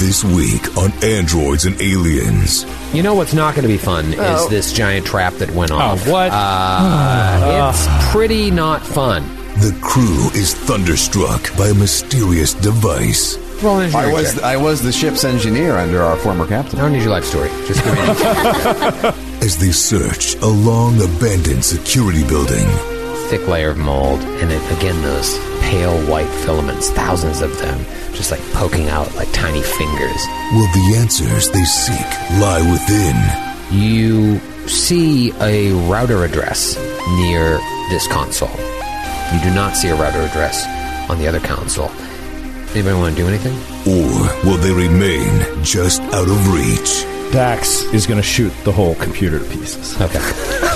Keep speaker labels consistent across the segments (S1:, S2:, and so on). S1: This week on Androids and Aliens.
S2: You know what's not going to be fun
S3: Oh.
S2: is this giant trap that went
S4: Oh,
S2: off.
S5: what?
S2: Uh, it's pretty not fun.
S1: The crew is thunderstruck by a mysterious device.
S2: Roll an engineering
S6: I was
S2: check.
S6: I was the ship's engineer under our former captain.
S2: I don't need your life story. Just give me an
S1: As they search a long abandoned security building,
S2: thick layer of mold, and then again those pale white filaments, thousands of them, just like poking out like tiny fingers.
S1: will the answers they seek lie within?
S2: You see a router address near this console. You do not see a router address on the other console. Anybody want to do anything?
S1: Or will they remain just out of reach?
S5: Dax is going to shoot the whole computer to pieces.
S2: Okay.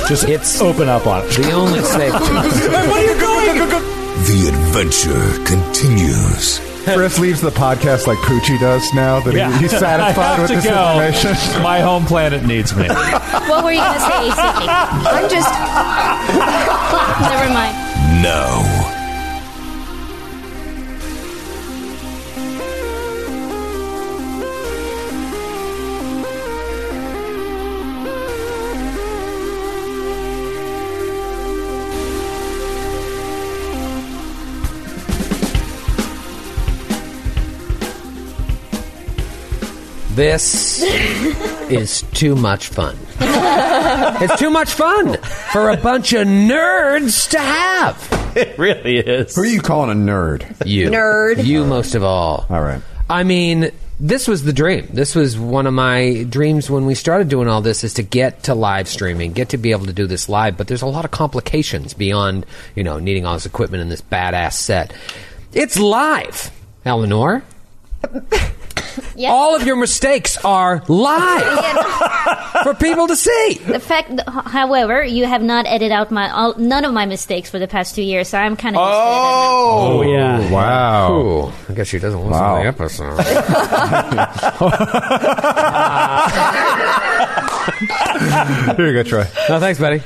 S5: Just
S2: It's-
S5: open up on it.
S2: The only safe.
S1: The adventure continues.
S7: Griff leaves the podcast like Poochie does now that he- he's satisfied with this information.
S5: My home planet needs me.
S8: What were you going to say, ACP?
S3: I'm just.
S8: Never mind.
S1: Now,
S2: This is too much fun. It's too much fun for a bunch of nerds to have.
S5: it really is.
S6: Who are you calling a nerd?
S2: You
S3: Nerd.
S2: You most of all.
S6: All right.
S2: I mean, this was the dream. This was one of my dreams when we started doing all this is to get to live streaming, get to be able to do this live, but there's a lot of complications beyond, you know, needing all this equipment and this badass set. It's live, Eleanor.
S8: Yeah.
S2: All of your mistakes are live for people to see.
S8: The fact, that, h- however, you have not edited out my all, none of my mistakes for the past two years, so I'm kind of.
S6: Oh,
S5: yeah.
S6: wow.
S2: Ooh, I guess she doesn't listen
S6: Wow.
S2: to the episode.
S7: Here you go, Troy.
S2: no, thanks, buddy.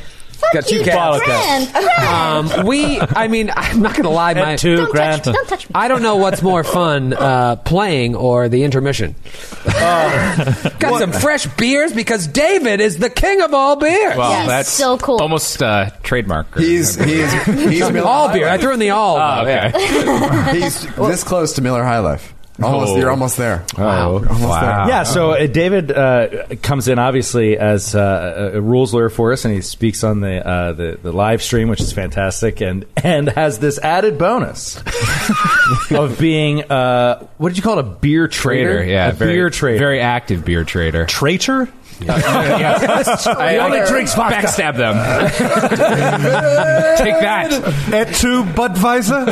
S2: Got two
S8: you,
S2: cats.
S8: friend, friend.
S2: Um, we, I mean, I'm not going to lie. My,
S5: two
S8: Don't touch, don't touch me.
S2: I don't know what's more fun, uh, playing or the intermission. Got some fresh beers because David is the king of all beers.
S9: Wow,
S8: Yes.
S9: that's
S8: So cool.
S9: Almost uh, trademark. or-
S6: He's he's he's Miller
S2: all
S6: High
S2: beer. I
S6: Life.
S2: threw in the all.
S9: Oh,
S2: though, yeah.
S9: okay.
S6: He's this close to Miller High Life. Almost,
S9: Oh.
S6: you're almost there.
S2: Wow.
S6: Almost there. Uh-huh.
S5: Yeah, so uh, David uh, comes in obviously as uh, a a rules lawyer for us, and he speaks on the, uh, the the live stream, which is fantastic, and and has this added bonus of being uh, what did you call it, a beer trader?
S9: Trader, yeah,
S5: a beer trader.
S9: very active beer trader.
S5: traitor.
S9: Uh, I,
S5: only drinks vodka.
S9: Backstab them. Take that.
S7: Et tu, Budweiser?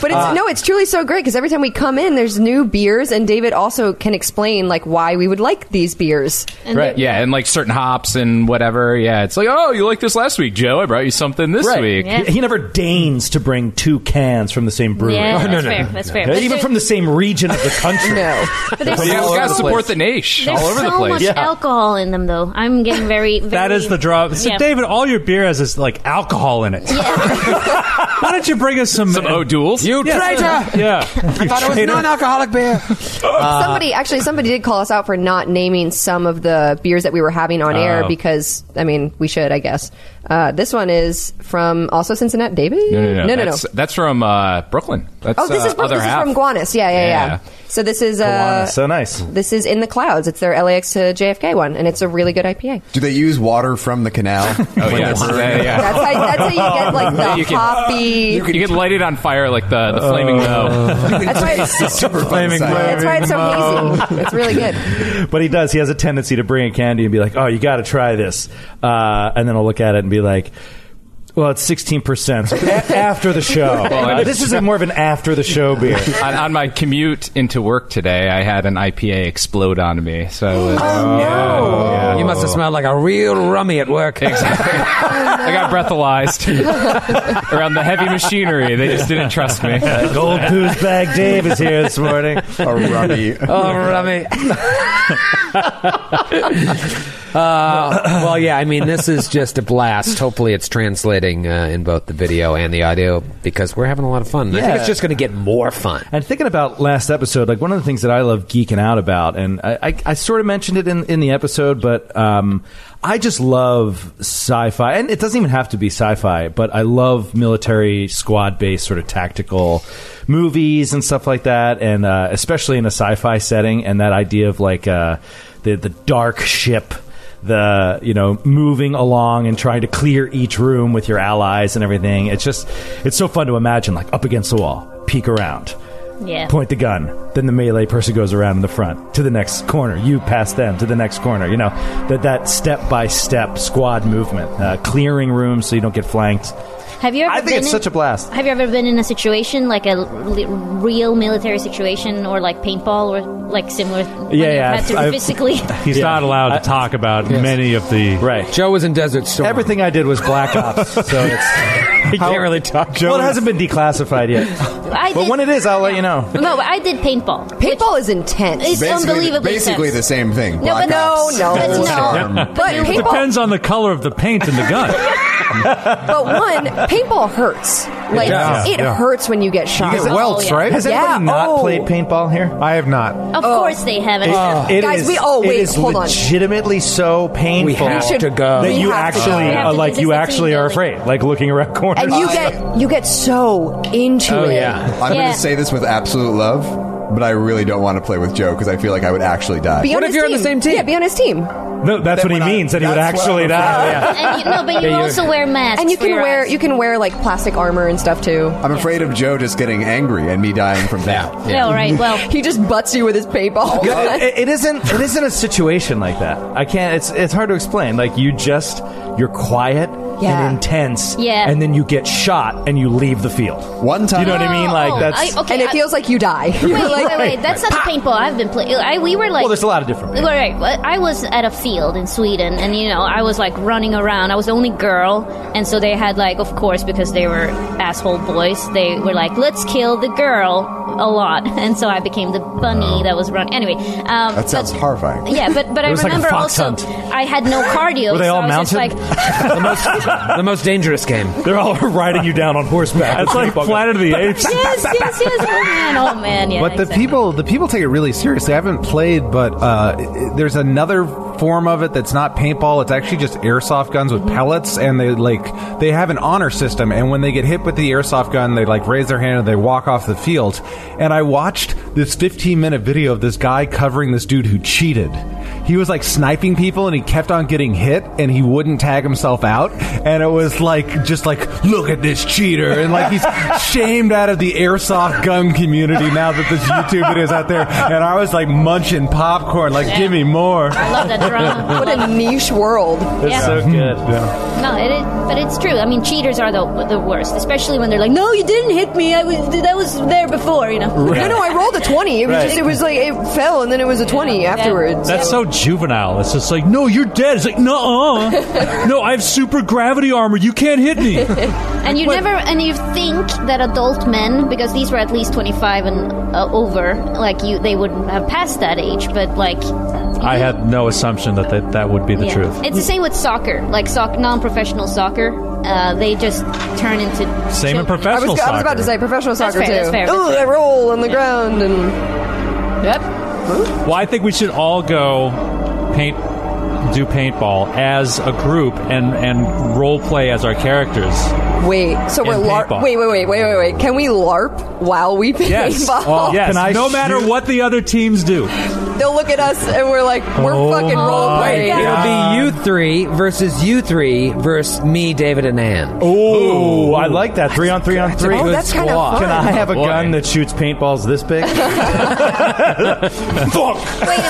S3: But it's
S9: Uh,
S3: no, it's truly so great because every time we come in, there's new beers, and David also can explain like why we would like these beers.
S8: And
S9: Right, yeah, and like certain hops and whatever. Yeah, it's like, oh, you liked this last week, Joe. I brought you something this week.
S8: Yeah.
S5: He, he never deigns to bring two cans from the same brewery.
S8: Yeah, Oh, no, that's no, fair, no, that's no. fair. But
S5: Even
S8: there-
S5: from the same region of the country.
S3: No,
S8: But there's
S9: You
S8: so,
S9: gotta support the niche
S8: there's
S9: all over
S8: so
S9: the place.
S8: much
S5: Yeah.
S8: alcohol in them, though. I'm getting very. very
S4: That is the draw. So,
S8: Yeah.
S4: David, all your beer has is like alcohol in it. Why don't you bring us some? uh,
S9: Some O'Douls.
S2: You traitor!
S4: yeah. Uh,
S2: I thought it was non-alcoholic beer.
S9: Uh,
S3: somebody actually somebody did call us out for not naming some of the beers that we were having on
S9: Oh.
S3: air because I mean we should I guess. Uh, this one is from also Cincinnati, David.
S9: No, no, no.
S3: no,
S9: that's, that's from uh, Brooklyn. That's,
S3: Oh, this
S9: uh,
S3: is from,
S9: other
S3: this is
S9: half.
S3: from Guanis. Yeah, yeah, yeah,
S9: Yeah.
S3: So this is
S5: Oh, Wow,
S3: uh,
S5: so nice.
S3: this is in the clouds. It's their LAX to JFK one, and it's a really good IPA.
S6: Do they use water from the canal?
S9: Oh, yes. yeah, yeah.
S3: That's how, that's how you get like the
S9: You can-
S3: hoppy.
S9: You can light it on fire like the, the flaming
S5: Uh,
S9: low.
S3: That's why it's,
S6: Super fun
S4: Flaming
S6: side.
S4: Blade.
S3: that's why it's so hazy. It's really good.
S5: But he does. He has a tendency to bring a candy and be like, "Oh, you got to try this," uh, and then I'll look at it and be like. Well, it's sixteen percent after the show. Uh,
S9: I-
S5: this is a more of an after the show beer.
S9: on, on my commute into work today, I had an IPA explode on me. So it was,
S2: Oh. You must have smelled like a real rummy at work.
S9: Exactly. I got breathalyzed around the heavy machinery. They just didn't trust me.
S5: Like old booze bag Dave is here this morning.
S6: A rummy.
S2: Oh, rummy. Uh, well, yeah, I mean, this is just a blast. Hopefully, it's translating uh, in both the video and the audio because we're having a lot of fun. I
S5: Yeah.
S2: think it's just going to get more fun.
S5: And thinking about last episode, like one of the things that I love geeking out about, and I, I, I sort of mentioned it in, in the episode, but um, I just love sci fi. And it doesn't even have to be sci fi, but I love military squad based sort of tactical movies and stuff like that. And uh, especially in a sci fi setting, and that idea of like uh, the, the dark ship the you know moving along and trying to clear each room with your allies and everything it's just it's so fun to imagine like up against the wall peek around
S8: Yeah.
S5: point the gun then the melee person goes around in the front to the next corner you pass them to the next corner you know that that step by step squad movement uh, clearing rooms so you don't get flanked
S8: Have you ever?
S5: i think
S8: been
S5: it's
S8: in-
S5: such a blast
S8: Have you ever been in a situation like a l- l- real military situation or like paintball or like similar? when
S5: Yeah,
S8: you
S5: yeah,
S8: Had to
S5: I've-
S8: physically.
S4: He's not allowed to talk about many of the.
S5: right
S2: Joe was in Desert Storm.
S5: everything i did was black ops so it's
S4: He can't really talk.
S5: well it hasn't been declassified yet
S8: I
S5: but
S8: did-
S5: when it is i'll let you know
S8: No, but I did paintball.
S3: Paintball is intense.
S8: It's unbelievably
S6: basically
S8: intense.
S6: the same thing.
S8: No, but
S6: Black
S3: no,
S6: Ops.
S3: no,
S8: That's
S3: it's
S8: not-
S3: not. But
S4: It
S3: paintball,
S4: depends on the color of the paint and the gun.
S3: but one paintball hurts. Like
S4: does.
S3: it
S7: Yeah.
S3: hurts when you get shot.
S7: Is it
S8: Oh,
S7: welts,
S8: yeah.
S7: right?
S5: has anybody
S3: Yeah,
S5: not
S3: oh.
S5: played paintball here
S7: I have not.
S8: Of course they haven't.
S5: It
S3: Guys,
S5: is-
S3: we- oh, wait,
S5: it is
S3: hold on.
S5: legitimately so painful.
S2: We have We should- to go.
S5: that
S3: we
S5: you
S3: have to go.
S5: actually
S3: We have
S5: uh,
S8: to
S5: like. You
S8: consistently
S5: actually
S8: go.
S5: are afraid, like looking around corners.
S3: and you get you get so into
S2: Oh,
S3: it.
S2: yeah.
S6: I'm
S8: Yeah.
S6: going to say this with absolute love, but I really don't want to play with Joe because I feel like I would actually die.
S3: Be
S2: What
S3: on
S2: if
S3: his
S2: you're on
S3: team.
S2: the same team?
S3: Yeah, be on his team.
S5: no, that's what he
S6: when I-
S5: means. That he would
S6: that's what
S5: actually
S6: I'm
S5: die.
S6: afraid
S5: Yeah.
S8: and you, no, but you
S2: you're-
S8: also wear masks.
S3: And you
S8: for
S3: can
S8: your
S3: wear
S8: eyes.
S3: you can wear like plastic armor and stuff too.
S6: I'm afraid of Joe just getting angry and me dying from that.
S2: Yeah.
S8: No, right. Well,
S3: He just butts you with his paintball.
S5: It- it- it isn't. It isn't a situation like that. I can't. It's it's hard to explain. Like you just you're quiet
S3: Yeah.
S5: and intense,
S8: Yeah.
S5: and then you get shot and you leave the field.
S6: One time,
S5: You know what I
S8: Oh,
S5: mean? Like
S8: oh,
S5: that's.
S8: I- okay,
S3: and it
S8: I-
S3: feels like you die.
S8: Wait,
S3: Like,
S8: wait, wait. That's not the paintball I've been playing. I we were like.
S5: Well, there's a lot of different
S8: Well, Right, well, I was at a field in Sweden, and you know, I was like running around. I was the only girl, and so they had like, of course, because they were asshole boys. They were like, "Let's kill the girl a lot," and so I became the
S5: Oh.
S8: bunny that was running. Anyway, um,
S6: that sounds
S8: but-
S6: horrifying.
S8: Yeah, but but I
S5: was like a
S8: remember
S5: fox
S8: also
S5: hunt.
S8: I had no cardio.
S5: Were they
S8: so
S5: all
S8: I was just
S5: mounted?
S8: like,
S2: the, most, the most dangerous game.
S5: They're all riding you down on horseback.
S4: It's like Planet of the Apes.
S8: yes, yes, yes. Oh man, oh man. Yeah,
S7: But the
S8: exactly.
S7: people, the people take it really seriously. I haven't played, but uh, i- there's another form of it that's not paintball. It's actually just airsoft guns
S8: Mm-hmm.
S7: with pellets, and they like they have an honor system. And when they get hit with the airsoft gun, they like raise their hand and they walk off the field. And I watched this 15 minute video of this guy covering this dude who cheated. He was like sniping people, and he kept on getting hit, and he wouldn't tag himself out. And it was like just like look at this cheater, and like he's shamed out of the airsoft gun community now that this YouTube video is out there. And I was like munching popcorn, like give me more.
S8: I love that drama.
S3: what a niche world.
S8: Yeah.
S5: so good.
S7: Hmm.
S8: No, it is, but it's true. I mean, cheaters are the the worst, especially when they're like, "No, you didn't hit me. I was that was there before," you know.
S3: No, no, I rolled a twenty. It was
S5: Right.
S3: just it was like it fell and then it was a twenty afterwards.
S4: That's so juvenile. It's just like, no, you're dead. It's like, no, no, I have super gravity armor. You can't hit me.
S8: And you never and you think that adult men, because these were at least twenty five and uh, over, like you, they would have passed that age. But like,
S4: I had no assumption that that, that would be the
S8: yeah.
S4: truth.
S8: It's the same with soccer, like soc- non professional soccer. Uh, they just turn into
S4: Same
S3: I was,
S4: in
S8: children.
S4: professional
S3: I was
S4: soccer.
S3: about to say professional
S8: That's
S3: soccer
S8: fair, that's
S3: too.
S8: fair, that's
S3: Ooh, I roll on the ground and yep.
S4: Well, I think we should all go paint, do paintball as a group and and role play as our characters.
S3: Wait, so
S4: And
S3: we're LARP.
S4: paintball.
S3: Wait, wait, wait, wait, wait, wait. Can we LARP while we paintball?
S4: Yes, yes.
S5: Can I
S4: no matter
S5: shoot?
S4: what the other teams do.
S3: They'll look at us and we're like, we're
S4: Oh
S3: fucking
S4: my
S3: role playing.
S5: Oh,
S8: God.
S2: It'll be you three versus you three versus me, David, and Ann.
S5: Ooh, I like that three on three on three.
S3: Oh, that's kinda fun.
S5: Can I have a
S4: Boy.
S5: gun that shoots paintballs this big? Fuck.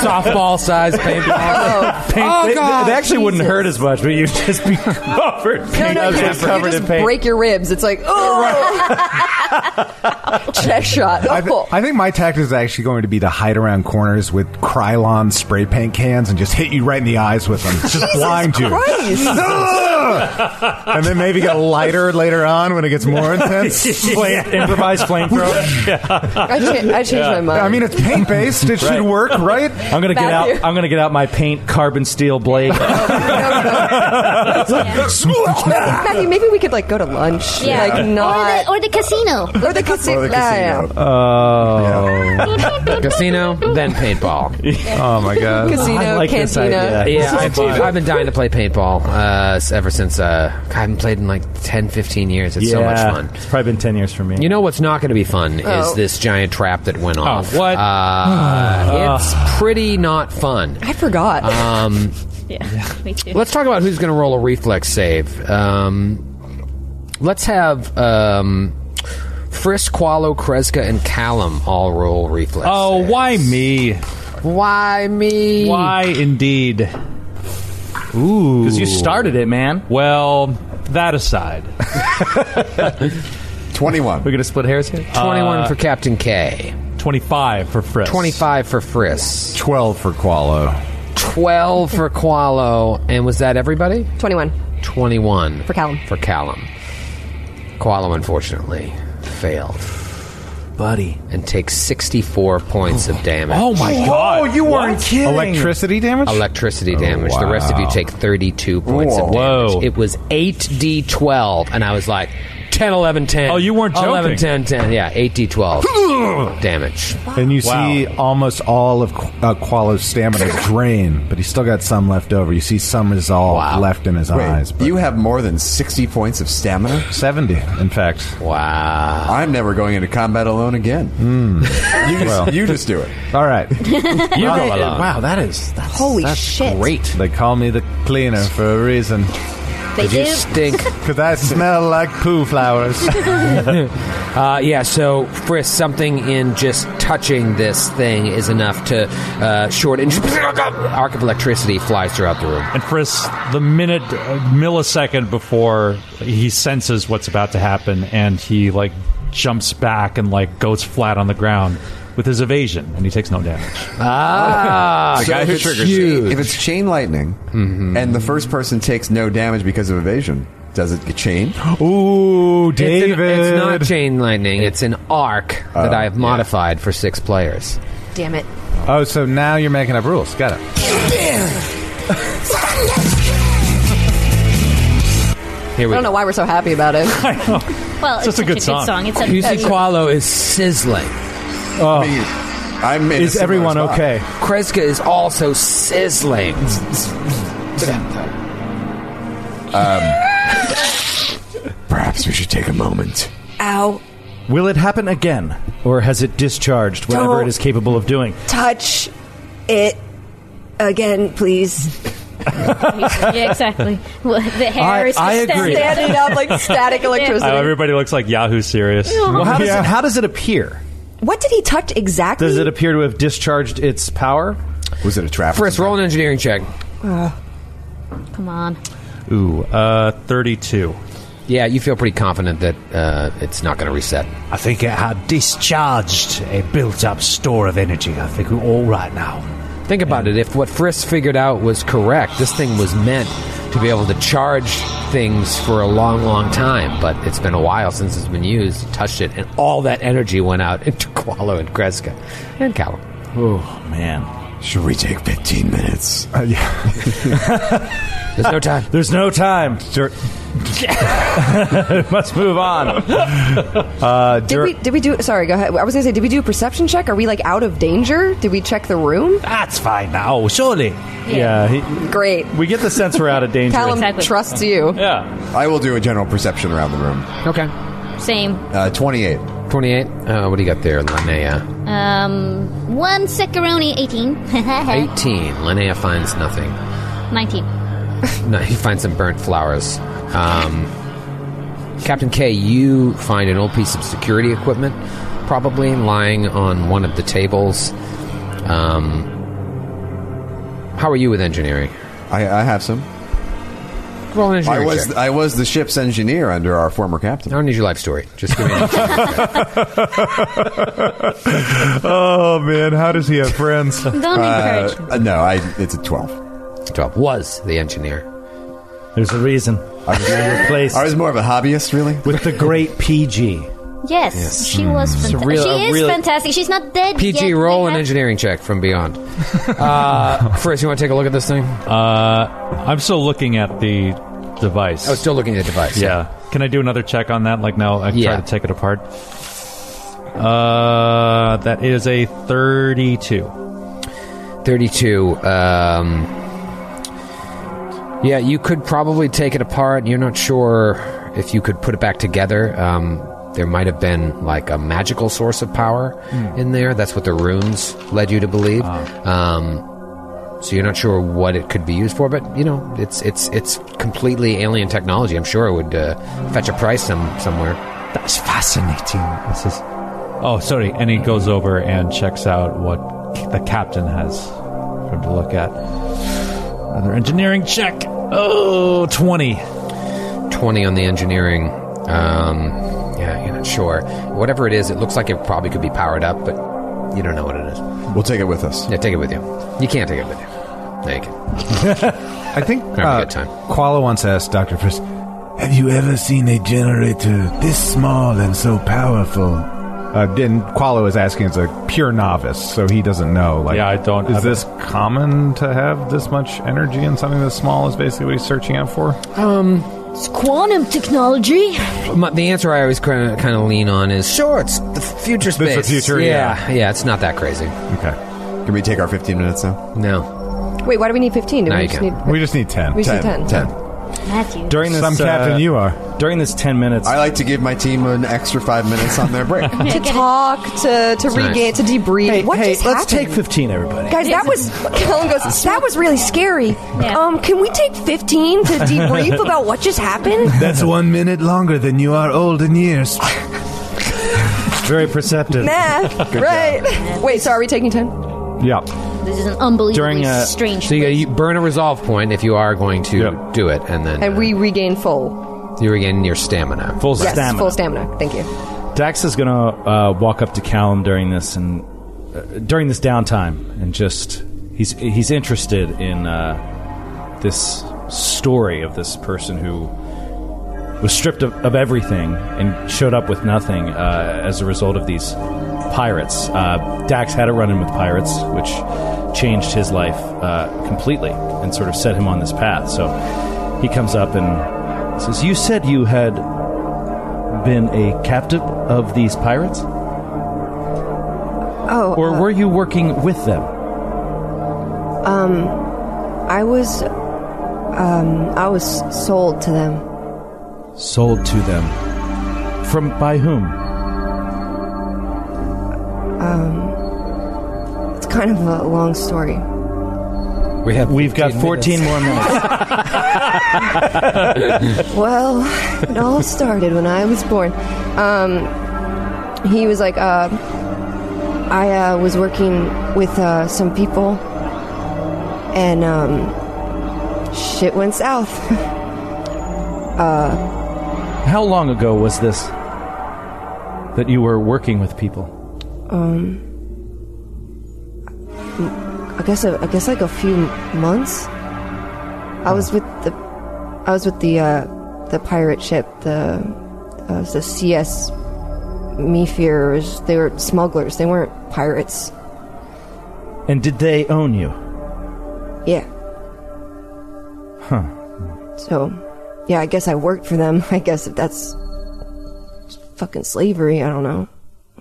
S2: Softball size paintball.
S5: Paint,
S2: Oh,
S5: they,
S2: God,
S5: they actually wouldn't
S3: Jesus.
S5: hurt as much, but you'd just be covered.
S3: No, no,
S5: Paintballs
S3: you
S5: are
S3: just, you
S5: covered
S3: just
S5: in paint.
S3: break your ribs. It's like, oh, chest shot.
S7: I, th-
S3: Oh.
S7: I think my tactic is actually going to be to hide around corners with Krylon spray paint cans and just hit you right in the eyes with them, just blind you. Ugh! and then maybe get lighter later on when it gets more intense.
S5: Flame- improvised flamethrower.
S3: I, cha- I changed my mind.
S7: I mean, it's paint based; it should work, right?
S5: I'm gonna get
S3: Back
S5: out.
S3: here.
S5: I'm gonna get out my paint carbon steel
S3: Oh,
S5: blade.
S3: Matthew, maybe we could like go to lunch.
S8: Yeah.
S3: Like
S8: or,
S3: not.
S8: the, or the casino.
S3: Or the casino.
S6: Or the casino.
S7: Oh,
S2: Casino, then paintball.
S7: oh my god!
S3: Casino,
S5: I like this
S3: cantina.
S5: idea.
S2: Yeah, I've, I've been dying to play paintball uh, s- ever since uh, I haven't played in like 10, 15 years. It's so much
S5: Yeah.
S2: fun.
S5: It's probably been ten years for me.
S2: You know what's not going to be fun
S3: Oh.
S2: is this giant trap that
S5: Oh,
S2: went off.
S4: what?
S2: Uh, it's pretty not fun.
S3: I forgot.
S2: Um,
S8: Yeah, me too.
S2: Let's talk about who's going to roll a reflex save. Um, let's have um, Frisk, Qualo, Kreska, and Callum all roll reflex.
S4: Oh,
S2: saves.
S4: why me?
S2: Why me?
S4: Why indeed?
S5: Ooh, because you started it, man.
S4: Well, that aside,
S6: 21.
S5: We're gonna split hairs here. Uh,
S2: 21
S4: uh,
S2: for Captain K,
S4: 25 for Frisk.
S2: 25 for Frisk,
S7: Twelve for Qualo.
S2: 12 for Qualo, and was that everybody?
S3: 21.
S2: 21
S3: For Callum.
S2: For Callum. Qualo, unfortunately, failed
S5: buddy.
S2: and takes 64 points of damage.
S4: Oh my god.
S5: Oh, you weren't kidding.
S7: Electricity damage.
S2: electricity damage. The rest of you take 32 points of
S4: Oh, Whoa.
S2: damage. It was 8d12, and I was like 10, 11, 10.
S4: Oh, you weren't
S2: 11,
S4: joking.
S2: 10, 10. Yeah, 8d12 damage.
S7: And you see almost all of Qu- uh, Qualo's stamina drain, but he's still got some left over. You see some resolve
S2: Wow.
S7: left in his eyes.
S6: Wait,
S7: But
S6: you have more than 60 points of stamina?
S7: 70, in fact.
S2: Wow.
S6: I'm never going into combat alone again. You, just, you just do it.
S7: Hmm. All right.
S5: Wow, that is that's,
S3: Holy shit.
S5: great.
S7: They call me the cleaner for a reason.
S8: they
S2: You
S8: do.
S2: stink.
S7: Because I smell like poo flowers.
S2: Uh, yeah, so Frisk, something in just touching this thing is enough to uh, short and arc of electricity flies throughout the room.
S4: And Frisk, the minute, uh, millisecond before he senses what's about to happen, and he like jumps back and like goes flat on the ground with his evasion, and he takes no damage.
S2: Ah,
S6: So if, it's,
S2: huge.
S6: if it's chain lightning
S7: Mm-hmm.
S6: and the first person takes no damage because of evasion, does it get chained?
S7: Ooh,
S2: It's,
S7: David.
S2: an- it's not chain lightning. It's an arc
S7: Uh,
S2: that I have modified for six players.
S3: Damn it.
S7: oh, so now you're making up rules. Got it.
S3: I
S2: Here we
S3: don't
S2: go.
S3: know why we're so happy about it.
S8: Well, it's,
S4: just a
S8: such
S4: good
S8: a
S4: song.
S8: good song. It's a
S2: You see, Qualo is sizzling.
S6: I mean, I'm in a
S7: Oh. Is
S6: similar
S7: everyone
S6: spot.
S7: okay?
S2: Kreska is also sizzling.
S5: Um,
S6: Perhaps we should take a moment.
S3: Ow.
S5: Will it happen again, or has it discharged whatever
S10: Don't.
S5: it is capable of doing?
S10: touch it again, please.
S8: yeah, exactly. Well, The hair
S5: I-
S8: is just
S5: I agree.
S8: standing.
S3: Standing up like static electricity.
S4: Oh, everybody looks like Yahoo serious.
S5: Well, how, does it, how does it appear?
S10: What did he touch exactly?
S5: Does it appear to have discharged its power?
S6: Was it a trap? or
S2: Chris,
S6: something?
S2: roll an engineering check.
S8: Come on.
S4: Ooh, uh, 32.
S2: Yeah, you feel pretty confident that uh, it's not going to reset.
S11: I think it had discharged a built up store of energy. I think we're all right now.
S2: Think about it. If what Frisk figured out was correct, this thing was meant to be able to charge things for a long, long time. But it's been a while since it's been used. You touched it, and all that energy went out into Qualo and Kreska and Callum.
S5: Man,
S6: Should we take 15 minutes?
S2: There's no time.
S5: there's no time. Sure. Must move on.
S2: Uh,
S3: Did we, did we do. Sorry, go ahead. I was going to say, did we do a perception check? Are we like out of danger? Did we check the room?
S6: Ah.
S11: That's fine now, surely.
S5: Yeah, he,
S3: Great.
S5: we get the sense we're out of danger.
S3: Callum
S8: Exactly.
S3: trusts you.
S4: Yeah.
S6: I will do a general perception around the room.
S2: Okay.
S8: Same.
S6: Uh, 28.
S2: 28. Uh, what do you got there, Linnea?
S8: Um, one Saccaroni, 18.
S2: 18. Linnea finds nothing.
S8: 19.
S2: No, he finds some burnt flowers. Um, Captain K, you find an old piece of security equipment, probably lying on one of the tables. Um, how are you with engineering?
S6: I, I have some.
S2: Roll an
S6: I
S2: engineering
S6: was
S2: check.
S6: I was the ship's engineer under our former captain. I
S2: don't need your life story. Just give me.
S7: oh man, how does he have friends?
S8: Don't encourage
S6: Uh, no, I, it's a twelve.
S2: Twelve was the engineer.
S6: There's a reason. I was,
S11: replaced.
S6: I was more of a hobbyist, really.
S11: With the great PG.
S8: Yes,
S2: Yes.
S8: she was
S2: It's a
S8: fantastic.
S2: real-
S8: she
S2: a
S8: is
S2: really-
S8: fantastic. She's not dead yet.
S2: PG,
S8: We
S2: roll an
S8: have-
S2: engineering check from beyond. Uh, Chris, you want to take a look at this thing?
S4: Uh, I'm still looking at the device.
S2: Oh, still looking at the device,
S4: Yeah. Can I do another check on that? Like now, I
S2: Yeah.
S4: try to take it apart. Uh, that is a 32.
S2: 32. Um, yeah, you could probably take it apart. You're not sure if you could put it back together. Um, there might have been like a magical source of power
S12: Hmm.
S2: in there. That's what the runes led you to believe. Um, so you're not sure what it could be used for, but you know it's it's it's completely alien technology. I'm sure it would uh, fetch a price some somewhere.
S11: That's fascinating.
S4: This is. Oh, sorry. And he goes over and checks out what the captain has for him to look at. Another engineering check. Oh, 20.
S2: 20 on the engineering. Um, yeah, you're not sure. Whatever it is, it looks like it probably could be powered up, but you don't know what it is.
S6: We'll take it with us.
S2: Yeah, take it with you. You can't take it with you. No, you can.
S7: I think
S2: Have a good time.
S7: Koala Uh, once asked Doctor Frisk,
S13: Have you ever seen a generator this small and so powerful?
S7: Uh, and Qualo is asking as a pure novice, so he doesn't know. Like,
S4: Yeah, I don't
S7: Is
S4: have
S7: this common to have this much energy in something this small? Is basically what he's searching out for.
S2: Um,
S8: It's quantum technology.
S2: my, the answer I always kind of, kind of lean on is sure, it's the future
S7: This
S2: space.
S7: is the future,
S2: yeah. it's not that crazy.
S7: Okay.
S6: Can we take our 15 minutes now?
S2: No.
S3: Wait, why do we need 15? Do we just need
S7: We just need 10.
S3: We just need 10. 10.
S8: Matthew.
S5: During this, uh,
S7: Some captain you are.
S5: During this 10 minutes.
S6: I like to give my team an extra five minutes on their break.
S3: to talk, to, to
S6: It's
S3: regain,
S6: nice.
S3: to debrief.
S6: Hey,
S3: what
S6: hey,
S3: just
S6: let's
S3: happened?
S6: 15, everybody.
S10: Guys, that was Kellen goes. That was really scary. Um, can we take fifteen to debrief about what just happened?
S13: That's one minute longer than you are old in years.
S4: Very perceptive.
S3: Math, right? Wait, so are we taking 10?
S7: Yeah.
S8: This is an unbelievably
S2: During uh, a
S8: strange.
S2: so you, gotta- you burn a resolve point if you are going to do it, and then
S3: And we regain full.
S2: you regain your stamina. Full
S3: yes, full stamina. Thank you.
S5: Dax is going to uh, walk up to Callum during this and uh, during this downtime, and just he's he's interested in uh, this story of this person who was stripped of, of everything and showed up with nothing uh, as a result of these pirates. Uh, Dax had a run-in with pirates, which changed his life uh, completely and sort of set him on this path. So he comes up and says, "You said you had been a captive of these pirates?
S10: Oh,
S5: Or were you working with them?
S10: um, I was, um, I was sold to them.
S5: Sold to them. From by whom?
S10: Um, it's kind of a long story.
S2: We have
S5: We've got
S10: 14
S5: more minutes.
S10: well, it all started when I was born. Um, he was like, uh, I uh, was working with uh, some people, and um, shit went south. uh,
S5: How long ago was this that you were working with people?
S10: um, I guess a, I guess like a few months. I was with the, I was with the uh, the pirate ship, the uh, the CS Mefiers. They were smugglers. They weren't pirates.
S5: And did they own you?
S10: Yeah.
S5: Huh.
S10: So, yeah, I guess I worked for them. I guess if that's fucking slavery, I don't know.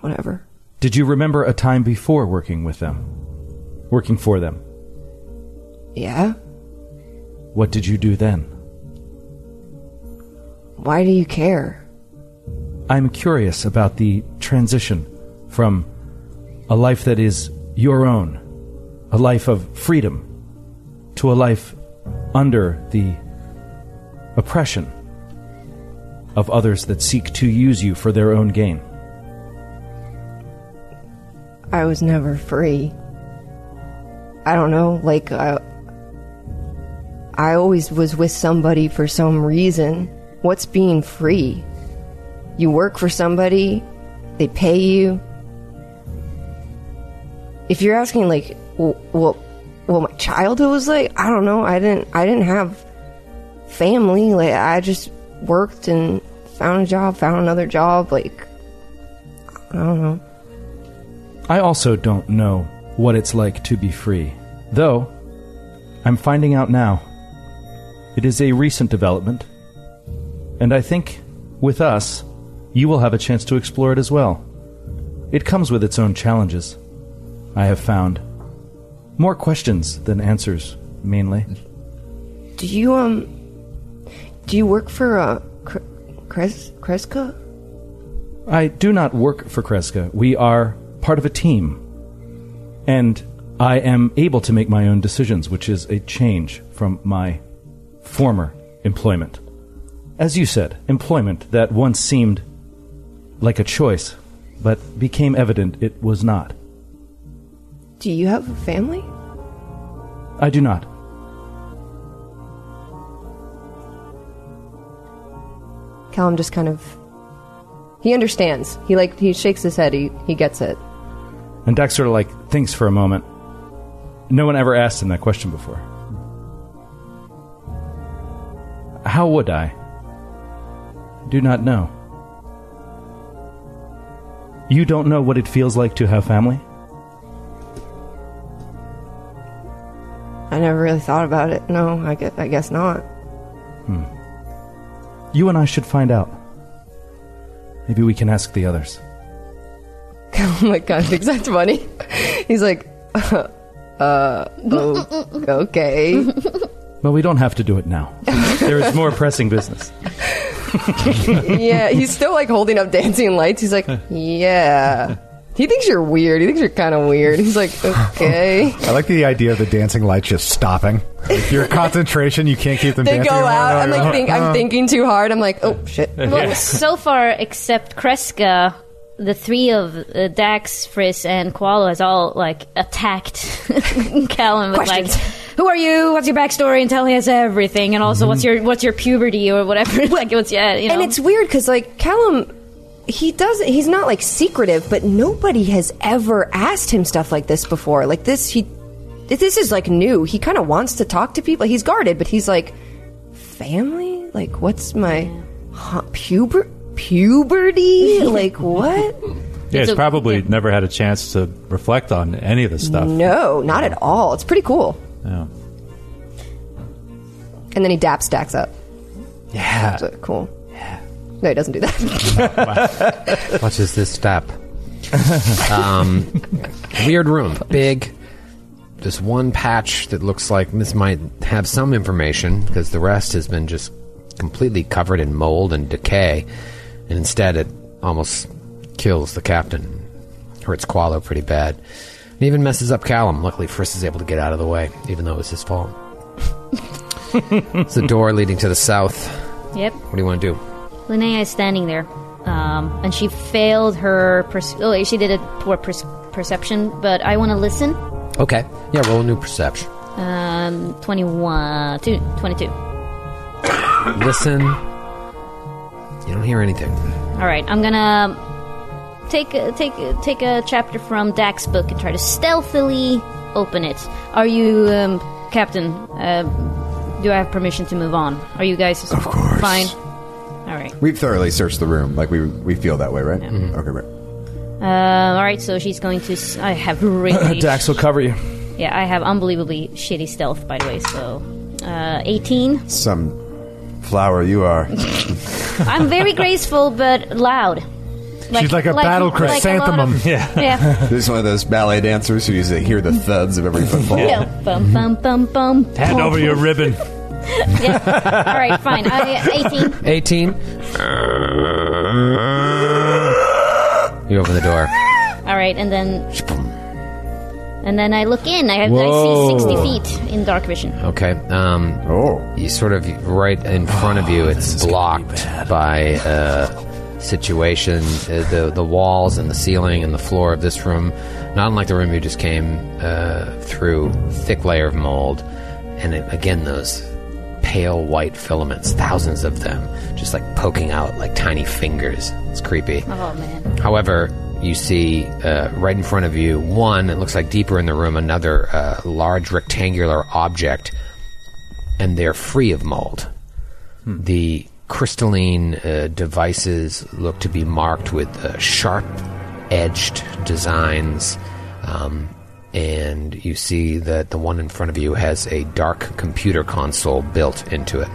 S10: Whatever.
S5: Did you remember a time before working with them? Working for them?
S10: Yeah.
S5: What did you do then?
S10: Why do you care?
S5: I'm curious about the transition from a life that is your own, a life of freedom, to a life under the oppression of others that seek to use you for their own gain.
S10: I was never free. I don't know, like I uh, I always was with somebody for some reason. What's being free? You work for somebody, they pay you. If you're asking like wh- what what my childhood was like, I don't know. I didn't I didn't have family. Like I just worked and found a job, found another job, like I don't know.
S5: I also don't know what it's like to be free, though I'm finding out now. It is a recent development, and I think with us, you will have a chance to explore it as well. It comes with its own challenges, I have found. More questions than answers, mainly.
S10: Do you um do you work for uh Cre- Cres- Kreska?
S5: I do not work for Kreska. We are part of a team. And I am able to make my own decisions, which is a change from my former employment. As you said, employment that once seemed like a choice, but became evident it was not.
S10: Do you have a family?
S5: I do not.
S3: Callum just kind of he understands. He like he shakes his head. He he gets it.
S5: And Dax sort of like thinks for a moment. No one ever asked him that question before. How would I? Do not know. You don't know what it feels like to have family?
S10: I never really thought about it. No, I guess, I guess not.
S5: You and I should find out. Maybe we can ask the others.
S3: oh my god, thinks that's funny. He's like, uh, oh, okay.
S5: But we don't have to do it now. there is more pressing business.
S3: yeah, he's still like holding up dancing lights. He's like, yeah. He thinks you're weird. He thinks you're kind of weird. He's like, okay.
S7: I like the idea of the dancing lights just stopping. Like your concentration, you can't keep them.
S3: They
S7: dancing
S3: go
S7: around.
S3: out. I'm like, think,
S7: Uh,
S3: I'm thinking too hard. I'm like, oh shit.
S8: Well, so far, except Kreska, the three of uh, Dax, Friss, and Koala has all like attacked Callum with like, "Who are you? What's your backstory?" and telling us everything, and also what's your what's your puberty or whatever. like, what's yeah, you know.
S3: And it's weird because like Callum, he does. He's not like secretive, but nobody has ever asked him stuff like this before. Like this, he this is like new. He kind of wants to talk to people. He's guarded, but he's like family. Like what's my huh, puber puberty? like what?
S5: Yeah,
S3: It's
S5: it's
S3: a-
S5: probably never had a chance to reflect on any of this stuff.
S3: No, not at all. It's pretty cool.
S5: Yeah.
S3: And then he dap stacks up.
S2: Yeah.
S3: That's, uh, cool. No, he doesn't do that.
S2: Watch as this step. um, weird room, big. This one patch that looks like this might have some information because the rest has been just completely covered in mold and decay, and instead it almost kills the captain, hurts Qualo pretty bad, and even messes up Callum. Luckily, Friss is able to get out of the way, even though it was his fault. it's a door leading to the south.
S8: yep.
S2: What do you want to do?
S8: Linnea is standing there, um, and she failed her. Pers- oh, she did a poor pers- perception, but I want to listen.
S2: Okay, yeah, roll a new perception.
S8: Um, 21, two- 22.
S2: Listen, you don't hear anything.
S8: All right, I'm gonna take a, take a- take a chapter from Dax's book and try to stealthily open it. Are you, um, Captain? Uh, do I have permission to move on? Are you guys of course. fine? All right.
S6: We've thoroughly searched the room. Like we we feel that way, right? Okay, right.
S8: Um, all right. So she's going to. s- I have really.
S5: Dax will cover you.
S8: Yeah, I have unbelievably shitty stealth, by the way. So, uh, 18.
S6: Some flower you are.
S8: I'm very graceful but loud.
S6: She's like a battle chrysanthemum.
S8: yeah. Yeah.
S6: this is one of those ballet dancers who used to hear the thuds of every footfall.
S8: Yeah. Bum, bum, bum, bum.
S5: Hand over your ribbon.
S8: All right, fine. Uh, I, 18.
S2: 18. You open the door.
S8: All right, and then. And then I look in. I, have, I
S2: Whoa.
S8: see 60 feet in dark vision.
S2: Okay. Um,
S6: oh.
S2: You sort of right in front of you. It's blocked by uh, situation. Uh, the the walls and the ceiling and the floor of this room, not unlike the room you just came uh, through, thick layer of mold, and it, again those pale white filaments, thousands of them, just like poking out like tiny fingers. It's creepy.
S8: Oh, man.
S2: However, you see uh, right in front of you one, it looks like deeper in the room, another uh, large rectangular object, and they're free of mold. The crystalline uh, devices look to be marked with uh, sharp edged designs, um, and you see that the one in front of you has a dark computer console built into it.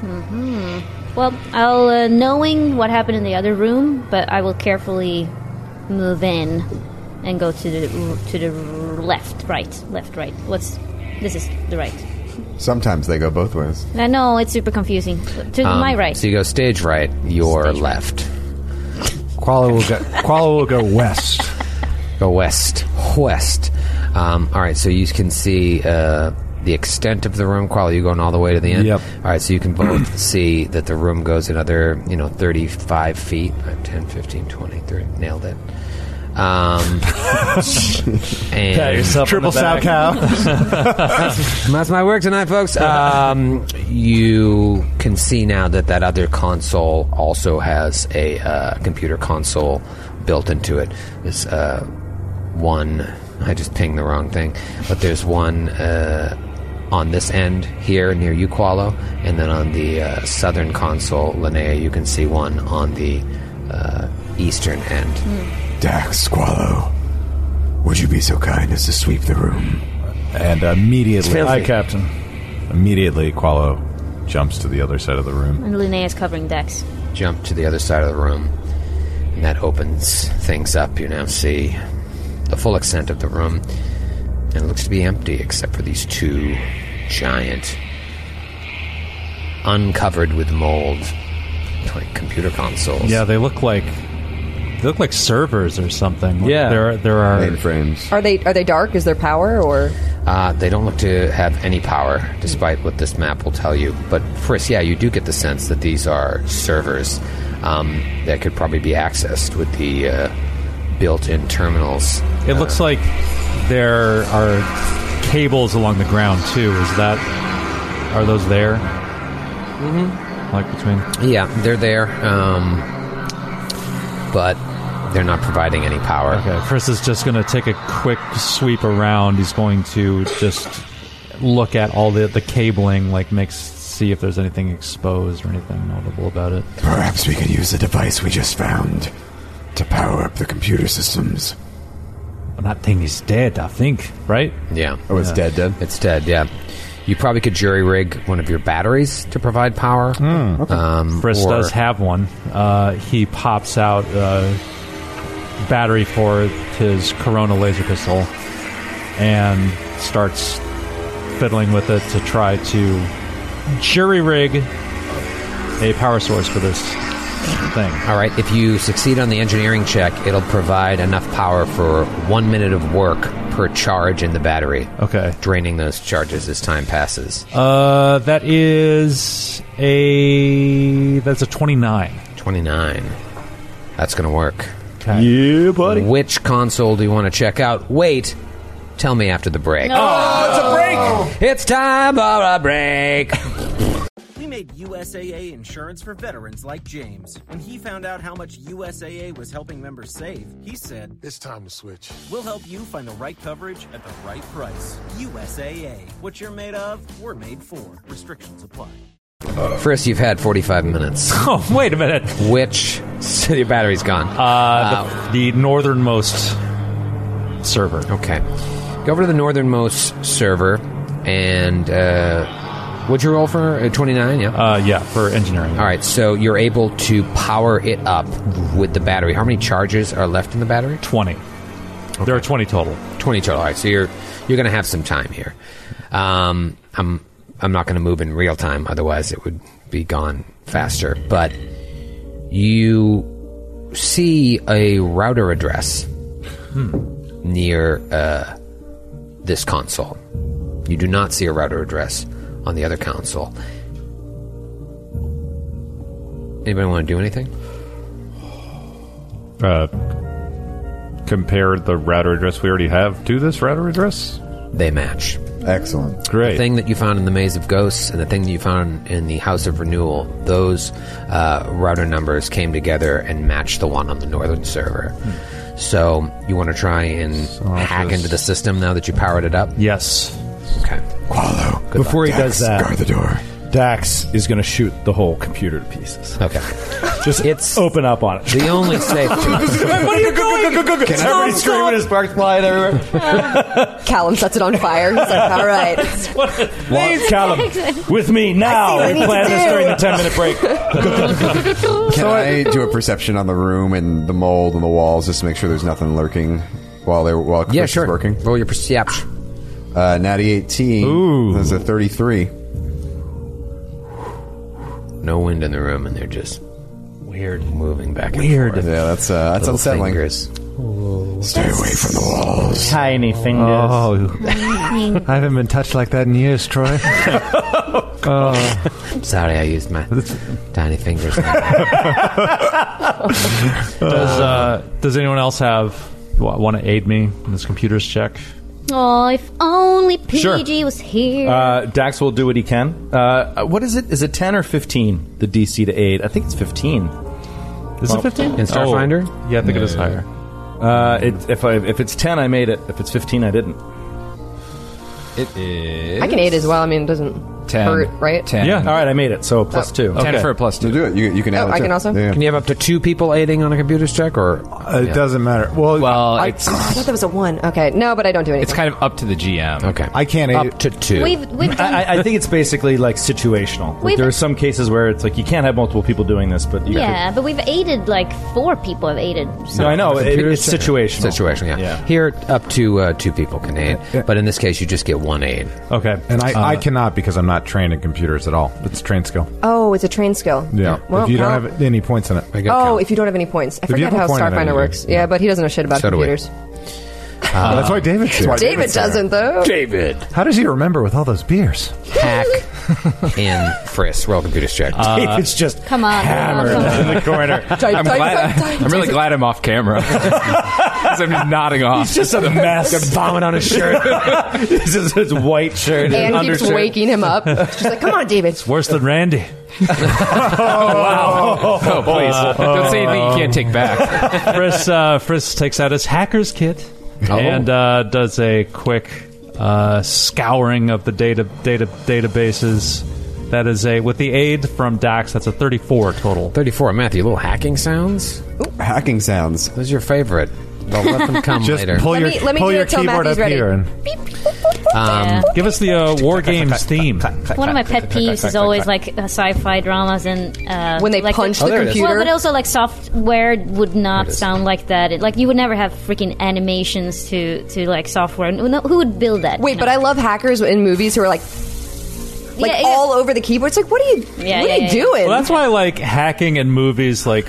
S8: hmm Well, I'll uh, knowing what happened in the other room, but I will carefully move in and go to the to the left, right, left, right. What's this is the right.
S6: Sometimes they go both ways.
S8: I know it's super confusing. To
S2: Um,
S8: my right.
S2: So you go stage right, your left. Quala will go. Quala will go west. Go west, west. Um, all right, so you can see uh, the extent of the room. Quala, you going all the way to the end. Yep. All right, so you can both see that the room goes another, you know, thirty-five feet, Uh, 10, 15, 20, 30. Nailed it. Um, and
S5: Pat yourself on Triple the back. sow cow.
S2: That's my work tonight, folks. Um, you can see now that that other console also has a uh, computer console built into it. There's uh, one. I just pinged the wrong thing, but there's one uh, on this end here near Uqualo, and then on the uh, southern console, Linnea, you can see one on the uh, eastern end.
S8: Hmm.
S1: Dax Squallow, would you be so kind as to sweep the room?
S7: And immediately,
S8: filthy. Aye,
S7: Captain. Immediately, Qualo jumps to the other side of the room.
S8: And Linnea's covering Dex.
S2: jump to the other side of the room, and that opens things up. You now see the full extent of the room, and it looks to be empty except for these two giant, uncovered with mold, like computer consoles.
S4: Yeah, they look like they look like servers or something. Yeah, there there are
S6: mainframes.
S3: Are they are they dark? Is there power or?
S2: Uh, they don't look to have any power, despite what this map will tell you. But first, yeah, you do get the sense that these are servers um, that could probably be accessed with the uh, built-in terminals.
S4: It looks like there are cables along the ground too. Is that are those there? Mm-hmm. Like between
S2: Yeah, they're there, um, but they're not providing any power.
S4: Okay, Chris is just going to take a quick sweep around. He's going to just look at all the the cabling, like makes see if there's anything exposed or anything notable about it.
S1: Perhaps we can use the device we just found to power up the computer systems.
S4: But that thing is dead, I think, right?
S2: Yeah.
S6: Oh, it's dead, dead?
S2: It's dead, yeah. You probably could jury rig one of your batteries to provide power. Um,
S4: Hmm. Chris
S2: or-
S4: does have one. Uh, he pops out a battery for his Corona laser pistol and starts fiddling with it to try to jury rig a power source for this thing.
S2: All right, if you succeed on the engineering check, it'll provide enough power for one minute of work per charge in the battery.
S4: Okay.
S2: Draining those charges as time passes.
S4: Uh, that is a that's a twenty nine.
S2: 29. That's going to work.
S4: Yeah, buddy.
S2: Which console do you want to check out? Wait, tell me after the break.
S14: Oh,
S2: it's a break! It's time for a break!
S14: We made USAA insurance for veterans like James. When he found out how much USAA was helping members save, he said, It's time to switch. We'll help you find the right coverage at the right price. USAA. What you're made of, we're made for. Restrictions apply.
S2: First, you've had 45 minutes.
S4: Oh, wait a minute.
S2: Which so your battery's gone?
S4: Uh, the, the northernmost server.
S2: Okay. Go over to the northernmost server and uh, what'd you roll for? Uh, 29, yeah?
S4: Uh, yeah, for engineering.
S2: All right, so you're able to power it up with the battery. How many charges are left in the battery?
S4: 20. There are 20 total.
S2: 20 total. All right, so you're you're going to have some time here. Um, I'm I'm not going to move in real time otherwise it would be gone faster, but you see a router address
S9: Hmm.
S2: near uh, this console. You do not see a router address on the other console. Anybody want to do anything?
S15: Uh, compare the router address we already have to this router address.
S2: they match.
S6: Excellent.
S2: Great. The thing that you found in the Maze of Ghosts and the thing that you found in the House of Renewal, those uh, router numbers came together and matched the one on the northern server.
S5: Hmm.
S2: So you want to try and hack into the system now that you powered it up?
S4: Yes.
S2: Okay.
S5: Wallow.
S2: Good
S5: Before
S2: luck.
S5: he does
S2: Dax,
S5: that,
S2: guard the door.
S5: Dax is going to shoot the whole computer to pieces.
S2: Okay.
S5: Just
S2: it's
S5: open up on it.
S2: The only safe.
S5: Where are you going? Can everybody scream and his sparks flying everywhere?
S3: Callum sets it on fire. He's like, all right.
S5: Please, Callum, with me now.
S3: I see what I need
S5: We plan
S3: to
S5: this
S3: do.
S5: during the ten-minute break.
S6: Can I do a perception on the room and the mold and the walls just to make sure there's nothing lurking while they're while Chris
S2: Yeah, sure.
S6: is working?
S2: Roll your perception.
S6: Uh, natty eighteen. Ooh, that's a thirty-three.
S2: No wind in the room, and they're just weird moving back. And
S6: Weird.
S2: Forth.
S6: Yeah, that's uh, that's
S2: Little
S6: unsettling.
S2: Fingers.
S6: Stay away from the walls.
S7: Tiny fingers. Oh, I haven't been touched like that in years, Troy. oh.
S2: I'm sorry, I used my tiny fingers.
S4: Does uh, Does anyone else have want to aid me in this computer's check?
S8: Oh, if only PG
S5: Sure.
S8: was here.
S5: Uh, Dax will do what he can. Uh, what is it? Is it ten or fifteen? The DC to aid. I think it's fifteen. oh,
S4: Is it 15?
S5: In Starfinder?
S4: Yeah, I think it is higher.
S5: Uh, it, if I, if it's ten, I made it. If it's fifteen, I didn't. It is.
S3: I can aid as well. I mean, it doesn't hurt, right?
S5: Yeah. All right, I made it. So plus two.
S2: Ten for a plus
S5: two.
S6: do it. You, you can
S3: add Oh, it I too. can also? Yeah.
S2: Can you have up to two people aiding on a computer's check, or
S7: it doesn't matter? Well,
S9: well,
S3: I,
S9: it's
S3: thought that was a one. Okay, no, but I don't do anything.
S9: it's kind of up to the GM. Okay,
S7: I can't
S5: aid-
S2: to two.
S8: We've- we've done-
S5: I, I- I think it's basically like situational. Like
S8: We've-
S5: there are some cases where it's like you can't have multiple people doing this, but you
S8: yeah, but we've aided like four people have aided.
S5: Could, no, I know it, it's situational.
S2: Situation, yeah. Here, up to uh, two people can aid, but in this case, you just get one aid.
S5: Okay.
S7: And I,
S2: Uh,
S7: I cannot because I'm not trained in computers at all. It's trained skill.
S3: oh, it's a train skill.
S7: Yeah.
S3: Well,
S7: if you don't
S3: count.
S7: have any points in it.
S3: Oh, if you don't have any points. I
S7: If you
S3: forget
S7: have a
S3: how
S7: point in it,
S3: Starfinder
S7: you-
S3: works. Yeah. but he doesn't know shit about
S7: So do we.
S3: computers.
S7: Uh, that's why David's here.
S3: David doesn't, though.
S2: David.
S7: How does he remember with all those beers?
S2: Hack in Friss. Roll computer's check.
S7: David's just
S8: Come on,
S9: in the corner. I'm, glad, I'm really glad I'm off camera. 'Cause I'm just nodding off.
S5: He's just a mess. Got vomit on his shirt. this is his white shirt
S3: And keeps waking him up. She's like, come on, David.
S4: It's worse than Randy.
S9: Oh, please. Don't say anything you can't take back.
S4: Friss, uh, Friss takes out his hacker's kit
S9: Oh.
S4: and uh, does a quick uh, scouring of the data data databases. That is a with the aid from Dax. That's a thirty-four total.
S2: Thirty-four, Matthew. Little hacking sounds.
S6: Hacking sounds.
S2: Who's your favorite? Well, let them come
S7: Just
S2: later.
S7: pull
S3: Let
S7: your
S3: me- let me
S7: pull
S3: do
S7: your
S3: it till
S7: keyboard
S3: Matthew's
S7: up
S3: ready.
S7: here and
S2: Um,
S4: Give us the uh, War Games theme.
S8: One of my pet peeves is always like uh, sci-fi dramas and uh,
S3: When they
S8: like
S3: punch
S4: the Oh, there it is.
S8: Well,
S4: computer.
S8: but also like software would not
S4: is.
S8: sound like that. It, like you would never have freaking animations to to like software. No, Who would build that?
S3: Wait, but I love hackers in movies who are like, like
S8: Yeah, yeah.
S3: all over the keyboard. It's like, what are you,
S8: Yeah,
S3: what
S8: yeah,
S3: are you
S8: yeah.
S3: doing?
S4: Well, that's why I like hacking in movies like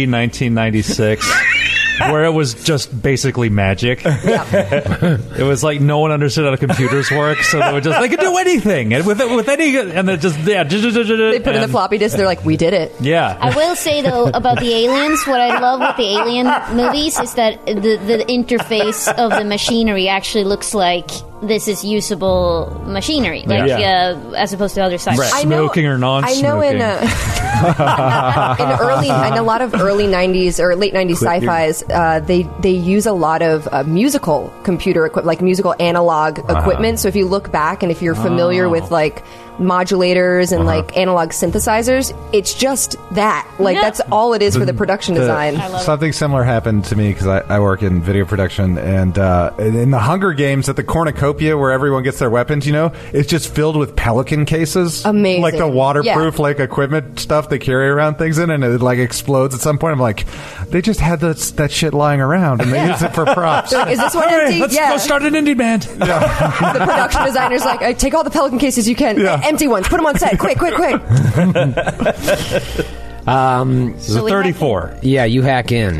S4: 1996. Where it was just basically magic. it was like no one understood how computers work, so they would just they could do anything and with with any and they just yeah. They
S3: they put in the floppy disk. They're like, we did it.
S4: Yeah,
S8: I will say though about the aliens, what I love with the alien movies is that the the interface of the machinery actually looks like this is usable machinery, like
S4: Yeah.
S8: uh, as opposed to other side.
S4: Right. Smoking or
S3: I know in uh, in early in a lot of early 90s or late 90s
S8: Click your-
S3: sci-fis uh, they they use a lot of uh, musical computer equipment like musical analog
S8: Uh-huh.
S3: equipment so if you look back and if you're familiar
S8: Oh.
S3: with like modulators and
S4: Uh-huh.
S3: like analog synthesizers it's just that like that's all it is for the production
S7: the-
S3: design
S7: something similar happened to me because I, I work in video production, and uh, in the Hunger Games at the cornucopia where everyone gets their weapons, you know, it's just filled with pelican cases,
S3: Amazing.
S7: like the waterproof
S3: Yeah.
S7: like equipment stuff they carry around things in, and it like explodes at some point. I'm like, they just had that that shit lying around, and they use it for props.
S3: They're like, is this one empty?
S4: let's
S3: yeah.
S4: go start an indie band.
S3: the production designer's like, "Uh, take all the pelican cases you can,
S4: Yeah.
S3: empty ones, put them on set, quick, quick, quick.
S2: Um,
S4: So we hack 34.
S2: Yeah, you hack in,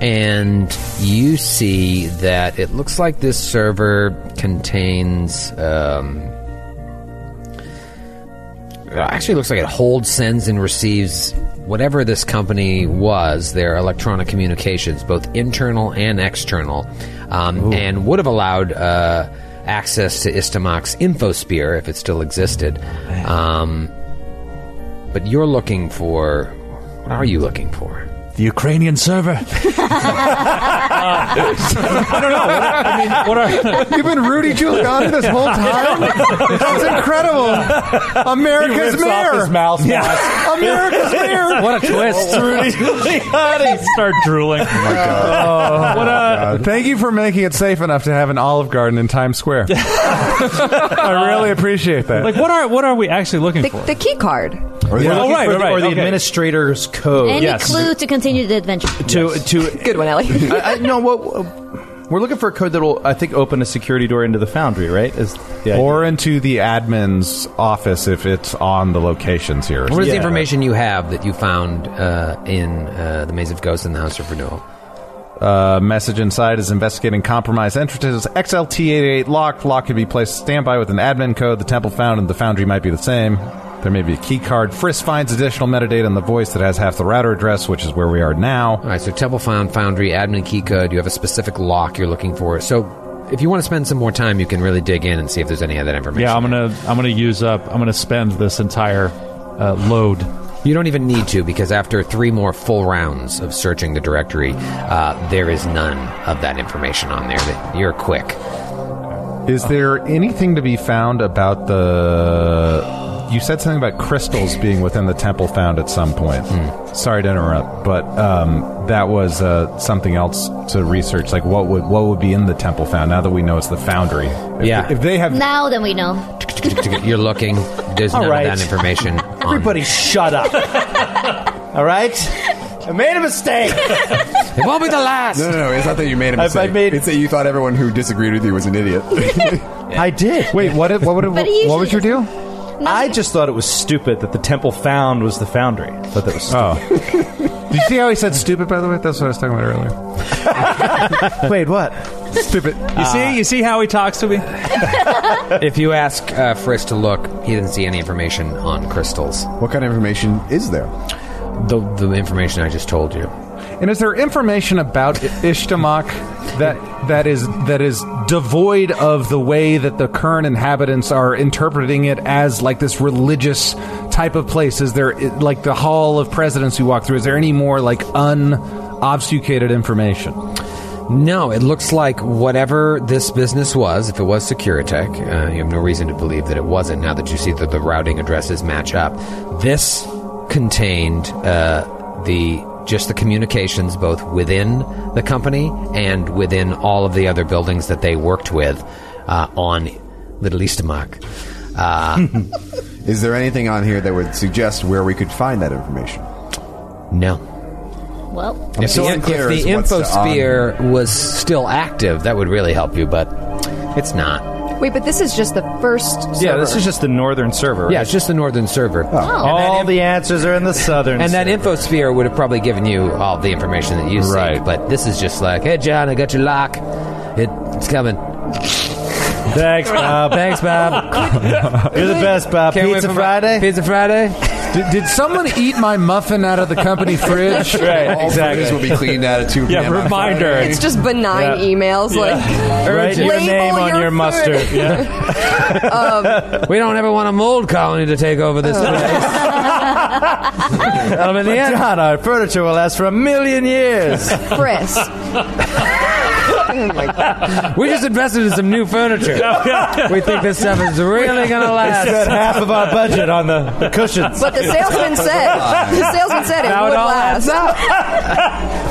S2: and you see that it looks like this server contains. Um, it uh, actually looks like it holds, sends, and receives whatever this company was, their electronic communications, both internal and external, um, and would have allowed uh, access to Istamok's infosphere if it still existed. Um, but you're looking for. What are you looking for?
S11: The Ukrainian server.
S4: I don't know. What, I mean, what are
S12: You've been Rudy Giuliani this whole time? That's incredible. America's
S4: rips
S12: mayor.
S4: off his mouth mask.
S12: America's mayor.
S4: What a twist. Rudy Giuliani. Start drooling. Oh my god.
S5: Oh
S4: what a
S12: Thank you for making it safe enough to have an Olive Garden in Times Square. I really appreciate that.
S4: like what are what are we actually looking
S3: The,
S4: for? Oh,
S3: the key card.
S4: Or
S5: We're looking for the- or the
S4: administrator's code.
S8: Any clue to continue the adventure?
S5: to to
S3: Good one, Ellie.
S5: I, I, no uh, what. We're looking for a code that will, I think, open a security door into the foundry, right? Is the idea.
S7: or into the admin's office if it's on the locations here.
S2: What is the information you have that you found uh, in uh, the Maze of Ghosts and the House of Renewal?
S7: Uh, message inside is investigating compromised entrances. XLT88 locked. Lock can be placed standby with an admin code. The temple found and the foundry might be the same. There may be a key card. Frisk finds additional metadata in the voice that has half the router address, which is where we are now.
S2: All right, so Temple Found Foundry, admin key code, you have a specific lock you're looking for. So if you want to spend some more time, you can really dig in and see if there's any of that information.
S4: Yeah, I'm gonna I'm gonna use up. I'm gonna spend this entire uh, load.
S2: You don't even need to because after three more full rounds of searching the directory, uh, there is none of that information on there. That- You're quick.
S7: Is there anything to be found about the? You said something about crystals being within the temple found at some point. Sorry to interrupt, but um, that was uh, something else to research. Like what would what would be in the temple found? Now that we know it's the foundry, If-
S2: Yeah.
S7: If they have
S8: Now then we know.
S2: You're looking. There's
S11: All
S2: none
S11: right.
S2: of that information.
S11: Everybody, shut up. All right, I made a mistake.
S2: On. It won't be the last.
S6: No, no, no. It's not that you made a
S11: I- I
S6: mistake.
S11: made-
S6: it's that you thought everyone who disagreed with you was an idiot.
S11: I did.
S7: wait, what if- what would
S8: But
S7: what,
S8: he
S7: was your
S8: usually-
S7: deal?
S5: I just thought it was stupid that the temple found was the foundry. I thought that was stupid.
S7: Oh, did you see how he said stupid? By the way, that's what I was talking about earlier.
S11: Wait, what?
S7: Stupid.
S4: You see, you see how he talks to me.
S2: If you ask uh, Frisk to look, he didn't see any information on crystals.
S6: what kind of information is there?
S2: The, the information I just told you.
S7: And is there information about I- Ishtamak that that is that is devoid of the way that the current inhabitants are interpreting it as like this religious type of place? Is there i- like the Hall of Presidents you walk through? Is there any more like unobfuscated information?
S2: No, it looks like whatever this business was, if it was Securitech, uh, you have no reason to believe that it wasn't now that you see that the routing addresses match up. This contained uh, the just the communications both within the company and within all of the other buildings that they worked with uh, on Little Eastermark. Uh,
S6: Is there anything on here that would suggest where we could find that information?
S2: no.
S8: Well,
S2: If
S6: still
S2: the,
S6: unclear
S2: if the
S6: as what's on-
S2: infosphere was still active, that would really help you, but it's not.
S3: Wait, but this is just the first.
S5: Yeah,
S3: server.
S5: this is just the northern server. Oh.
S2: Yeah, it's just the northern server.
S3: Oh.
S5: All the answers are in the southern.
S2: And that infosphere would have probably given you all the information that you seek,
S5: Right.
S2: but this is just like, hey, John, I got your lock. It, it's coming.
S5: Thanks, Bob.
S2: Thanks, Bob.
S5: You're the best, Bob.
S2: Can't wait
S5: Pizza
S2: for my-
S5: Friday.
S2: Pizza Friday.
S7: Did, did someone eat my muffin out of the company fridge?
S6: All fridges will be cleaned out at 2 p.m.
S4: Yeah,
S6: on
S4: reminder.
S3: It's just benign
S4: Yeah.
S3: emails. Like,
S4: Write your
S3: Label
S4: name
S3: your
S4: on your,
S3: food. Um,
S4: mustard. Yeah.
S2: We don't ever want a mold colony to take over
S3: Uh.
S2: this place. That'll be the end.
S5: God, our furniture will last for a million years.
S3: Chris. Oh
S2: We just invested in some new furniture. We think this stuff is really going to last.
S5: half of our budget on the, the cushions.
S3: But the salesman said, the salesman said it
S2: Now it
S3: would
S2: all
S3: last.
S2: adds up.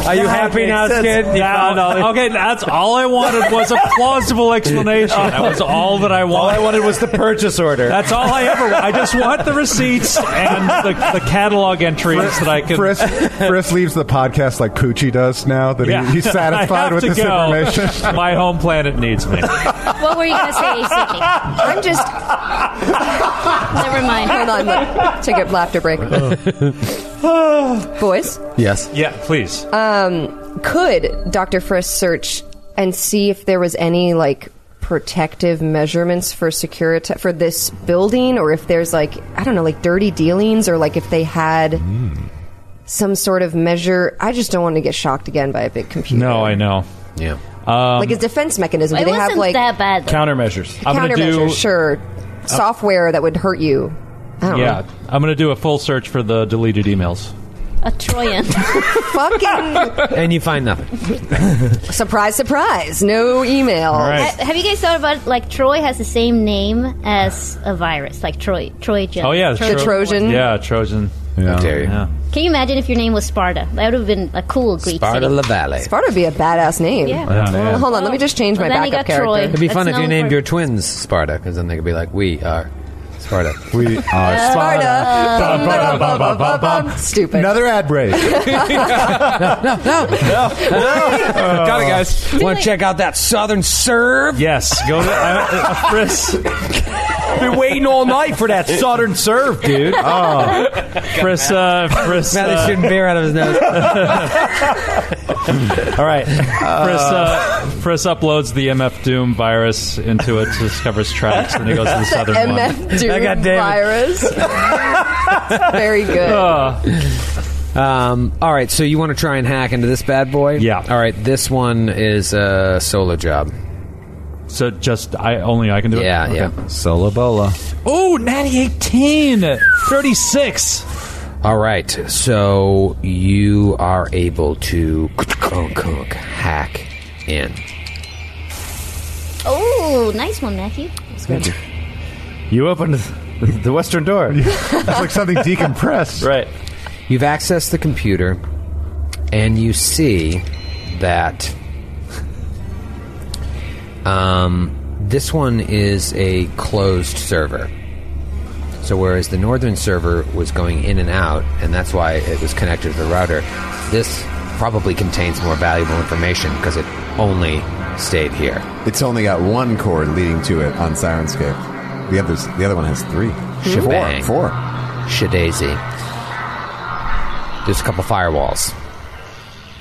S2: Are you happy now, kid? You found all the-
S4: okay, that's all I wanted was a plausible explanation. That was all that I
S5: All I
S4: wanted.
S5: wanted was the purchase order.
S4: That's all I ever. I just want the receipts and the, the catalog entries that I can.
S12: Frisk, Frisk leaves the podcast like Poochie does now that
S4: Yeah.
S12: he, he's
S4: I
S12: satisfied
S4: have
S12: with
S4: to
S12: this
S4: go.
S12: information.
S4: My home planet needs me.
S8: what were you gonna say, Sydney?
S3: I'm just
S8: Never mind.
S3: hold on. Look, take a laughter break, boys. um,
S12: Yes.
S4: Yeah, please.
S3: Could Dr. Frisk search and see if there was any like protective measurements for security for this building or if there's like I don't know like dirty dealings or like if they had
S4: Hmm.
S3: some sort of measure I just don't want to get shocked again by a big computer.
S4: No, I know.
S2: Yeah.
S4: Um,
S3: like a defense mechanism. Do
S8: It
S3: they have
S8: wasn't
S3: like
S8: that bad.
S4: countermeasures. I'm gonna
S3: countermeasures?
S4: do-
S3: sure, software that would hurt you. I don't
S4: yeah, I'm going to do a full search for the deleted emails.
S8: A Trojan.
S3: Fucking
S2: and you find nothing.
S3: surprise, surprise! No email.
S8: Ha- Have you guys thought about like Troy has the same name as a virus, like Troy, Troy.
S4: Oh yeah, Tro- Yeah, Trojan. Yeah. Yeah.
S8: Can you imagine if your name was Sparta? That would have been a cool Greek. city.
S2: Valley.
S3: Sparta would be a badass name.
S8: Yeah.
S5: Oh,
S2: Yeah, man.
S3: hold on, let me just change
S8: Well,
S3: my
S8: then he
S3: backup
S8: got
S3: character.
S8: Troy.
S2: It'd be fun
S8: That's
S2: if you
S8: not
S2: named
S8: for-
S2: your twins Sparta, because then they could be like, "We are Sparta.
S12: we are
S3: Sparta. Stupid.
S12: Another ad break.
S2: no, no,
S5: Got it, guys.
S2: Want to Uh, check out that Southern serve?
S4: Yes, go to uh, uh, Frisk.
S2: Been waiting all night for that Southern serve, dude.
S4: Oh, Frisk. Uh, Frisk.
S2: Now he's
S4: Uh,
S2: shooting beer out of his nose.
S4: all right, Frisk. Uh, Frisk uploads the MF Doom virus into it, discovers tracks, and it goes to the southern one.
S3: MF Doom virus. Very good.
S2: Uh, Um, all right, so you want to try and hack into this bad boy? Yeah. All right, this one is a solo job.
S4: So just I only I can do
S2: yeah,
S4: it.
S2: Yeah,
S4: Solo bola. Oh, natty 18, 36.
S2: All right, so you are able to hack in.
S8: Oh, nice one, Matthew.
S5: You opened the western door. It's
S12: like something decompressed.
S4: Right.
S2: You've accessed the computer, and you see that um, this one is a closed server. So, whereas the northern server was going in and out, and that's why it was connected to the router, this probably contains more valuable information because it only stayed here.
S6: It's only got one chord leading to it on Sirenscape. The others, the other one has three.
S2: Shebang.
S6: Four. Four.
S2: Shadazy. There's a couple firewalls.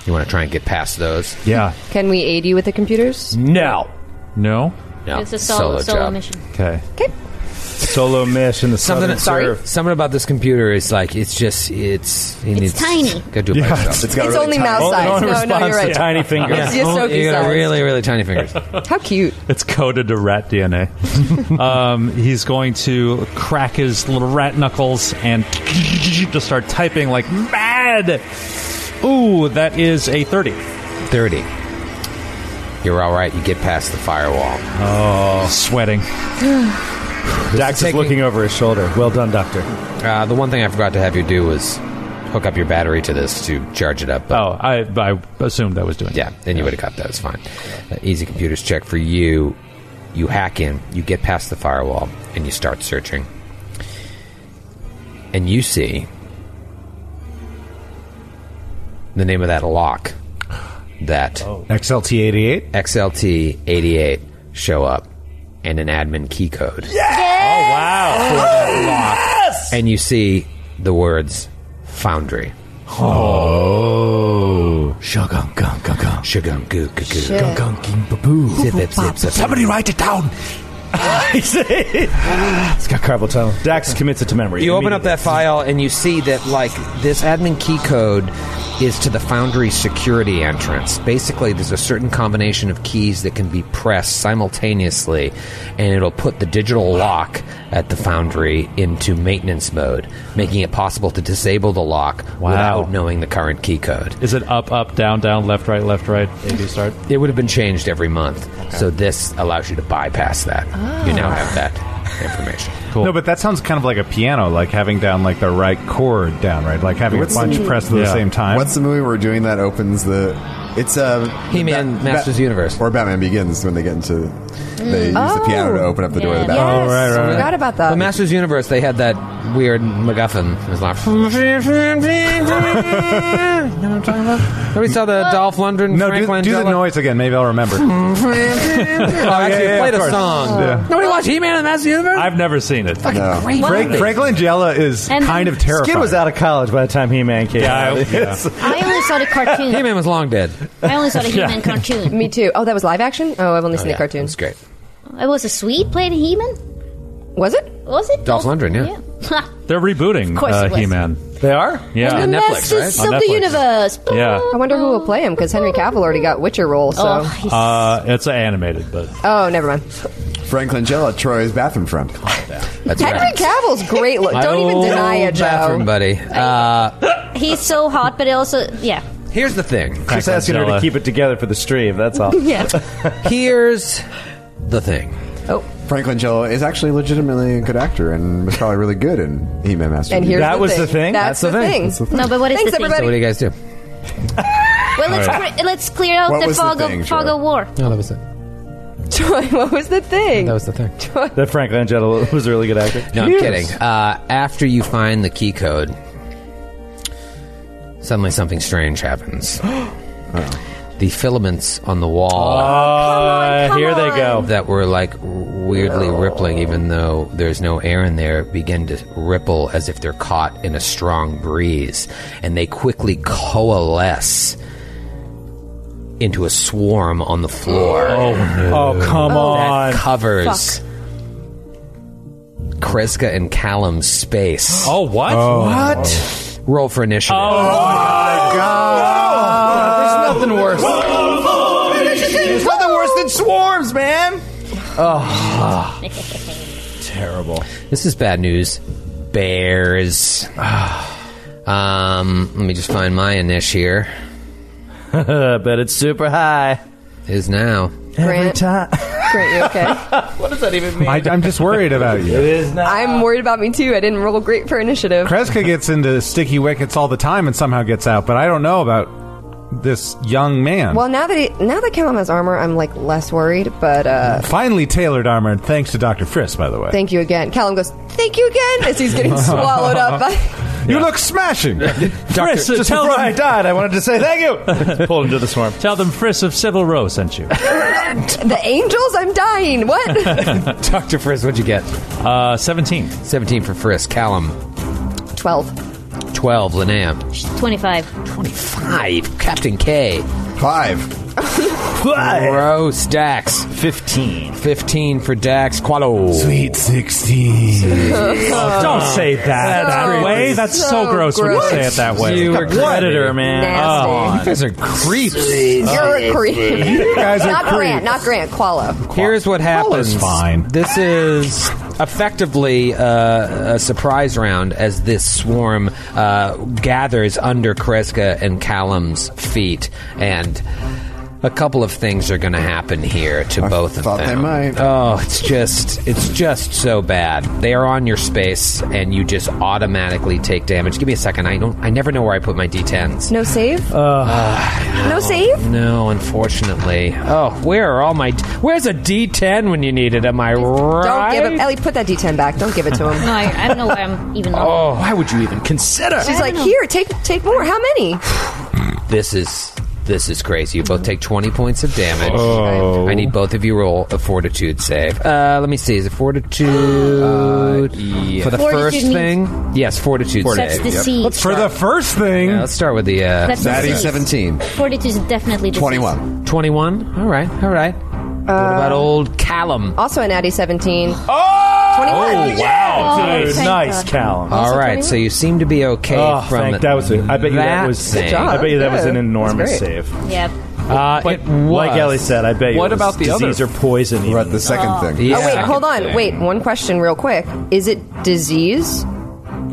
S2: You want to try and get past those?
S4: Yeah.
S3: Can we aid you with the computers?
S2: No.
S4: No.
S2: No.
S8: It's a solo, solo,
S2: job.
S8: mission.
S4: Okay.
S3: Okay.
S5: Solo mesh in the
S2: Something,
S5: southern
S2: sorry,
S5: serve.
S2: something about this computer is like it's just it's it needs
S8: tiny.
S2: Gotta do it
S5: Yeah,
S2: by
S5: it's-
S2: yourself.
S5: it's got
S3: It's really only tiny- mouse
S2: Only-
S3: size.
S2: only
S3: No, no,
S2: responds
S3: you're
S2: to
S3: right.
S2: Tiny fingers.
S3: It's just so
S2: Oh, you got
S3: good-sized.
S2: really really tiny fingers.
S3: How cute.
S4: It's coded to rat DNA. um, he's going to crack his little rat knuckles and just start typing like mad. Ooh, that is a 30.
S2: 30. You're all right. You get past the firewall.
S4: Oh, sweating.
S5: Dax is looking over his shoulder. Well done, Doctor.
S2: Uh, the one thing I forgot to have you do was hook up your battery to this to charge it up.
S4: Oh, I, I assumed that was doing
S2: Yeah, then you would have got that. It's fine. Uh, easy computers check for you. You hack in, you get past the firewall, and you start searching. And you see the name of that lock that
S7: XLT 88?
S2: XLT 88 show up and an admin key code.
S4: Oh, wow. For that lock.
S2: And you see the words Foundry.
S11: Oh.
S2: Shugum gum gum gum. Shugum goo goo goo.
S11: Shit.
S2: Gum gum gim baboo. Zip zip zip zip.
S11: Somebody write it down.
S5: It's got carpal tunnel. Dax commits it to memory.
S2: You open up that
S5: immediately.
S2: file and you see that like this admin key code is to the Foundry security entrance. Basically, there's a certain combination of keys that can be pressed simultaneously, and it'll put the digital lock at the Foundry into maintenance mode, making it possible to disable the lock without knowing the current key code.
S4: Is it up, up, down, down, left, right, left, right? A, B start.
S2: It would have been changed every month, so this allows you to bypass that. You now have that information.
S7: No, but that sounds kind of like a piano, like having down like the right chord down, right? Like having a bunch pressed at the same time.
S6: What's the movie where doing that opens the? It's uh,
S2: He-Man, Masters
S6: Universe, or Batman Begins when they get into they use
S2: Oh,
S6: the piano to open up the door. To the
S3: Yes.
S6: bathroom.
S3: Forgot about that.
S2: The Masters Universe, they had that weird MacGuffin. It was like, Nobody saw the Dolph Lundgren.
S7: No,
S2: Frank
S7: do, do the
S2: Langella-
S7: noise again. Maybe I'll remember.
S2: oh,
S7: yeah,
S2: actually,
S7: yeah,
S2: played
S7: of
S2: a
S7: course.
S2: song.
S7: Yeah.
S2: Nobody watched He-Man and the Masters Universe.
S4: I've never seen it.
S2: Fucking great
S7: Frank,
S2: movie.
S7: Frank Langella is
S8: And-
S7: kind of terrifying.
S5: Kid was out of college by the time He Man came.
S4: Yeah,
S5: out.
S4: I- yeah.
S5: It's-
S8: I only saw the cartoon.
S2: He-Man was long dead.
S8: I only saw the He-Man cartoon.
S3: Me too. Oh, that was live action? Oh, I've only seen the cartoon.
S2: It's great.
S8: It was a Swede played He-Man.
S3: Was it?
S8: Was it
S2: Dolph Lundgren, yeah.
S8: Yeah.
S4: They're rebooting
S8: course
S4: uh,
S8: it was.
S4: He Man.
S5: They are? Yeah.
S8: The masters of the universe.
S4: Yeah.
S3: I wonder who will play him because Henry Cavill already got Witcher role. So, oh,
S4: Uh, it's animated, but
S3: never mind.
S6: Frank Langella, Troy's bathroom friend.
S2: That's
S3: Henry Cavill's great look.
S2: My
S3: Don't even
S2: old
S3: deny it, Joe.
S2: bathroom buddy. Uh,
S8: He's so hot, but also yeah.
S2: here's the thing.
S5: Just asking her to keep it together for the stream. That's all.
S8: Yeah.
S2: Here's the thing.
S3: Oh.
S6: Frank Langella is actually legitimately a good actor and was probably really good in He Man Master.
S3: And
S6: Yi.
S3: here's the thing. That's, the, thing.
S6: That's the thing.
S8: No, but what is
S3: Thanks,
S8: the thing?
S2: So what do you guys do?
S8: Well, let's
S2: All right.
S8: cre- let's clear out
S2: What
S8: the
S2: was the
S8: fog
S2: thing,
S8: of fog
S2: Cheryl?
S8: of war.
S2: No, Oh, that was it.
S3: Joy, what was the thing?
S2: That was the thing.
S5: That Frank Langella was a really good actor.
S2: No, I'm
S5: Yes.
S2: kidding. Uh, after you find the key code, suddenly something strange happens. the filaments on the wall.
S5: Uh, here they go.
S2: That were like weirdly rippling, even though there's no air in there, begin to ripple as if they're caught in a strong breeze. And they quickly coalesce into a swarm on the floor. Oh,
S5: Oh, come on.
S2: That covers. Kreska and Callum's space.
S4: Oh, what?
S2: What? Roll for initiative.
S6: Oh.
S5: God. Uh, There's nothing worse. There's nothing worse than swarms, man.
S2: Oh,
S5: terrible.
S2: This is bad news. Bears. um, let me just find my initiative here.
S5: Bet it's super high.
S2: Is now.
S3: Every
S5: time.
S3: Great, you okay?
S5: what does that even
S7: I, am just worried about you.
S5: It is not.
S3: I'm worried about me too. I didn't roll great for initiative.
S7: Kreska gets into sticky wickets all the time and somehow gets out, but I don't know about this young man.
S3: Well, now that he, now that Callum has armor, I'm like less worried. But uh,
S7: Finely tailored armor, and thanks to Dr. Friss, by the way.
S3: thank you again. Callum goes, "Thank you again," as he's getting swallowed up by
S7: You look smashing.
S4: Friss,
S7: just
S4: tell
S7: before
S4: them-
S7: I died, I wanted to say thank you.
S4: pulled into the swarm. Tell them Friss of Civil Row sent you.
S3: the angels. I'm dying. What?
S2: Dr. Frisk, what'd you get?
S4: Uh, 17.
S2: 17 for Frisk. Callum,
S3: Twelve.
S2: 12. Linnea,
S8: Twenty-five.
S2: 25. Captain K,
S6: 5.
S2: Gross. Dax, 15. 15 for Dax. Qualo.
S13: Sweet 16.
S4: Don't say that that
S13: gross.
S4: way. That's so,
S13: So
S4: gross, when you
S13: gross.
S4: say it that way.
S13: You were
S4: predator, man.
S13: Nasty.
S4: Oh.
S13: You guys
S2: are creeps.
S3: You're a creep.
S7: You guys are
S3: not Grant.
S7: creeps.
S3: Not Grant. Qualo.
S2: Here's what happens.
S7: is fine.
S2: This is effectively uh, a surprise round as this swarm uh, gathers under Kreska and Callum's feet, and a couple of things are going to happen here to both of
S6: thought they
S2: them.
S6: might.
S2: Oh, it's just it's just so bad. They are on your space, and you just automatically take damage. Give me a second. I don't. I never know where I put my d10s.
S3: No save.
S2: Ah,
S3: No save?
S2: No, unfortunately. Oh, where are all my? Where's a D10 when you need it? Am I right?
S3: Don't give him. Ellie, put that D10 back. Don't give it to him.
S8: No, I, I don't know why I'm even.
S2: Oh, why would you even consider?
S3: She's like, here, take take more. How many?
S2: This is this is crazy. You both take twenty points of damage.
S5: Oh.
S2: I need both of you roll a fortitude save. Uh, let me see. Is it fortitude for the
S8: Fortitude
S2: first
S8: means-
S2: thing? Yes, Uh, fortitude.
S8: Fortitude, That's
S2: save.
S8: deceit. Let's
S2: For the
S7: first thing.
S2: Yeah, let's start with the uh,
S8: That's Zaddy deceit. 17. Fortitude is definitely disease.
S2: 21? All right. All right. Uh, what about old Callum?
S3: Also an Addy 17. Oh, 21.
S5: Oh, wow, dude. nice, Cal.
S2: All right, so you seem to be okay
S5: Oh,
S2: from
S5: thank- that was. A, I bet you that
S2: that
S5: was.
S2: thing. Good job.
S5: I bet you that was an
S2: Yeah.
S5: enormous
S2: That's
S5: save.
S2: great.
S8: Yep.
S3: Oh,
S5: Uh,
S4: But
S5: like
S4: was.
S5: Ellie said, I bet you
S4: What
S5: it was
S4: about the
S5: disease
S4: other-
S5: or poison. Even. the
S6: second
S5: thing.
S3: Oh, wait, hold on. Wait, one question real quick. Is it disease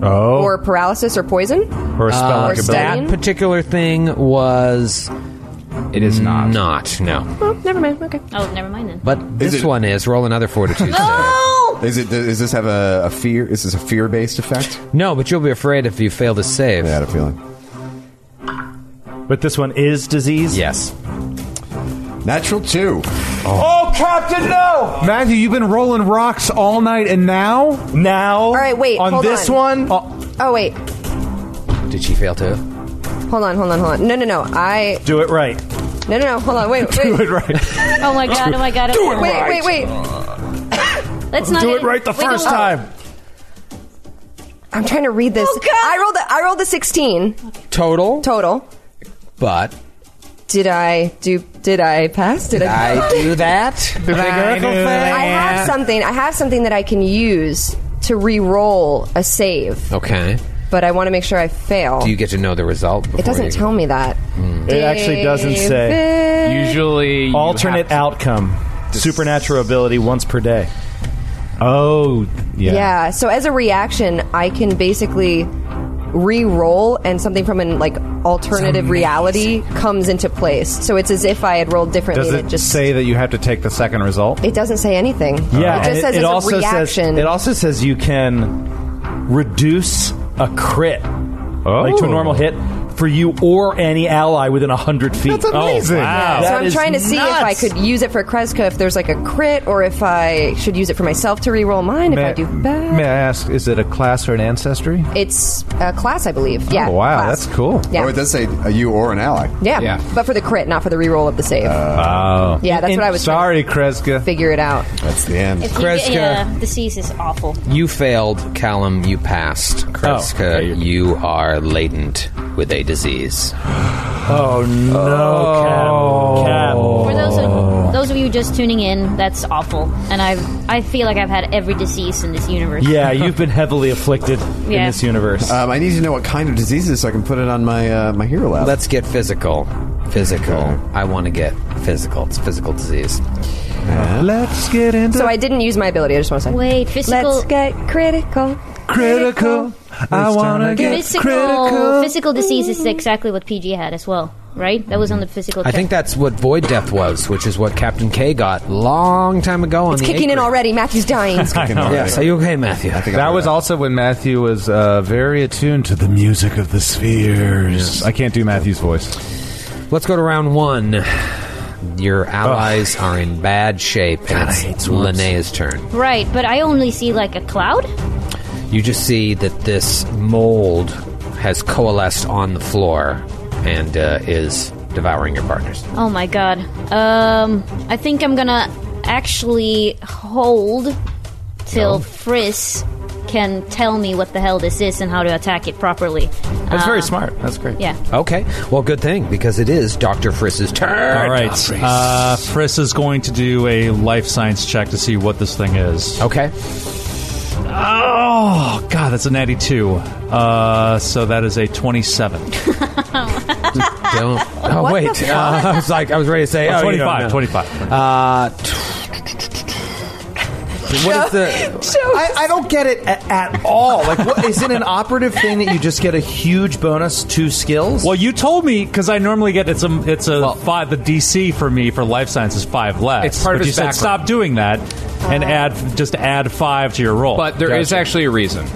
S7: Oh.
S3: or paralysis or poison?
S2: Uh,
S3: or
S2: that
S3: stunning?
S2: particular thing was. It is not. Not, no.
S3: Oh, never mind. Okay.
S8: Oh, never mind then.
S2: But this
S6: it-
S2: one is. Roll another fortitude.
S8: No!
S6: Is it? Does this have a, a fear? Is this a fear-based effect?
S2: no, but you'll be afraid if you fail to save. I had
S6: a feeling.
S5: But this one is disease.
S2: Yes.
S6: Natural two.
S5: Oh, Captain, no!
S7: Matthew, you've been rolling rocks all night, and now?
S5: Now? All
S3: right, wait.
S7: On
S3: hold
S7: this
S3: on.
S7: one? Oh,
S3: Oh, wait.
S2: Did she fail to?
S3: Hold on, hold on, hold on. No, no, no. I.
S5: Do it right.
S3: No, no, no. Hold on. Wait, wait.
S5: Do it right.
S8: Oh my god! Oh my god!
S5: Do it
S8: wait,
S5: right.
S3: Wait, wait.
S8: Let's not
S5: Do it
S8: get-
S5: right the
S8: we
S5: first
S6: oh.
S8: don't-
S5: time.
S3: I'm trying to read this.
S8: Oh,
S3: I rolled the I rolled the 16
S2: Total?
S3: total.
S2: But
S3: Did I do? Did I pass? Did,
S2: I do that? Did I do that?
S3: I have something. I have something that I can use to re-roll a save.
S2: Okay.
S3: but I want to make sure I fail.
S2: Do you get to know the result?
S3: Oh. it
S2: before
S3: doesn't
S2: you- Hmm.
S3: tell me that.
S5: It actually doesn't say.
S9: Usually,
S5: alternate outcome, supernatural ability once per day.
S7: Oh,
S3: Yeah. So as a reaction, I can basically re-roll, and something from an like alternative reality comes into place. So it's as if I had rolled differently.
S7: Does
S3: and
S7: it just say that you have to take the second result?
S3: It doesn't say anything.
S5: Yeah,
S3: it just
S5: and
S3: says it's
S5: also
S3: a reaction.
S5: says it also says you can reduce a crit, like to a normal hit for you or any ally within hundred feet.
S3: That's amazing.
S5: Oh, wow.
S3: so
S5: That
S3: I'm
S5: is
S3: trying to see if I
S5: nuts.
S3: could use it for Kreska if there's like a crit, or if I should use it for myself to re-roll mine if I do bad.
S7: May I ask, is it a class or an ancestry?
S3: It's a class, I believe. Yeah.
S7: Oh, wow,
S3: class.
S7: that's cool.
S3: Yeah.
S6: Oh, it does say uh, you or an ally.
S3: Yeah. but for the crit, not for the re-roll of the save.
S6: Uh,
S7: Oh.
S3: Yeah, that's what I was
S7: Sorry, Kreska.
S3: Figure it out.
S6: That's the end.
S8: If you get, yeah, disease is awful.
S2: You failed, Callum. You passed.
S5: Oh,
S2: Kreska, you are latent with a disease.
S5: Oh no, Cam.
S8: For those
S2: Oh.
S8: of, those of you just tuning in, that's awful. And I I feel like I've had every disease in this universe.
S5: Yeah, you've been heavily afflicted in
S8: Yeah.
S5: this universe.
S6: Um, I need to know what kind of disease it is so I can put it on my uh, my hero lab.
S2: Let's get physical. Physical. I want to get physical. It's physical disease.
S7: Let's get into
S3: So I didn't use my ability. I just want to say.
S8: Wait, physical.
S3: Let's get critical.
S7: Critical. I want to get
S8: physical
S7: critical.
S8: physical disease is exactly what PG had as well, right? That was on the physical.
S2: I think that's what void death was, which is what Captain K got long time ago on
S3: It's
S2: the
S3: kicking in
S2: Acre.
S3: already. Matthew's dying. It's kicking in.
S2: Yes, are you okay, Matthew?
S7: That was also when Matthew was uh, very attuned to the music of the spheres. I can't do Matthew's voice.
S2: Let's go to round one. Your allies are in bad shape, and it's Linnea's turn.
S8: Right, but I only see like a cloud.
S2: You just see that this mold has coalesced on the floor and uh, is devouring your partners.
S8: Oh my god. Um, I think I'm gonna actually hold till Friss can tell me what the hell this is and how to attack it properly.
S5: That's
S8: Uh,
S5: very smart. That's great.
S8: Yeah.
S2: Okay, well, good thing because it is Doctor Friss's turn.
S4: All right. Uh, Friss is going to do a life science check to see what this thing is.
S2: Okay.
S4: Oh, God, that's a natty 2. Uh, so that is a 27.
S2: Don't. Oh
S4: What
S2: wait,
S4: the
S2: uh, I was like, I was ready to say
S4: Oh,
S2: oh, you
S4: 25,
S2: don't know.
S4: 25.
S2: Uh, what is the?
S5: I, I don't get it at, at all. Like, what, is it an operative thing that you just get a huge bonus to skills?
S4: Well, you told me because I normally get it's a it's a five. The DC for me for life science is five less.
S9: It's part
S4: but
S9: of
S4: you
S9: his
S4: said
S9: background.
S4: stop doing that and add just add five to your roll.
S9: But there is
S4: Gotcha.
S9: actually a reason.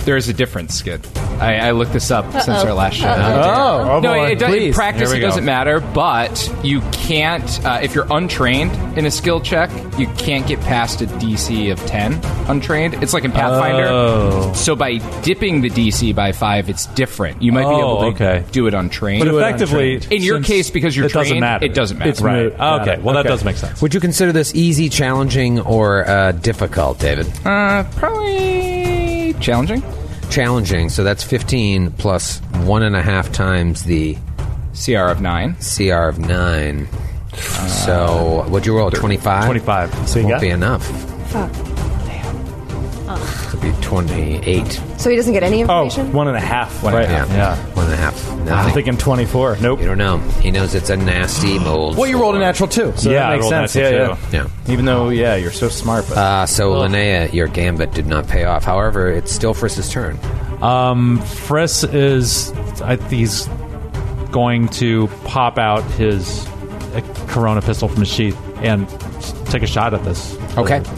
S9: There is a difference, Skid. I, I looked this up since
S4: Uh-oh.
S9: our last show.
S4: Uh-oh. Oh, oh
S9: no!
S4: boy.
S9: It, it, does- in
S4: Please.
S9: practice,
S4: Here
S9: it
S4: we go.
S9: doesn't matter. But you can't, uh, if you're untrained in a skill check, you can't get past a DC of ten untrained. It's like in Pathfinder.
S4: Oh.
S9: So by dipping the DC by five, it's different. You might be able
S4: Oh,
S9: to
S4: okay.
S9: do it untrained.
S4: But
S9: Do it
S4: effectively,
S9: untrained. in your
S4: since
S9: case, because you're
S4: it doesn't
S9: trained,
S4: matter.
S9: it doesn't matter.
S4: It's Right. moot. Got Okay, it. well, that Okay. does make sense.
S2: Would you consider this easy, challenging, or uh, difficult, David?
S9: Uh, probably challenging.
S2: Challenging. So that's fifteen plus one and a half times the
S9: CR of nine.
S2: CR of nine. so what'd you roll? Twenty five. Twenty
S4: five. So
S2: won't
S3: got-
S2: be enough.
S3: Fuck.
S2: It'll be twenty eight.
S3: So he doesn't get any information.
S5: one and a half.
S2: One
S5: right.
S2: and a half.
S5: Yeah.
S2: One and a half.
S5: I'm
S2: Nothing.
S5: thinking 24. Nope.
S2: You don't know. He knows it's a nasty mold.
S5: Well, you rolled a natural two, so
S2: Yeah,
S5: that
S2: I
S5: makes
S2: rolled a
S5: sense.
S2: natural
S5: Yeah,
S2: two.
S5: yeah, Even though, yeah, you're so smart, but
S2: Uh, so, Linnea, your gambit did not pay off. However, it's still Friss's turn.
S4: Um, Friss is I, he's going to pop out his uh, Corona pistol from his sheath and s- take a shot at this.
S2: Okay. Go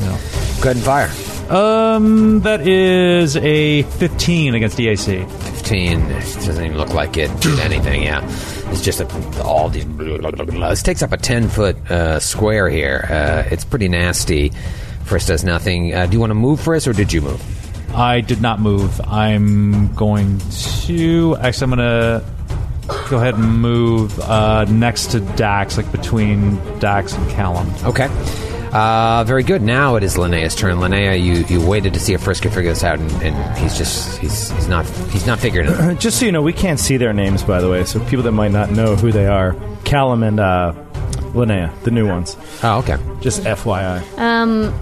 S2: ahead and fire.
S4: Um, that is a 15 against DAC.
S2: 15. It doesn't even look like it did anything, yeah. It's just a, all these. Blah, blah, blah, blah. This takes up a 10 foot uh, square here. Uh, it's pretty nasty. Friss does nothing. Uh, do you want to move, Friss, or did you move?
S4: I did not move. I'm going to. Actually, I'm going to go ahead and move uh, next to Dax, like between Dax and Callum.
S2: Okay. Uh, very good. Now it is Linnea's turn. Linnea, you, you waited to see if Frisk could figure this out, and, and he's just he's, he's not he's not figuring it.
S5: just so you know, we can't see their names, by the way, so people that might not know who they are Callum and uh, Linnea, the new ones.
S2: Oh, okay.
S5: Just FYI.
S8: Um,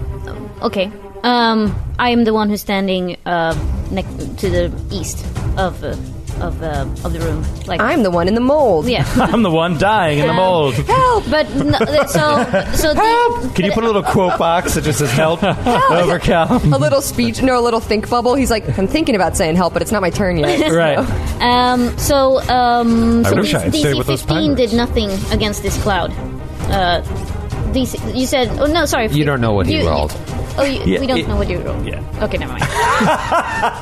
S8: okay. Um, I am the one who's standing uh, ne- to the east of uh, of uh, of the room. Like
S3: I'm the one in the mold.
S8: Yeah.
S5: I'm the one dying in the
S8: Um,
S5: mold.
S3: Help!
S8: But no, so so the,
S5: Can you put a little quote box that just says help over Cal?
S3: A little speech, no, a little think bubble. He's like, I'm thinking about saying help, but it's not my turn yet.
S8: Um, so um,
S3: I
S8: so E
S3: wish I had stayed
S8: DC
S3: with those
S8: 15 did nothing against this cloud. Uh, DC, you said, oh no, sorry.
S2: You don't know what he
S8: you-
S2: rolled.
S8: Oh, you,
S2: Yeah,
S8: we don't
S2: it-
S8: know what you rolled. Yeah. Okay, never mind.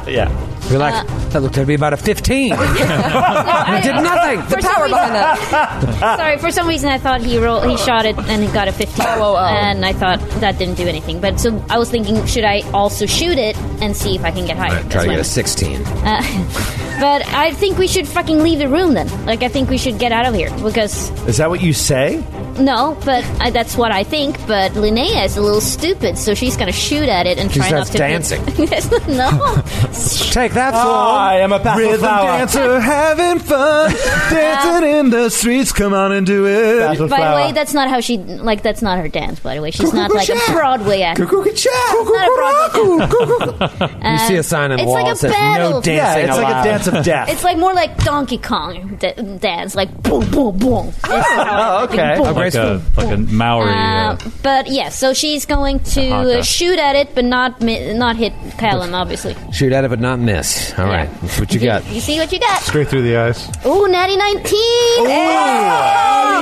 S5: Yeah.
S2: You're like, that looked to be about a 15. I did nothing.
S8: For some reason- Sorry, for some reason I thought he rolled, he shot it and he got a 15. And I thought that didn't do anything. But so I was thinking, should I also shoot it and see if I can get higher?
S2: Alright, try
S8: That's
S2: to
S8: what
S2: get
S8: I
S2: a 16.
S8: Uh, but I think we should fucking leave the room then. Like, I think we should get out of here because
S5: Is that what you say?
S8: no, but I, that's what I think. But Linnea is a little stupid, so she's gonna shoot at it and
S5: She
S8: try not
S5: starts
S8: to.
S5: dancing.
S8: no,
S2: Take that,
S8: fool.
S5: I am a
S12: Rhythm
S5: flower.
S12: dancer having fun, dancing in the streets. Come on and do it.
S8: By the way, that's not how she like. That's not her dance. By the way, she's not like a Broadway actor. Not a Broadway
S2: you see a sign on the
S8: it's
S2: wall
S8: like a
S2: that says
S8: battle.
S2: no dancing allowed."
S8: actor. It's like more like Donkey Kong da- dance, like boom, boom, boom.
S2: Ah.
S8: It's how it- boom.
S4: Like a, like a Maori.
S8: Uh, but yeah, so she's going to
S2: Haka.
S8: uh, shoot at it, but not mi- not hit Callan, obviously.
S2: Shoot at it, but not miss. All right, that's what you got.
S8: You see what you got?
S2: Straight through the eyes.
S8: Ooh, natty Oh, 19!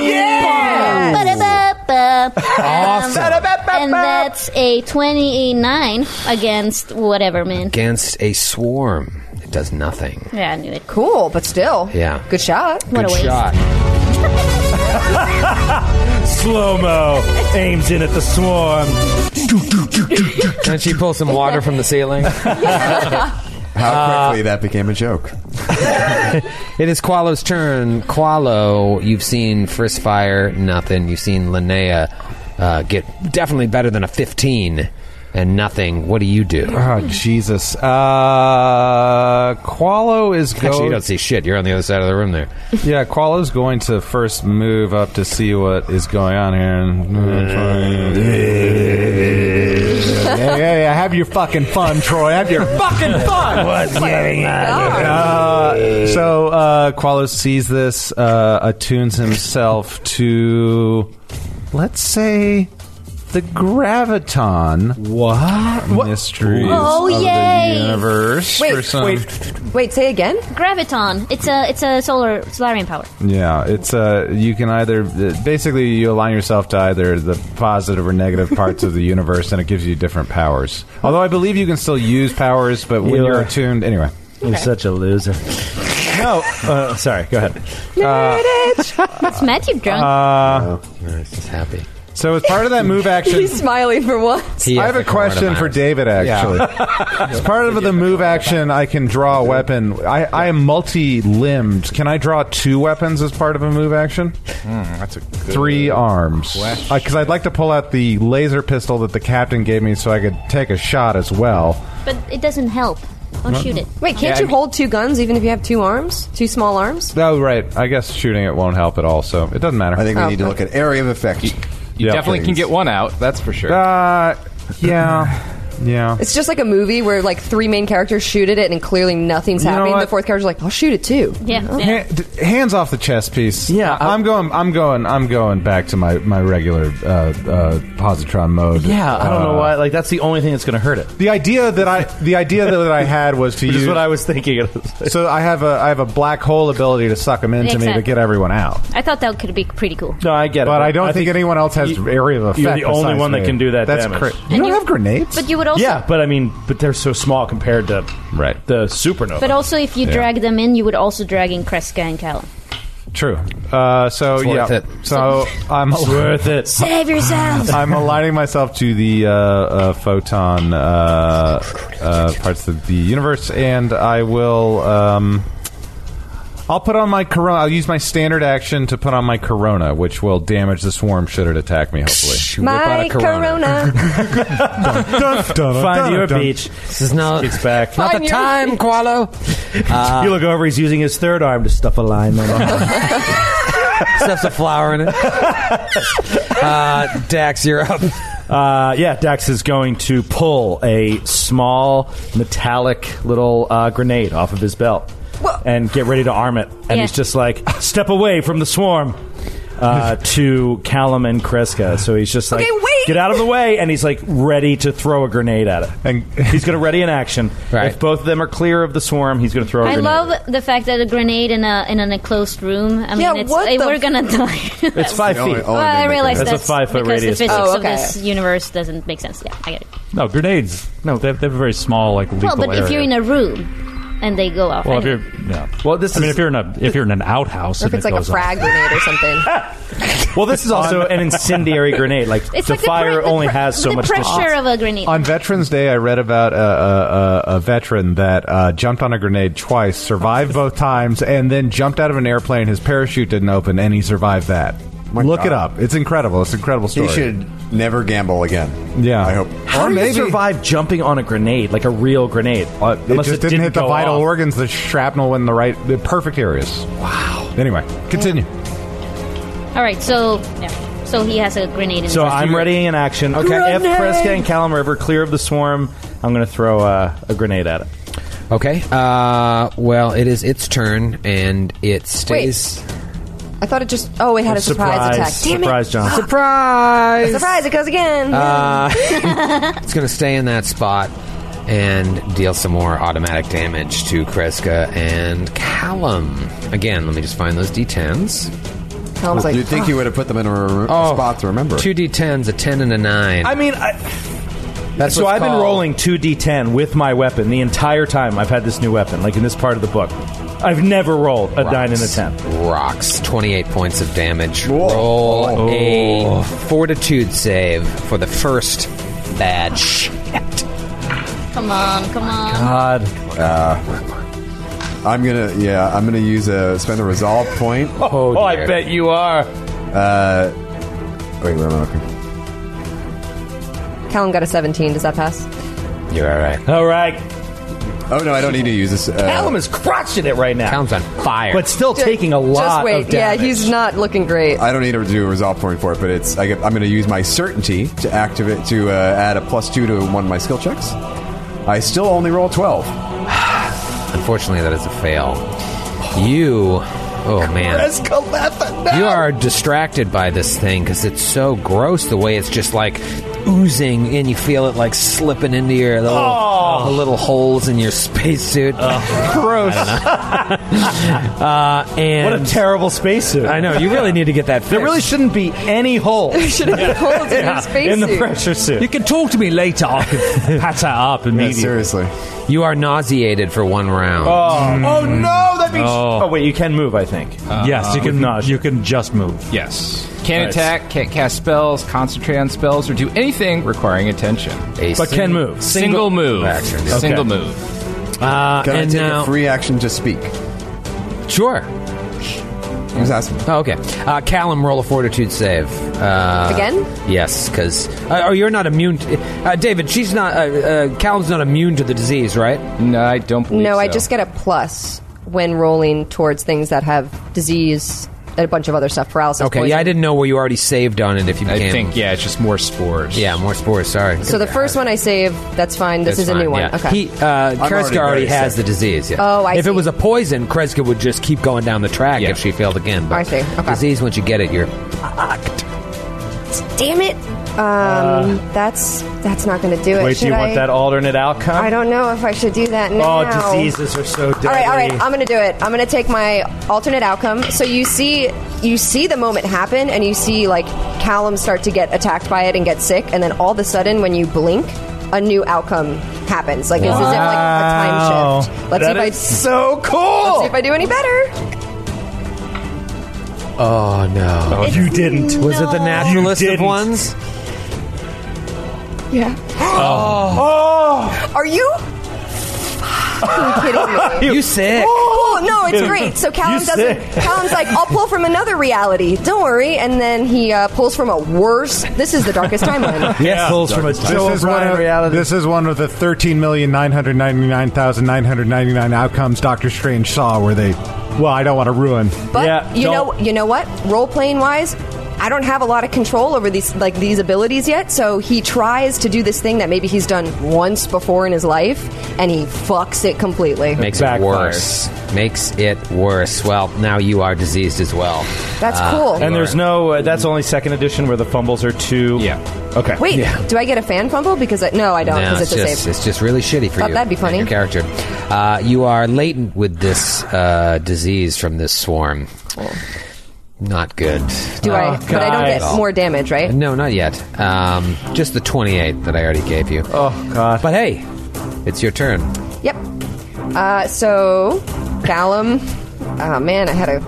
S2: yeah!
S8: Ba-da-ba-ba.
S2: Awesome.
S8: and that's a 29 against whatever, man.
S2: Against a swarm. It does nothing.
S8: Yeah, I knew it.
S3: Cool, but still.
S2: Yeah.
S3: Good shot.
S2: Good shot.
S5: Slow mo aims in at the swarm.
S2: and she pulls some water from the ceiling.
S6: How quickly that became a joke.
S2: Uh, It is Qualo's turn. Qualo, you've seen Frisk fire nothing. You've seen Linnea uh, get definitely better than a 15 and nothing. What do you do?
S7: Oh Jesus! Uh, Qualo is going.
S2: Actually, you don't see shit. You're on the other side of the room there.
S7: Yeah, Qualo's going to first move up to see what is going on here. And
S2: Mm.
S7: hey, hey, have your fucking fun, Troy. Have your fucking fun.
S13: What's going on?
S7: Uh, so uh, Qualo sees this, uh, attunes himself to, let's say, the graviton. What mysteries
S8: Oh,
S7: of
S8: yay.
S7: the universe?
S8: Wait,
S7: for some-
S8: wait.
S3: Wait, say again.
S8: Graviton. It's a it's a solar solarium power.
S7: Yeah, it's uh, you can either uh, basically you align yourself to either the positive or negative parts of the universe, and it gives you different powers. Although I believe you can still use powers, but when
S5: You
S7: you're
S5: are-
S7: attuned, anyway.
S5: You're such a loser.
S7: No, uh, sorry. Go ahead.
S8: What's Matthew drunk?
S7: Uh,
S6: Oh,
S2: he's happy.
S7: So as part of that move action,
S3: He's smiling for once.
S7: I have a question for David. Actually, as part of the move action, I can draw a weapon. I, I am multi-limbed. Can I draw two weapons as part of a move action?
S5: Hmm,
S12: that's a
S7: Three arms,
S12: Question.
S7: because I'd like to pull out the laser pistol that the captain gave me, so I could take a shot as well.
S8: But it doesn't help. Don't
S7: Well-
S8: shoot it.
S3: Wait, can't you hold two guns even if you have two arms? Two small arms?
S7: Oh, right. I guess shooting it won't help at all, so it doesn't matter. I
S6: think we need to look at area of effect. You,
S7: you
S9: Definitely can get one out. That's for sure.
S7: Uh, yeah, yeah.
S3: It's just like a movie where like three main characters shoot at it and clearly nothing's
S7: You know
S3: happening.
S7: what?
S3: The fourth character's like, I'll shoot it too. Oh.
S8: Yeah.
S7: Ha- d- hands off the chess piece. Yeah, I, am going. I'm going. I'm going back to my my regular uh, uh, positron mode.
S5: Yeah, I don't know
S7: Uh,
S5: why. Like that's the only thing that's going to hurt it.
S7: The idea that I the idea that I had was to
S5: Which
S7: use.
S5: is what I was thinking.
S7: so I have a I have a black hole ability to suck them into
S8: Makes
S7: me to
S8: sense.
S7: get everyone out.
S8: I thought that could be pretty cool.
S5: No, I get it.
S7: But I don't think, anyone else has area of effect.
S5: You're the only
S7: besides
S5: one that
S7: me.
S5: can do that
S7: That's
S5: damage.
S7: cra- You don't have grenades.
S8: But you would also
S5: yeah, but I mean, but they're so small compared to right the supernova.
S8: But also, if you
S7: Yeah.
S8: drag them in, you would also drag in Kreska and Callan.
S7: True. Uh, so
S5: It's
S7: yeah.
S5: worth it.
S7: So I'm
S5: It's worth it.
S8: Save yourselves!
S7: I'm aligning myself to the uh, uh, photon uh, uh, parts of the universe, and I will. Um, I'll put on my corona. I'll use my standard action to put on my corona, which will damage the swarm should it attack me. Hopefully,
S3: My corona.
S4: uh,
S5: Find your beach.
S2: This is not,
S5: Kicks back.
S2: not the
S3: Find your-
S2: time, Qualo. Uh,
S15: you look over, he's using his third arm to stuff a line.
S2: stuffs a flower in it. Uh, Dax, you're up.
S5: Uh, yeah, Dax is going to pull a small metallic little uh, grenade off of his belt and get ready to arm it. And
S8: Yeah.
S5: he's just like, step away from the swarm. Uh, to Callum and Kreska, so he's just like, "Get out of the way!" And he's like, ready to throw a grenade at it. And he's going to ready in action. Right. If both of them are clear of the swarm, he's going to throw. a
S8: I
S5: grenade.
S8: love the fact that a grenade in a in an enclosed room. I mean,
S3: Yeah,
S8: it's,
S3: what
S8: eh,
S3: the
S8: we're gonna die.
S5: It's five
S8: Well,
S5: feet.
S8: I realize that's,
S5: that's, a five foot
S8: because
S5: radius.
S8: the physics
S3: Oh,
S8: of
S3: okay.
S8: this universe doesn't make sense. Yeah, I get it.
S4: No grenades. No, they have, they have a very small like lethal
S8: Well, but if you're in a room and they go off,
S4: well,
S8: I
S4: if
S8: don't-
S4: you're yeah. Well, this I mean, if you're in a if you're in an outhouse,
S3: Or if
S4: and
S3: it's
S4: it
S3: like a
S4: goes off.
S3: frag grenade or something.
S5: Well, this is also an incendiary grenade. Like
S8: It's
S5: the
S8: like the
S5: fire
S8: pre- the
S5: only
S8: pre-
S5: has so
S8: the
S5: much.
S8: pressure of a grenade.
S7: On Veterans Day, I read about a, a, a, a veteran that uh, jumped on a grenade twice, survived both times, and then jumped out of an airplane. His parachute didn't open, and he survived that. Look it up. It's incredible. It's an incredible
S6: He
S7: story.
S6: should never gamble again.
S7: Yeah.
S6: I hope.
S5: How do you survive jumping on a grenade, like a real grenade? Uh,
S7: It just didn't, hit the vital organs. The shrapnel in the right, the perfect areas. Wow. Anyway, continue.
S8: all right, so yeah, so he has a grenade. in
S5: So
S8: his
S5: I'm
S8: room.
S5: readying an action. Okay, if
S8: Grenade!
S5: Kreska and Callum are ever clear of the swarm, I'm going to throw uh, a grenade at it.
S2: Okay. Uh, well, it is its turn, and it stays.
S3: I thought it just. Oh, it had a surprise, attack. Damn it.
S2: Surprise!
S3: Surprise! It goes again.
S2: Uh, it's going to stay in that spot and deal some more automatic damage to Kreska and Callum. Again, let me just find those d10s.
S3: Callum's like,
S6: You'd think you would have put them in a, r- spot to remember.
S2: Oh. Two d10s, a 10 and a 9.
S5: I mean, I,
S2: That's
S5: so
S2: what's
S5: I've been
S2: called-
S5: rolling 2d10 with my weapon the entire time I've had this new weapon, like in this part of the book. I've never rolled a 9 and a 10.
S2: Rocks. 28 points of damage. Roll
S6: Oh.
S2: a fortitude save for the first bad shit.
S8: Come on, come on.
S5: God.
S6: Uh, I'm gonna yeah, I'm gonna use a spend a resolve point.
S5: Oh, I dear. bet you are.
S6: Uh, wait, where am I looking?
S3: Callum got a 17. Does that pass?
S2: You're all right.
S5: All right.
S6: Oh no, I don't need to use this. Uh,
S5: Callum is crotching it right now.
S2: Callum's on fire,
S5: but still
S3: Ju-
S5: taking a lot
S3: Just wait.
S6: of
S3: yeah,
S6: damage.
S3: he's not looking great.
S6: I don't need to do a resolve point for it, but it's I get, I'm going to use my certainty to activate to uh, add a plus two to one of my skill checks. I still only roll twelve.
S2: Unfortunately, that is a fail. You. Oh, man. You are distracted by this thing because it's so gross the way it's just like oozing and you feel it like slipping into your little,
S5: Oh.
S2: the little holes in your spacesuit.
S5: Gross.
S2: Uh, and
S5: what a terrible spacesuit.
S2: I know. You really need to get that
S5: There really shouldn't be any holes.
S3: There shouldn't be holes in your spacesuit.
S5: In the pressure suit.
S4: You can talk to me later. I can patch that up immediately.
S6: seriously.
S2: You are nauseated for one round.
S5: Oh, oh no! That means.
S4: Oh.
S5: Oh. wait, you can move. I think.
S2: Uh,
S4: yes, you can. You can just move.
S9: Yes. Can't
S5: Nice.
S9: attack, can't cast spells, concentrate on spells, or do anything requiring attention.
S2: A
S5: But can move.
S9: Single, move.
S2: action.
S9: Single
S5: Okay.
S9: move.
S2: Uh,
S6: Can I
S2: and
S6: take
S2: now,
S6: a free action to speak?
S2: sure.
S6: I was asking.
S2: Oh, okay. Uh, Callum, roll a fortitude save. Uh,
S3: Again?
S2: Yes, because uh, oh, you're not immune. To, uh, David, she's not. Uh, uh, Callum's not immune to the disease, right?
S9: No, I don't believe
S3: no, I
S9: so.
S3: just get a plus when rolling towards things that have disease and a bunch of other stuff, paralysis.
S2: Okay.
S3: poison.
S2: Yeah, I didn't know where you already saved on it. If you
S9: I
S2: became,
S9: think, yeah, it's just more spores.
S2: yeah, more spores. Sorry.
S3: So the first one I save, that's fine. This
S2: That's
S3: is a
S2: fine,
S3: new one.
S2: yeah.
S3: Okay.
S2: He, uh, Kreska
S6: already very
S2: already has
S6: sick.
S2: the disease. Yeah.
S3: Oh, I
S2: If
S3: see.
S2: it was a poison, Kreska would just keep going down the track if she failed again. But
S3: I see, okay.
S2: Disease, once you get it, you're
S3: Damn it. Um, that's that's not going to do it.
S5: Wait, do you
S3: Should
S5: want
S3: I-
S5: that alternate outcome?
S3: I don't know if I should do that now.
S15: Oh, diseases are so deadly.
S3: All right, all right. I'm gonna do it. I'm gonna take my alternate outcome. So you see, you see the moment happen, and you see like Callum start to get attacked by it and get sick, and then all of a sudden, when you blink, a new outcome happens. Like it's as if like
S5: Wow.
S3: a time shift. Let's
S5: That
S3: see if
S5: is
S3: I
S5: so cool.
S3: let's see if I do any better.
S2: Oh no!
S15: you didn't.
S2: Was it the naturalist of
S15: didn't.
S2: ones?
S3: Yeah.
S5: oh,
S3: Are you? fucking kidding me?
S2: You sick?
S3: Cool. No, it's great. So Callum
S5: You
S3: doesn't.
S5: sick.
S3: Callum's like, I'll pull from another reality. Don't worry. And then he uh, pulls from a worse. This is the darkest timeline.
S5: pulls from a Joe
S7: This is, one
S5: O'Brien
S7: of,
S5: reality.
S7: this is one of the 13,999,999 outcomes Doctor Strange saw where they. Well, I don't want to ruin.
S3: But
S5: Yeah,
S3: you
S5: don't-
S3: know, you know what? Role playing wise, I don't have a lot of control over these like these abilities yet. So he tries to do this thing that maybe he's done once before in his life, and he fucks it completely.
S2: Makes it worse. Makes it worse. Well, now you are diseased as well. Uh,
S3: That's cool.
S5: And there's no. Uh, that's only second edition where the fumbles are two. Yeah. Okay.
S3: Wait,
S5: Yeah.
S3: do I get a fan fumble? Because I, no, I don't.
S2: No,
S3: Because
S2: it's,
S3: it's, a
S2: just,
S3: save.
S2: it's just really shitty for
S3: Thought
S2: you.
S3: that'd be funny.
S2: and Your character. Uh, you are latent with this uh, disease from this swarm. Not good.
S3: Do I?
S2: Oh,
S3: But I don't get more damage, right?
S2: No, not yet. Um, just the 28 that I already gave you. Oh, God. But hey, it's your turn.
S3: Yep. Uh, so, Callum. Oh man, I had a.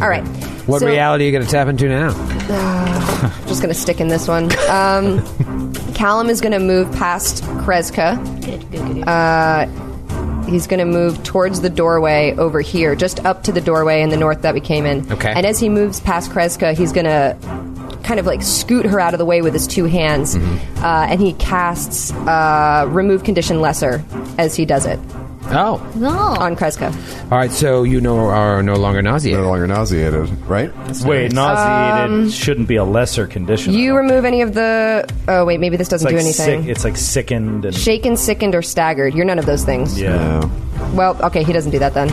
S3: All right.
S2: What
S3: So-
S2: reality are you going to tap into now?
S3: Uh, just gonna stick in this one. Um, Callum is gonna move past Kreska. Uh, he's gonna move towards the doorway over here, just up to the doorway in the north that we came in.
S10: Okay.
S3: And as he moves past Kreska, he's gonna kind of like scoot her out of the way with his two hands, uh, and he casts uh, remove condition lesser as he does it.
S2: Oh.
S8: No.
S3: On Kreska.
S2: All right, so you no, are no longer nauseated. No
S6: longer nauseated, right?
S5: Wait, nauseated
S3: Um,
S5: shouldn't be a lesser condition.
S3: You remove any of the. Oh wait, maybe this
S5: it's
S3: doesn't
S5: like
S3: do anything.
S5: Sick, it's like sickened and
S3: Shaken, sickened, or staggered. You're none of those things.
S5: yeah.
S3: Well, okay, he doesn't do that then.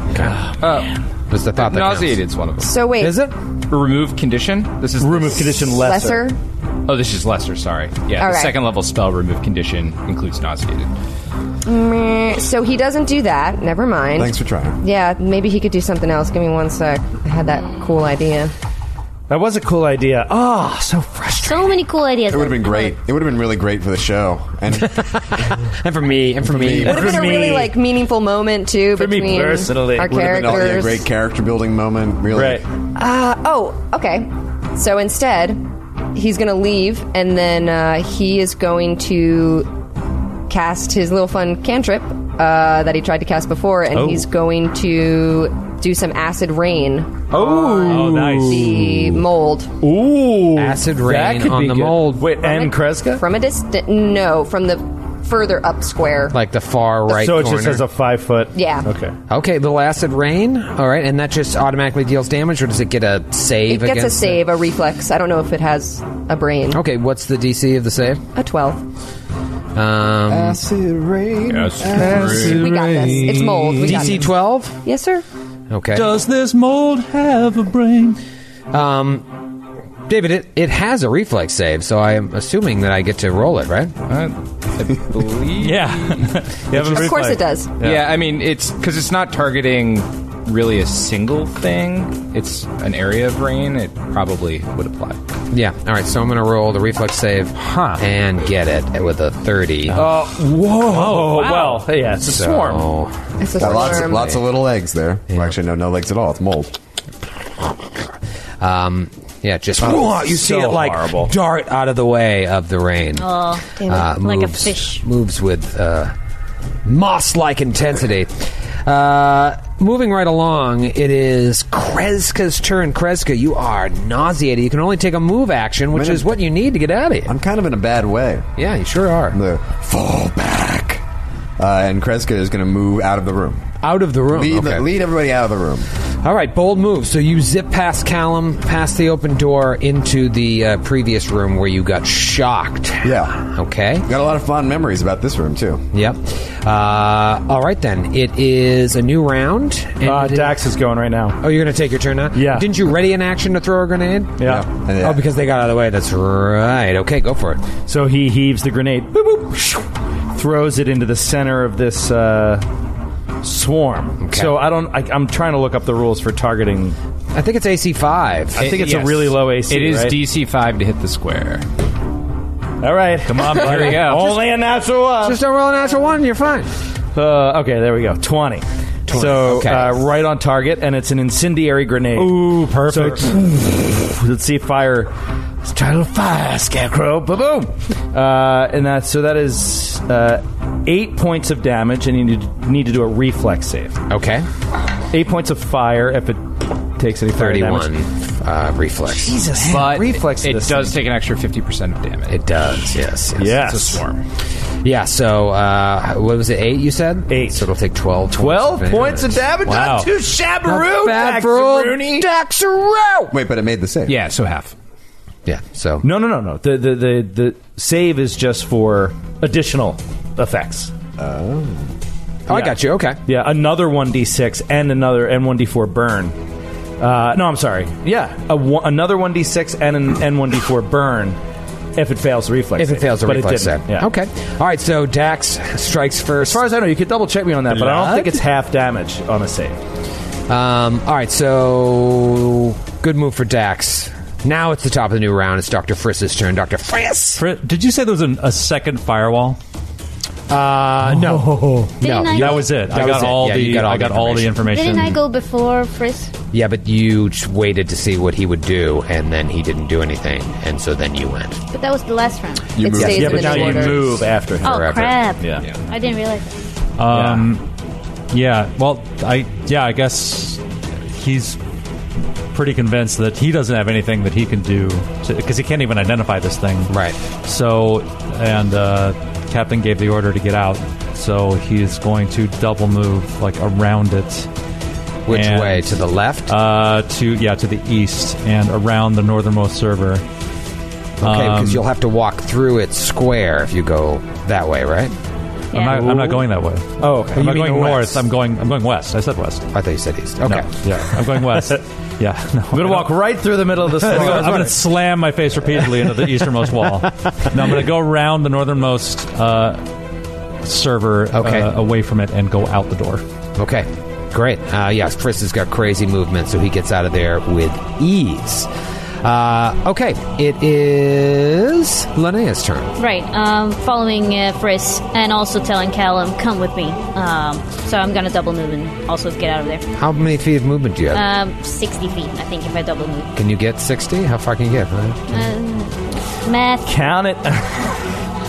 S2: What's the thought that
S9: Nauseated is one of them.
S3: So wait. Is
S2: it?
S9: Remove condition? This is
S5: Remove condition
S3: lesser. Lesser?
S9: Oh, this is lesser, sorry. Yeah,
S3: All
S9: the
S3: right.
S9: second level spell remove condition includes nauseated.
S3: Meh. So he doesn't do that. Never mind.
S9: Thanks for
S6: trying.
S3: Yeah, maybe he could do something else. Give me one sec. I had that cool idea.
S5: That was a cool idea. Ah, so
S8: So many cool ideas.
S6: It would have been great. It would have been really great for the show. And,
S2: and for me, and for, me.
S3: Would have been a really like meaningful moment too between our
S6: Would have been a
S3: characters.
S6: great character building moment. Really.
S3: Uh, oh, okay. So instead, he's going to leave, and then uh, he is going to cast his little fun cantrip uh, that he tried to cast before, and
S16: Oh.
S3: he's going to do some acid rain.
S5: Oh, nice.
S3: The mold.
S5: Ooh,
S2: acid
S5: that could be good. Wait, and Kreska?
S3: From a distance. No, from the further up square.
S2: Like the far right
S5: So it
S2: corner.
S5: just has a five foot.
S3: Yeah.
S5: Okay.
S2: Okay, little acid rain. All right, and that just automatically deals damage, or does it get a save?
S3: it gets a
S2: against
S3: save, a reflex. I don't know if it has a brain.
S2: Okay, what's the DC of the save?
S3: A 12.
S2: Um, acid
S6: rain.
S3: We got this. It's mold. We got
S2: DC
S3: it.
S2: 12?
S3: Yes, sir.
S2: Okay.
S4: Does this mold have a brain?
S3: Uh,
S2: Um, David, it, it has a reflex save, so I'm assuming that I get to roll it, right?
S9: Uh, I believe.
S4: yeah.
S3: have a Of course reflex. it does.
S9: Yeah, I mean, it's because it's not targeting really a single thing, it's an area of rain. It probably would apply.
S2: Yeah. All right, so I'm going to roll the reflex save and get it with a 30.
S5: Uh, whoa.
S2: wow.
S5: Well, yeah, it's a
S2: So-
S5: swarm.
S3: It's a
S6: Got lots, of,
S3: swarm.
S6: lots of little eggs there. Well, actually, no, no legs at all. It's mold.
S2: Um, yeah, just
S6: Oh,
S2: you see
S6: so
S2: it like
S6: horrible.
S2: dart out of the way of the rain.
S8: Oh, damn it. like a fish.
S2: Ah, Uh, Moves with uh, moss-like intensity. Uh, moving right along, it is Kreska's turn. Kreska, you are nauseated. You can only take a move action, which
S6: Man,
S2: is what you need to get out of here.
S6: I'm kind of in a bad way.
S2: Yeah, you sure are.
S6: The fall back. Uh, and Kreska is going to move out of the room.
S2: Out of the room.
S6: Lead,
S2: okay.
S6: lead everybody out of the room.
S2: All right, bold move. So you zip past Callum, past the open door, into the uh, previous room where you got shocked.
S6: Yeah.
S2: Okay.
S6: Got a lot of fond memories about this room too.
S2: Yep. Uh, all right then. It is a new round. And
S5: Uh,
S2: it is-
S5: Dax is going right now.
S2: Oh, you're going to take your turn now?
S5: Yeah.
S2: Didn't you ready an action to throw a grenade?
S5: Yeah.
S2: Oh, because they got out of the way. That's right. Okay, go for it.
S5: So he heaves the grenade, boop, boop, shoo, throws it into the center of this uh, swarm. So I don't. I, I'm trying to look up the rules for targeting.
S2: I think it's AC five.
S5: I think it's
S9: yes.
S5: a really low AC.
S9: It is
S5: right?
S9: DC five to hit the square.
S5: All right, come
S9: on, buddy. Here we go.
S5: Only a natural one.
S2: Just don't roll a natural one. You're fine.
S5: Uh, okay, there we go. 20. So
S2: okay.
S5: uh, right on target, and it's an incendiary grenade.
S4: Ooh, perfect.
S5: So it- let's see, fire. Let's try a little fire, scarecrow. Boom, boom. Uh, and that so that is uh, eight points of damage, and you need, need to do a reflex save.
S2: Okay.
S5: Eight points of fire if it takes any fire damage.
S2: Thirty-one uh, reflex.
S5: Jesus,
S9: But
S5: reflex. to
S9: it
S5: this
S9: does take an extra 50% of damage.
S2: It does. Yes. Yes.
S5: Yes.
S2: It's a swarm. Yeah. So uh, what was it? Eight? You said eight. So it'll take twelve.
S5: Twelve points of damage.
S2: Wow.
S5: Not too shabbaroo,
S2: Not bad for old
S5: Daxaroonie.
S2: Daxaroo.
S6: Wait, but it made the save.
S9: Yeah, so half.
S2: Yeah. So
S5: no, no, no, no. The the the, the save is just for additional effects. Oh.
S2: I got you. Okay.
S5: Yeah, another one d six and another and one d four burn. Uh, no, I'm sorry. Yeah, a one, another one d six and an and one d four burn if it fails the reflex.
S2: If it
S5: save.
S2: fails a
S5: But
S2: reflex
S5: it didn't.
S2: save.
S5: Yeah.
S2: Okay. All right. So Dax strikes first. As far
S5: as I know, you could double check me on that, but I don't
S2: Blood?
S5: think it's half damage on a save.
S2: Um, all right, so good move for Dax. Now it's the top of the new round. It's Doctor Friss's turn. Doctor Friss.
S4: did you say there was an, a second firewall?
S2: Uh,
S4: no,
S8: Didn't I
S4: that
S8: go-
S4: was it.
S2: That
S4: I
S2: was
S4: got
S2: it.
S4: all
S2: Yeah,
S4: the
S2: you got all
S4: I
S2: the
S4: got all the information.
S8: Didn't I go before Frisk?
S2: Yeah, but you just waited to see what he would do, and then he didn't do anything, and so then you went.
S8: But that was the last round.
S2: yeah, but now you move
S5: after
S8: Oh crap! I didn't realize.
S4: Um, yeah. Well, I yeah, I guess he's pretty convinced that he doesn't have anything that he can do because he can't even identify this thing.
S2: Right.
S4: So, and uh, captain gave the order to get out. So he is going to double move like around it.
S2: Which way? To the left?
S4: Uh, to yeah, to the east and around the northernmost server. Um,
S2: Okay, because you'll have to walk through its square if you go that way, right?
S4: I'm not- I'm not going that way.
S2: Oh,
S4: I'm not going north. I'm going. I'm going west. I said west.
S2: I thought you said east. Okay.
S4: No, yeah, I'm going west. yeah, no, I'm
S5: gonna walk right through the middle of the
S4: I'm
S5: floor.
S4: gonna- I'm going to slam my face repeatedly into the easternmost wall. No, I'm going to go around the northernmost uh, server uh,
S2: Okay.
S4: away from it and go out the door.
S2: Okay, great. Uh, yeah, Frisk has got crazy movement, so he gets out of there with ease. Uh, okay, it is Linnea's turn.
S8: It. Right. Um, following uh, Frisk and also telling Callum, "Come with me." Um, so I'm gonna double move and also get out of there.
S2: How many feet of movement do you have?
S8: Um, 60 feet, I think, if I double move.
S2: can you get 60? How far can you get? huh?
S8: Uh, math.
S5: Count it.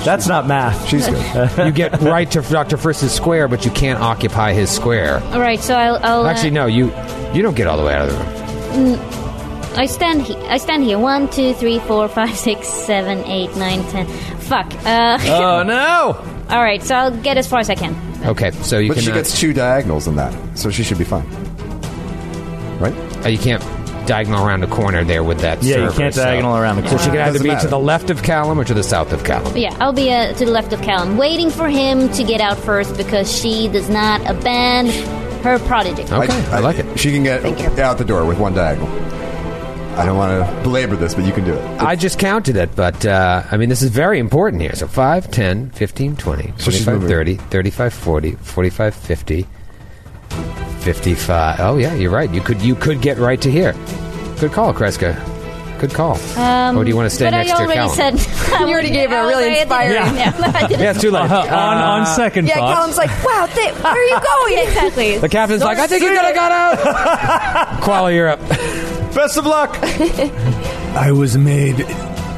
S5: That's not math.
S8: She's good.
S2: you get right to Dr. Frisk's square, but you can't occupy his square.
S8: All right. So I'll. I'll uh,
S2: Actually, no, you you don't get all the way out of the room.
S8: Mm, I stand. He- I stand here. One, two, three, four, five, six, seven, eight, nine, ten. Fuck. Uh,
S2: Oh, no!
S8: All right. So I'll get as far as I can.
S2: Okay, so you uh,
S6: But she
S2: cannot-
S6: gets two diagonals in that, so she should be fine. Right?
S2: Uh, you can't diagonal around a corner there with that
S5: Yeah, you
S2: server,
S5: can't
S2: so-
S5: diagonal around a corner.
S2: So she could either
S5: Doesn't
S2: be
S5: matter.
S2: to the left of Callum or to the south of Callum.
S8: But yeah, I'll be uh, to the left of Callum, waiting for him to get out first because she does not abandon her prodigy.
S6: I, like it. She can get out the door with one diagonal. I don't want to belabor this, but you can do it.
S2: I just counted it, but uh, I mean, this is very important here. So 5, 10, 15, 20,
S6: So she's
S2: 25,
S6: moving.
S2: 30, 35, 40, 45, 50, 55. Oh, yeah, you're right. You could you could get right to here. Good call, Kreska. Good call. or do you want to stay
S8: Um, but
S2: next
S8: I
S2: to
S8: already
S2: Callum?
S8: said.
S3: You already gave her a really inspiring-
S8: Yeah.
S2: yeah, it's too late.
S4: Uh, on- on second
S3: Yeah, Callum's like, wow, th- where are you going?
S8: exactly.
S2: The captain's like, I think you could have got out. Quali, you're up.
S5: Best of luck.
S13: I was made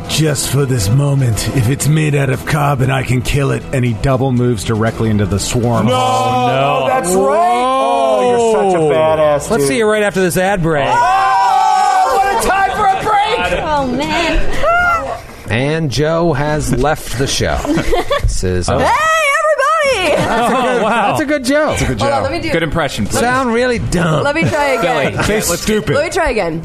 S13: just for this moment. If it's made out of carbon, I can kill it.
S7: And he double moves directly into the swarm.
S13: No,
S4: Oh, no.
S13: that's right.
S5: Oh,
S13: you're such a badass. Oh.
S2: Let's see you right after this ad break.
S8: what a time for a break! Oh man.
S2: And Joe has left the show. this is.
S13: Oh.
S3: Hey, everybody!
S2: That's a good- That's a good joke. That's a
S3: good Hold on, joke. let me do- Good
S9: impression.
S2: Sound really dumb.
S3: Let me try again. Let me try again.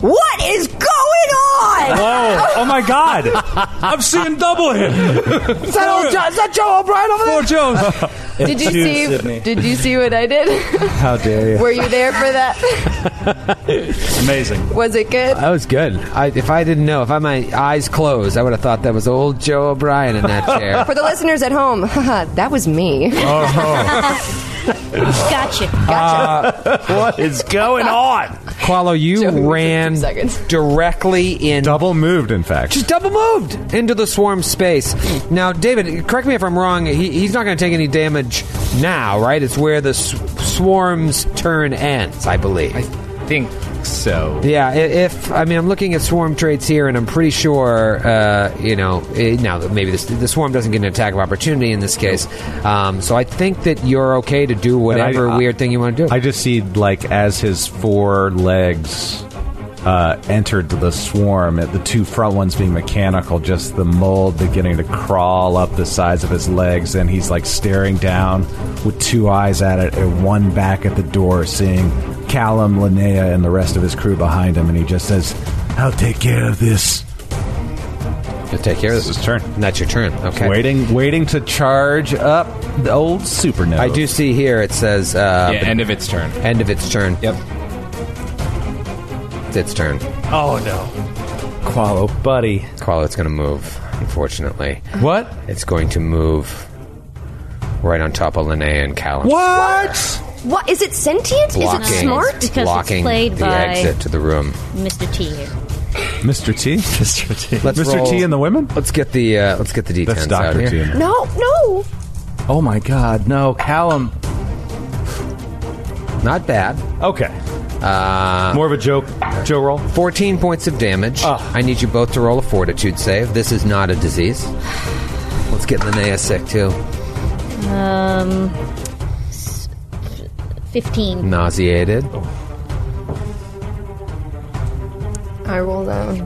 S3: What is going on?
S4: Whoa! Oh my God! I'm seeing double here.
S3: Is that old Jo- is that Joe O'Brien over there?
S4: Poor Joe.
S3: Did you see? Did you see what I did?
S4: How dare
S3: Were you there for that?
S4: Amazing.
S3: Was it good?
S2: That was good. I, if I didn't know, if I had my eyes closed, I would have thought that was old Joe O'Brien in that chair.
S3: For the listeners at home, haha, that was me.
S2: Oh.
S8: gotcha.
S5: what is going on?
S2: Uh, Qualo, you ran directly in.
S7: Double moved, in fact.
S2: Just double moved into the swarm space. Now, David, correct me if I'm wrong. He, he's not going to take any damage now, right? It's where the s- swarm's turn ends, I believe. I
S9: think so.
S2: Yeah, i- if I mean, I'm looking at swarm traits here, and I'm pretty sure, uh, you know, eh, now that maybe this, the swarm doesn't get an attack of opportunity in this case. Um, so I think that you're okay to do whatever
S7: I-
S2: weird thing you want to do.
S7: I just see like as his four legs uh, entered the swarm, at the two front ones being mechanical, just the mold beginning to crawl up the sides of his legs, and he's like staring down with two eyes at it and one back at the door, seeing Callum, Linnea, and the rest of his crew behind him, and he just says,
S13: I'll take care of this.
S2: You'll take care of this. It's turn. That's your turn. Okay.
S7: Waiting, waiting to charge up the old supernova.
S2: I do see here it says. Uh,
S9: Yeah, end of its turn.
S2: End of its turn. Yep. It's its turn.
S4: Oh no.
S2: Qualo, buddy. Qualo, it's going to move, unfortunately. What? It's going to move right on top of Linnea and Callum.
S3: What? What is it? Sentient? is it
S2: Blocking,
S3: smart?
S2: blocking the exit to the room.
S8: Mr. T here.
S2: Mr. T. Mr. T.
S7: Mr. T and
S2: the women. Let's get the uh, let's get the d10s
S7: That's
S2: out
S7: Dr.
S2: here.
S7: T and
S3: No, no.
S5: Oh my God, no, Callum.
S2: Um, Not bad. Okay. Uh, More of a joke, Joe roll. Ah. 14 points of damage. I need you both to roll a fortitude save. This is not a disease. Let's get Linnea sick, too.
S8: Um, s- 15.
S2: Nauseated.
S3: I rolled out.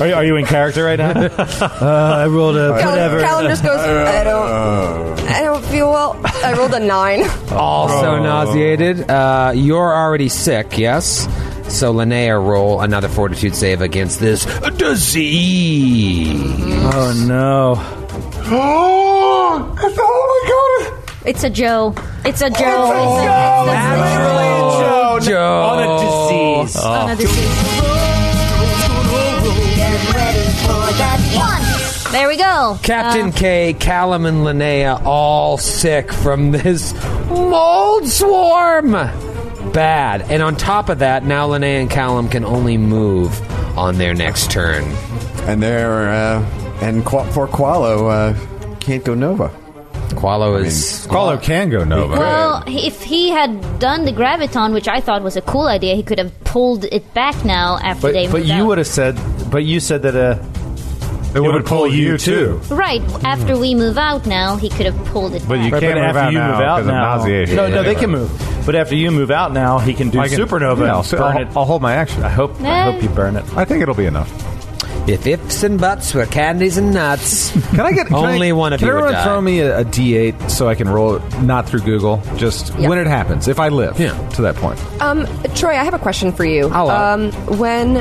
S4: Are you, are you in character right now?
S15: uh, I rolled a
S3: Callum,
S15: whatever.
S3: Callum just goes, I don't, I don't feel well. I rolled a nine.
S2: Also
S3: Oh.
S2: nauseated. Uh, you're already sick, yes? So, Linnea, roll another fortitude save against this disease. Oh, no.
S8: Oh, it's, oh my god! It's a Joe. It's a Joe. It's a Joe.
S2: Naturally, Joe.
S8: On a
S2: disease. Ah.
S8: On a disease. There we go.
S2: Captain
S8: Uh,
S2: K, Callum, and Linnea all sick from this mold swarm. Bad. And on top of that, now Linnea and Callum can only move on their next turn.
S6: And there, uh, and Qua- for Qualo, uh, can't go Nova.
S2: Qualo is.
S6: Qualo
S7: can go Nova.
S8: well, if he had done the graviton, which I thought was a cool idea, he could have pulled it back now after
S5: But,
S8: they
S5: but
S8: moved
S5: you
S8: out.
S5: would have said, but you said that uh, it, would pull you too.
S8: Right after we move out now, he could have pulled it. back.
S5: But after you move out
S7: 'cause of
S5: now,
S7: nauseation.
S5: no,
S7: Yeah,
S5: no,
S7: yeah,
S5: they
S7: yeah.
S5: can move. But after you move out now, he can do
S7: I can-
S5: supernova.
S7: yeah, I'll-
S5: and burn
S7: I'll-
S5: it.
S7: I'll hold my action. I hope.
S5: I hope you burn it.
S7: I think it'll be enough.
S2: If ifs and buts were candies and nuts.
S7: Can I get can
S2: only
S7: I,
S2: one of
S7: Can
S2: you would
S7: everyone
S2: die.
S7: throw me a a D8 so I can roll it not through Google? Just when it happens, if I live to that point.
S3: Um, Troy, I have a question for you.
S2: Oh, uh.
S3: Um, when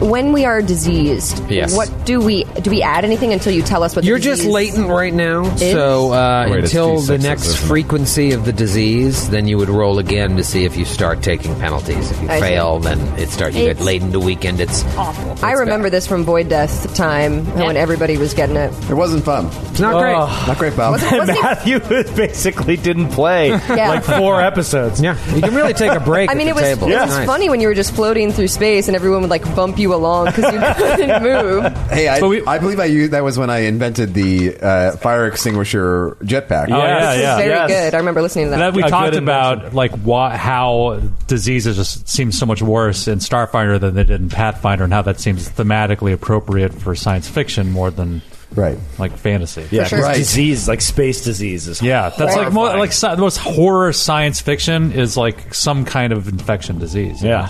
S3: when we are diseased,
S2: Yes.
S3: what do we do? We add anything until you tell us what?
S2: You're
S3: the
S2: just
S3: disease
S2: latent right now,
S3: is?
S2: so uh,
S7: Wait, it's
S2: until the
S7: D6s,
S2: next
S7: isn't it?
S2: frequency of the disease, then you would roll again to see if you start taking penalties. If you
S3: I see.
S2: fail, then it starts. You get
S3: It's-
S2: latent to weekend. uh, It's
S3: awful. I remember this from Void Death time when everybody was getting it.
S6: It wasn't fun. It's
S2: not great.
S6: Not great, Bob.
S5: Matthew basically didn't play
S3: Yeah.
S5: like four episodes.
S2: Yeah, you can really take a break.
S3: I mean, it was it was funny when you were just floating through space and everyone would like bump you along because you couldn't move.
S6: Hey, I, I believe I used that was when I invented the uh, fire extinguisher jetpack.
S4: Oh, yeah,
S3: This is
S4: yeah.
S3: very
S4: Yes.
S3: good. I remember listening to that.
S4: That we talked about like wha- how diseases just seem so much worse in Starfinder than they did in Pathfinder, and how that seems thematically appropriate for science fiction more than
S6: right
S4: like fantasy.
S15: Yeah, 'cause disease like space disease is
S4: Yeah, that's like more like sci- the most horror science fiction is like some kind of infection disease. Yeah.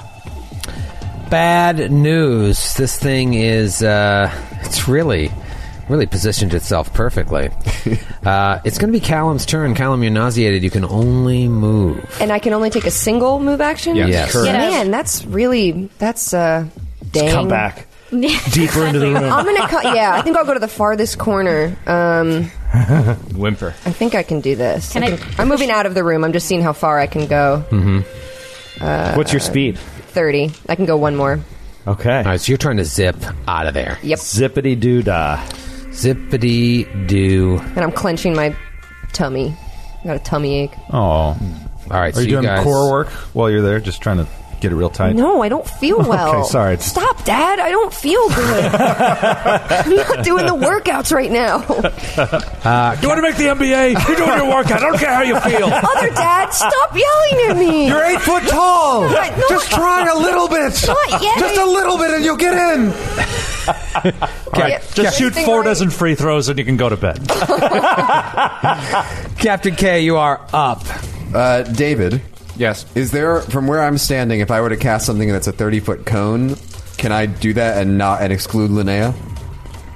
S2: Bad news. This thing is. Uh, it's really, really positioned itself perfectly. uh, it's going to be Callum's turn. Callum, you're nauseated. You can only move.
S3: And I can only take a single move action.
S2: Yes. Yes. Correct.
S3: Man, that's really that's uh, dang.
S15: come back deeper into the room.
S3: I'm gonna. Cut, yeah, I think I'll go to the farthest corner. Um,
S9: Whimper.
S3: I think I can do this.
S8: Can I-
S3: am moving out of the room. I'm just seeing how far I can go.
S2: Mm-hmm.
S3: Uh,
S2: What's your speed?
S3: Thirty. I can go one more.
S2: Okay. All right, so you're trying to zip out of there.
S3: Yep.
S2: Zippity doo dah. Zippity doo.
S3: And I'm clenching my tummy. I got a tummy ache.
S7: Oh. All
S2: right.
S7: Are
S2: so
S7: you
S2: you
S7: doing
S2: guys-
S7: core work while you're there? Just trying to get it real tight.
S3: No, I don't feel
S7: Okay,
S3: well.
S7: sorry.
S3: Stop, Dad. I don't feel good. I'm not doing the workouts right now.
S2: Uh,
S4: you want to make the NBA? You're doing your workout. I don't care how you feel.
S3: Other Dad, stop yelling at me.
S13: You're eight foot tall.
S3: Not- not-
S13: Just try a little bit.
S3: Not yet.
S13: Just a little bit, and you'll get in.
S4: All right, just shoot four dozen free throws and you can go to bed.
S2: Captain K, you are up.
S6: Uh, David.
S9: Yes.
S6: Is there from where I'm standing? If I were to cast something that's a 30 foot cone, can I do that and not and exclude Linnea?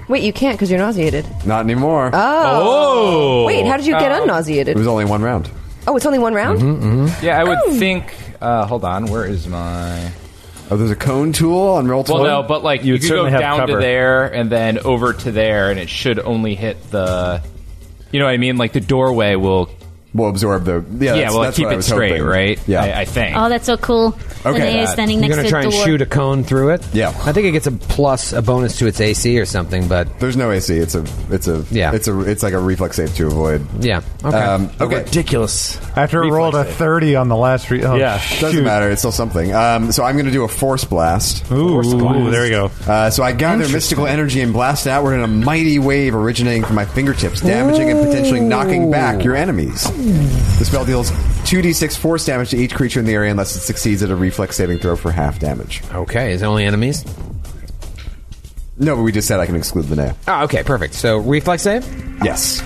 S3: Wait, you can't because you're nauseated.
S6: Not anymore.
S3: Oh. Oh. Wait, how did you get Oh. unnauseated?
S6: It was only one round. Mm-hmm,
S3: Oh, it's only one round?
S9: Yeah, I would think. Uh, hold on, where is my?
S6: I Oh, there's a cone tool on roll
S9: Well,
S6: twenty?
S9: no, but like you,
S6: would
S9: could go
S6: certainly have
S9: down to
S6: cover.
S9: there and then over to there, and it should only hit the. You know what I mean? Like the doorway will
S6: will absorb the yeah. that's-
S9: well,
S6: that's
S9: keep
S6: what I
S9: it
S6: was
S9: straight,
S6: hoping.
S9: right?
S6: Yeah.
S9: I, I think.
S8: Oh, that's so cool. And
S2: Okay. Uh,
S8: they're standing
S2: You're
S8: next
S2: gonna
S8: to
S2: try
S8: the
S2: and
S8: door.
S2: shoot a cone through it.
S6: Yeah,
S2: I think it gets a plus, a bonus to its AC or something. But
S6: there's no AC. It's a, it's a, yeah, it's a, it's like a reflex save to avoid.
S2: Yeah. Okay.
S6: Um, okay.
S12: Ridiculous. After it rolled a 30 on the last re- oh,
S6: doesn't
S12: shoot.
S6: matter. It's still something. Um, so I'm going to do a force blast. Ooh,
S12: blast. there we go.
S6: Uh, so I gather mystical energy and blast outward in a mighty wave originating from my fingertips, damaging and potentially knocking back your enemies. The spell deals 2d6 force damage to each creature in the area unless it succeeds at a reflex saving throw for half damage.
S2: Okay, is it only enemies?
S6: No, but we just said I can exclude the name.
S2: Oh, okay, perfect. So reflex save.
S6: Yes.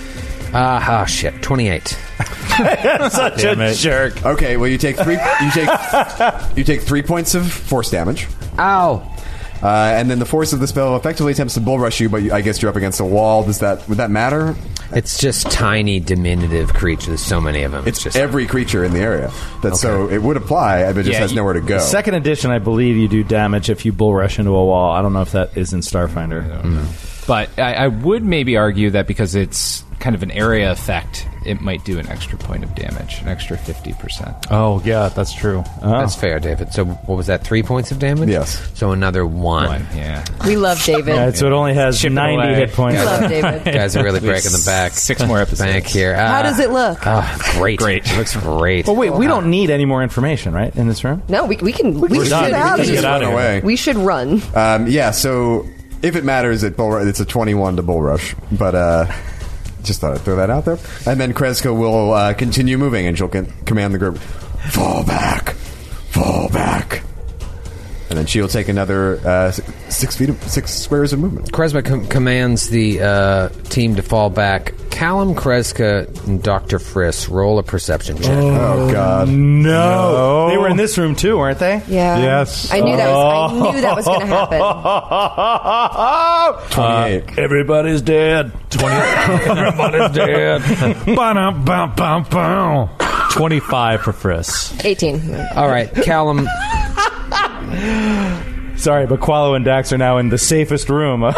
S2: Ah, uh, shit. Twenty-eight.
S6: Such
S2: a Damn it.
S6: jerk. Okay, well you take three. You take you take three points of force damage.
S2: Ow.
S6: Uh, and then the force of the spell effectively attempts to bull rush you, but you, I guess you're up against a wall. Does that would that matter?
S2: It's just tiny, diminutive creatures. There's so many of them. It's, just
S6: every creature in the area. That so it would apply, but it just has nowhere to go.
S5: Second edition, I believe you do damage if you bull rush into a wall. I don't know if that is in Starfinder.
S10: Mm-hmm.
S9: But I, I would maybe argue that because it's kind of an area effect, it might do an extra point of damage, an extra 50%.
S2: Oh yeah, that's true. That's fair, David. So what was that? Three points of damage. Yes. So another one.
S9: yeah.
S10: We love David.
S2: Yeah, so it only has
S10: Chip it
S2: 90
S10: away.
S2: hit points.
S10: We love David.
S2: guys are really
S9: We have
S2: breaking the back.
S9: Six more episodes
S2: back here.
S10: How
S2: Ah.
S10: does it look?
S2: Ah, great. great. It looks great.
S5: Well, wait, we don't need any more information, right, in this room?
S10: No, we, we can. We,
S5: We're
S10: should
S5: done.
S10: get
S5: We
S10: out
S5: can
S10: of
S5: just
S10: here.
S5: get out of here.
S10: We should run.
S6: Um, yeah, so if it matters, it bull, it's a 21 to bull rush. But uh, just thought I'd throw that out there. And then Kreska will uh, continue moving, and she'll con- command the group, fall back, fall back. And then she'll take another uh, si- six feet, of, six squares of movement.
S2: Kresma com- commands the uh, team to fall back. Callum Kreska and Dr. Friss roll a perception check.
S6: Oh, God.
S5: No. They were in this room too, weren't they?
S10: Yeah.
S5: Yes.
S10: I knew that was. I knew that was going to happen.
S15: Uh, everybody's dead. 20. everybody's dead.
S4: Ba-dum, bum, bum, bum. 25 for Friss.
S10: 18.
S2: All right, Callum.
S5: Sorry, but Qualo and Dax are now in the safest room of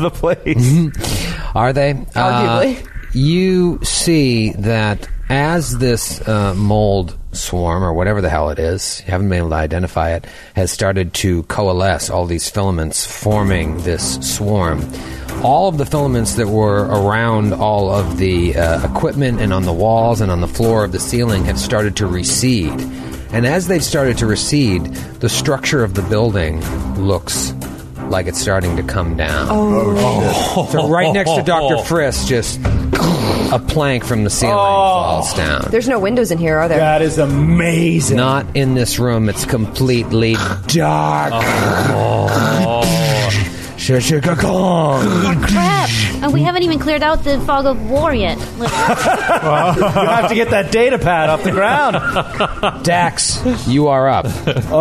S5: the place.
S2: Mm-hmm. Are they?
S5: Arguably.
S2: Uh, you see that as this uh, mold swarm, or whatever the hell it is, you haven't been able to identify it, has started to coalesce all these filaments forming this swarm. All of the filaments that were around all of the uh, equipment and on the walls and on the floor of the ceiling have started to recede. And as they've started to recede, the structure of the building looks like it's starting to come down.
S10: Oh,
S2: So right next to Dr. Friss, just a plank from the ceiling falls down.
S10: There's no windows in here, are there?
S2: Oh. That is amazing. Not in this room. It's completely dark.
S8: Oh, crap! And we haven't even cleared out the fog of war yet. Look.
S5: you have to get that data pad off the ground.
S2: Dax, you are up.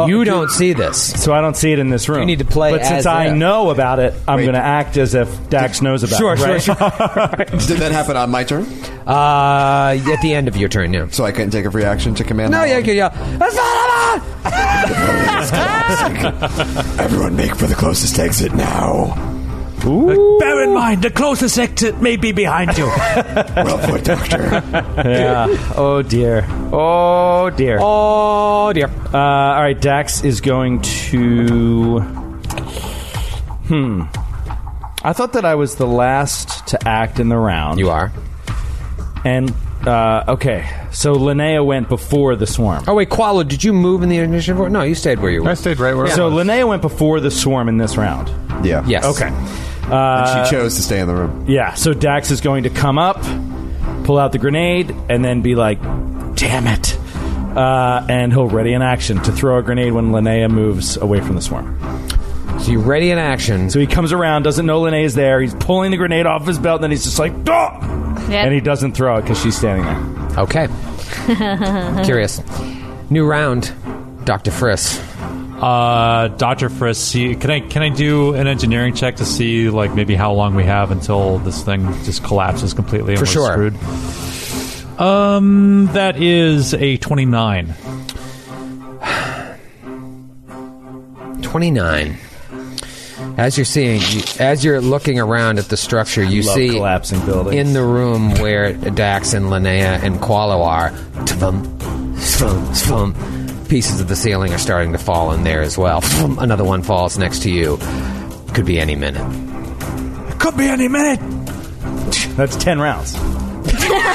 S2: you don't see this, so
S5: I don't see it in this room.
S2: You need to play
S5: But since
S2: as
S5: I
S2: if.
S5: know about it, I'm going to act as if Dax knows about
S2: Sure,
S5: it.
S2: sure,
S5: right?
S2: sure.
S6: Did that happen on my turn?
S2: Uh, at the end of your turn, yeah.
S6: So I couldn't take a free action to command.
S2: No,
S6: the-
S2: yeah, yeah, yeah. That's not
S6: Everyone, make for the closest exit now.
S11: Bear in mind, the closest exit may be behind you.
S6: well put, Doctor.
S5: yeah. Oh dear. Oh dear.
S2: Oh dear.
S5: Uh, all right. Dax is going to. Hmm. I thought that I was the last to act in the round. You
S2: are.
S5: And uh, okay, so Linnea went before the swarm.
S2: Oh wait, Qualo, did you move in the initiative? order? No, you stayed where you were. I
S5: stayed right where.
S2: I
S5: So
S2: was.
S5: Linnea went before the swarm in this round.
S6: Yeah.
S2: Yes.
S5: Okay.
S6: and
S5: Uh,
S6: she chose to stay in the room.
S5: Yeah, so Dax is going to come up, pull out the grenade, and then be like, damn it. Uh, and he'll ready in action to throw a grenade when Linnea moves away from the swarm.
S2: So you ready in action.
S5: So he comes around, doesn't know Linnea's there. He's pulling the grenade off his belt, and then he's just like, "Duh!" and he doesn't throw it because she's standing there.
S2: Okay. Curious. New round, Dr. Friss.
S4: Uh, Dr. Friss, see, can I can I do an engineering check to see like maybe how long we have until this thing just collapses completely and
S2: For
S4: we're
S2: sure.
S4: screwed? Um, that is a twenty-nine.
S2: 29. As you're seeing, you- as you're looking around at the structure, you
S5: love
S2: see
S5: collapsing buildings.
S2: in the room where Dax and Linnea and Qualo are. Tvum, tvum, tvum. Pieces of the ceiling are starting to fall in there as well. Tvum, Another one falls next to you. Could be any minute.
S15: Could be any minute. That's ten rounds.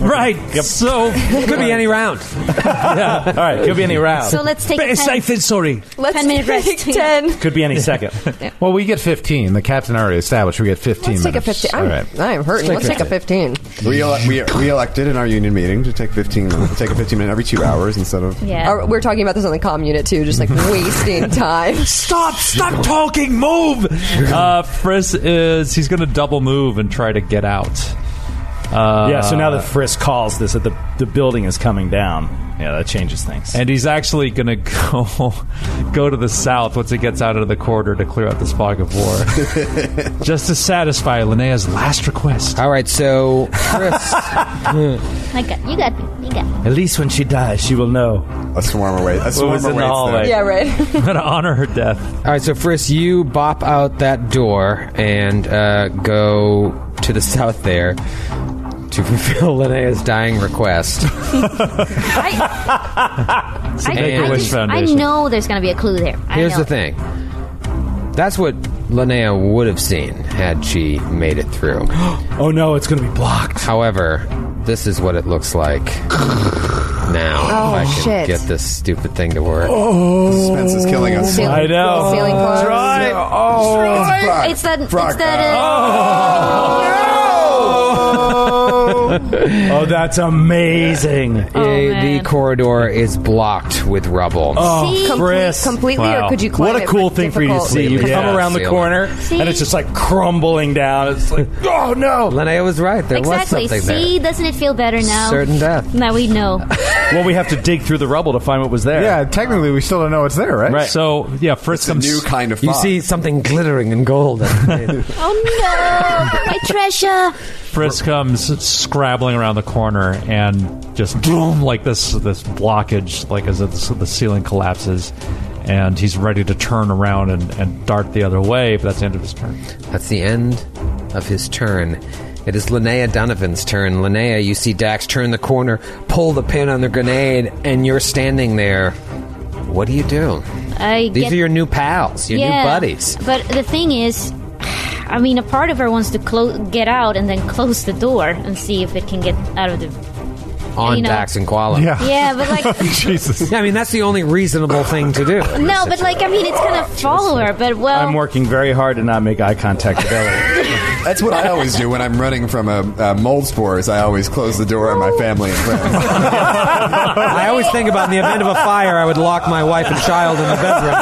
S4: right. So
S2: could be any round.
S5: yeah. All right. Could be any round.
S8: So let's take
S15: Better
S8: a ten,
S15: safe than sorry.
S8: Let's ten minute rest. ten.
S5: Could be any second.
S7: Well, we get 15. The captain already established we get 15
S3: Let's take a
S7: minutes.
S3: 15. I'm,
S7: All right.
S3: I am hurting. Let's take a 15.
S6: We, ele- we, we elected in our union meeting to take 15 take a 15 minute every two hours instead of
S3: Yeah. Or we're talking about this on the comm unit too, just like wasting time.
S15: Stop! Stop talking! Move!
S4: uh, Frisk is he's going to double move and try to get out. Uh,
S5: yeah. So now that Frisk calls this, that the the building is coming down. Yeah, that changes things.
S4: and he's actually going to go go to the south once he gets out of the corridor to clear out this fog of war, just to satisfy Linnea's last request.
S2: All right, so
S8: I got you. Got me. You got. me.
S15: At least when she dies, she will know.
S6: A swarmer wait. A
S15: swarmer
S4: in the
S15: waits
S4: hallway.
S15: there.
S4: Yeah,
S3: right.
S4: I'm going to honor her death.
S2: All right, so Frisk, you bop out that door and uh, go to the south there to fulfill Linnea's dying request.
S8: I, I,
S2: Make-A-Wish
S8: just- I
S2: Foundation.
S8: know there's gonna be a clue there. I
S2: Here's
S8: know.
S2: the thing. That's what Linnea would have seen had she made it through.
S15: oh no, it's going to be blocked.
S2: However, this is what it looks like now.
S3: Oh,
S2: if I can
S3: shit.
S2: get this stupid thing to work.
S15: Oh,
S6: Suspense is killing us.
S3: Ceiling-
S15: I know.
S3: Ceiling clock.
S15: Try.
S6: Oh,
S15: Try.
S8: It's that. It's
S6: Brock.
S8: that.
S15: Oh. oh, that's amazing.
S2: Eh, the
S8: man.
S2: corridor is blocked with rubble.
S15: Oh,
S8: See? Complete-
S15: Chris.
S3: completely, or Wow. could you climb
S15: What a
S3: it
S15: cool
S3: with
S15: thing for you to
S3: difficult-
S15: see. You
S2: Yeah.
S15: come around the
S2: Ceiling.
S15: corner,
S8: See?
S15: and it's just like crumbling down. It's like, oh no.
S2: Linnea was right. There
S8: Exactly.
S2: was something
S8: See, doesn't it feel better now?
S2: there. Certain death.
S8: Now we know.
S5: well, we have to dig through the rubble to find what was there.
S7: Yeah, technically, we still don't know what's there, right?
S5: Right.
S4: So yeah, Frisk
S6: It's a
S4: comes.
S6: new kind of
S2: You
S6: fog.
S2: see something glittering in gold.
S8: oh no, my treasure.
S4: Frisk comes scrabbling around the corner and just boom, like this this blockage, like as the, the ceiling collapses, and he's ready to turn around and, and dart the other way. But that's the end of his turn.
S2: That's the end of his turn. It is Linnea Donovan's turn. Linnea, you see Dax turn the corner, pull the pin on the grenade, and you're standing there. What do you do?
S8: I
S2: These
S8: get,
S2: are your new pals, your
S8: yeah,
S2: new buddies.
S8: But the thing is, I mean, a part of her wants to clo- get out and then close the door and see if it can get out of the.
S2: On
S8: you know-
S2: Dax and Koala.
S7: Yeah.
S8: Yeah, but like.
S7: Jesus.
S2: I mean, that's the only reasonable thing to do.
S8: No, but like I mean, it's gonna follow her. But well,
S5: I'm working very hard to not make eye contact with Ellie.
S6: That's what I always do when I'm running from a, a mold spores. I always close the door on my family and friends.
S2: I always think about in the event of a fire, I would lock my wife and child in the bedroom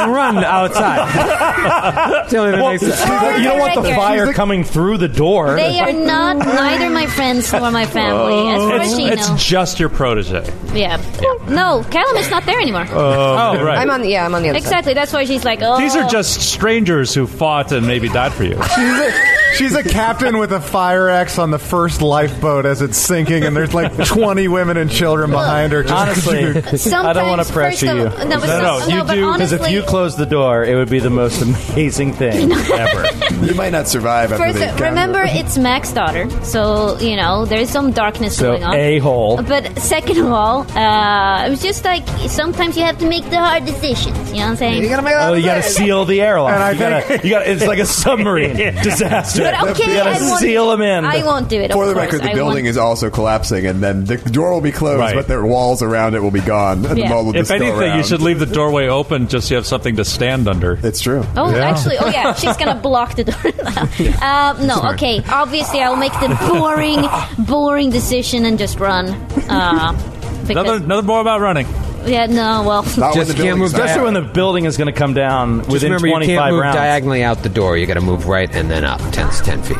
S2: and run outside. It's the only thing that makes sense.
S5: you don't want the
S8: Right
S5: fire coming through the door. Oh.
S8: they are not neither my friends nor my family, as far
S4: Oh,
S8: as
S4: It's,
S8: she
S4: it's
S8: knows.
S4: just your protege.
S8: Yeah. No, Callum is not there anymore.
S4: oh right.
S3: I'm on the yeah, I'm on the other side.
S8: exactly. That's why she's like, oh.
S4: These are just strangers who fought and maybe died for you.
S7: She's a, she's a captain with a fire axe on the first lifeboat as it's sinking, and there's like 20 women and children behind her. Just
S5: Honestly, I
S8: Sometimes
S5: don't want to
S8: first
S5: pressure
S8: of-
S5: you.
S8: no, but some- no,
S5: you
S8: but
S5: do because if
S8: honestly-
S5: you close the door, it would be the most amazing thing ever.
S6: you might not survive after
S8: First,
S6: they encounter-
S8: remember, it's Mac's daughter, so you know there is some darkness
S5: So
S8: going on.
S5: a hole.
S8: But second of all, uh, it was just like sometimes you have to make the hard decisions. You know what I'm saying?
S5: Oh, you got to seal the airlock.
S7: And I
S5: you gotta, you gotta, it's like a submarine disaster.
S8: but okay,
S5: you got to
S8: I won't-
S5: seal them in.
S8: I won't do it.
S6: For
S8: of
S6: the
S8: course.
S6: record, the
S8: I
S6: building
S8: won't.
S6: is also collapsing, and then the door will be closed,
S5: Right.
S6: but the walls around it will be gone. And the
S8: Yeah.
S6: mold will just
S4: if
S6: go
S4: anything, you
S6: around.
S4: should leave the doorway open just so you have something to stand under.
S6: It's true.
S8: Oh, actually, oh yeah, she's gonna block the door. now. um, no, okay. Obviously, I'll make the boring, boring decision and just run. Uh, because,
S4: Another, another more about running.
S8: yeah, no, well,
S6: Not when
S2: Just
S6: the
S2: can't
S6: building's
S2: move back.
S6: not-
S5: Especially when the building is going to come down
S2: Just
S5: within
S2: remember, you
S5: 25
S2: can't move
S5: rounds.
S2: diagonally out the door. You got to move right and then up, 10, 10 feet.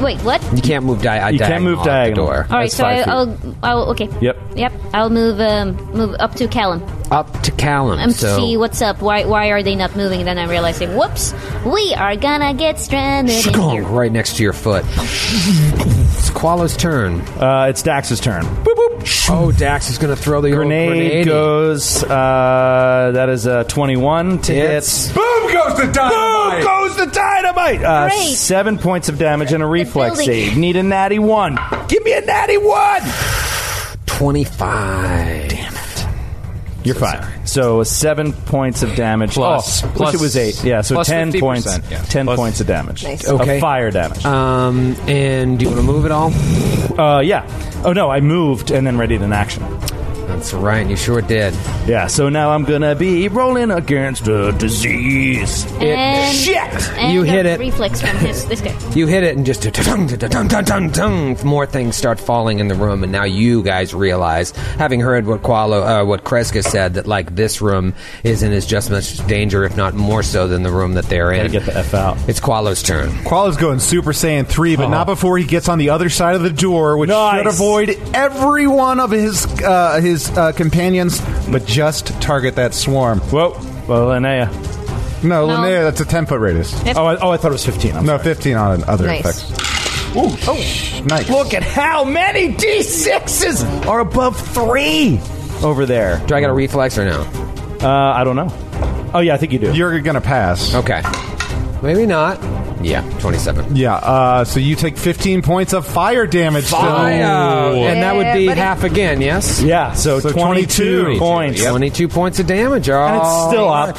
S8: wait, what?
S2: You can't move di-
S5: You can't move diagonal.
S2: out the door.
S8: All right,
S5: That's
S8: so I,
S5: five feet.
S8: I'll, I'll, okay.
S5: Yep.
S8: Yep, I'll move, um, move up to Callum.
S2: Up to Callum.
S8: I'm
S2: so
S8: see what's up. Why, why are they not moving? Then I'm realizing, whoops, we are gonna get stranded. In
S2: Shkong,
S8: here. Oh.
S2: right next to your foot. It's Qualo's turn.
S5: Uh, it's Dax's turn. Boop, boop.
S2: Oh, Dax is going to throw the
S5: grenade,
S2: grenade.
S5: goes. Uh, that is a twenty-one to hit.
S12: Boom goes the dynamite.
S5: Boom goes the dynamite. Uh, seven points of damage and a reflex
S12: building.
S5: save. Need a natty one. Give me a natty one.
S2: Twenty-five.
S5: Damn it. You're fine. So seven points of damage.
S9: Plus-
S5: oh, wish
S9: plus-
S5: it was eight. Yeah, so
S9: plus
S5: ten
S9: 50%,
S5: points.
S9: yeah.
S5: Ten points of damage.
S9: Nice.
S5: Of
S9: Okay.
S5: fire damage.
S2: Um, and do you want to move at all?
S5: Uh, yeah. Oh no, I moved and then readied an action.
S2: That's right. You sure did.
S5: Yeah. So now I'm gonna be rolling against a disease.
S8: And, and
S2: You
S8: a
S2: hit it.
S8: Reflex from his this guy.
S2: You hit it and just da-dung, da-dung, da-dung, da-dung. more things start falling in the room, and now you guys realize, having heard what Qualo, uh, what Kreska said, that like this room is in as just much danger, if not more so, than the room that they're in. Get
S5: the f out.
S2: It's Qualo's turn.
S7: Quala's going Super Saiyan 3, but
S5: Uh-huh.
S7: not before he gets on the other side of the door, which should avoid every one of his uh, his uh, companions, but just target that swarm.
S5: Whoa. Well, Linnea.
S7: No,
S8: No.
S7: Linnea, that's a 10 foot radius.
S8: That's-
S7: Oh
S5: I, oh, I thought it was 15.
S7: no, 15 on other
S8: Nice.
S7: effects. Oh, nice.
S5: Look at how many d6s are above three over there.
S2: Do I got a reflex or no?
S5: Uh, I don't know. Oh yeah, I think you do.
S7: You're gonna pass.
S2: Okay. Maybe not. Yeah, 27.
S7: Yeah, uh, so you take 15 points of fire damage. still.
S2: Fire! And that would be half again, yes?
S5: Yeah, so, 22, points.
S2: 22 points of damage. Oh,
S5: And it's still up.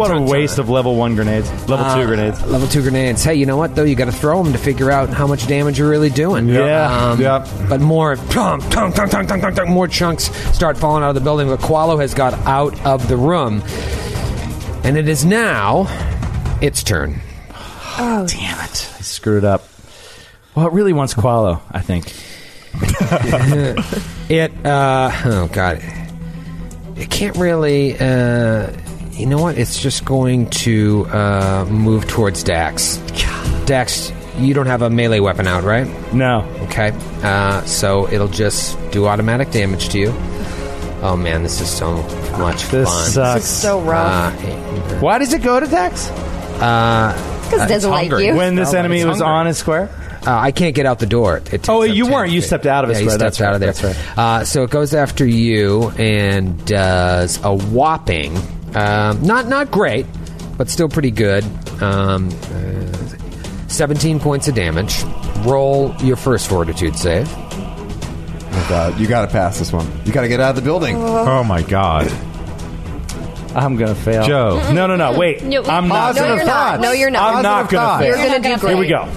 S5: What a waste of level one grenades. Level
S2: Uh,
S5: two grenades.
S2: Level two grenades. Hey, you know what though? You got to throw them to figure out how much damage you're really doing.
S5: Yeah,
S2: Um,
S5: yep.
S2: But more, tung, tung, tung, tung, tung, tung, tung, more chunks start falling out of the building. But Qualo has got out of the room, and it is now its turn.
S3: Oh,
S5: damn it! I screwed up. Well, it really wants Qualo, I think.
S2: it. Uh, oh god. It can't really. Uh, you know what? It's just going to uh, move towards Dax. Dax, you don't have a melee weapon out, right?
S5: No.
S2: Okay. Uh, so it'll just do automatic damage to you. Oh man, this is so much fun. Uh,
S5: This sucks. This is so rough. Why does it go to Dax?
S2: Because
S5: it doesn't like you. When this enemy was on his square?
S2: Uh, I can't get out the door. It takes
S5: Oh,
S2: up
S5: you
S2: 10
S5: weren't. You
S2: feet.
S5: stepped out of his
S2: yeah, he
S5: square.
S2: steps
S5: That's right.
S2: out of there.
S5: That's
S2: Uh, so it goes after you and does a whopping, um, not not great, but still pretty good. Um, uh, Seventeen points of damage. Roll your first fortitude save.
S6: Oh god, you got to pass this one. You got to get out of the building.
S7: Oh my god.
S5: I'm gonna fail.
S7: Joe.
S5: No, no, no. Wait.
S8: No,
S5: I'm not.
S3: No, you're not. No, you're not.
S5: I'm not gonna fail.
S3: You're gonna do great.
S5: Here we go.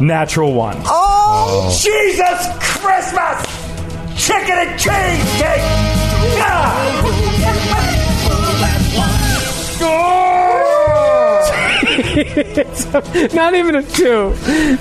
S5: Natural one.
S3: Oh,
S15: Jesus Christmas! Chicken and cheesecake!
S2: not even a two.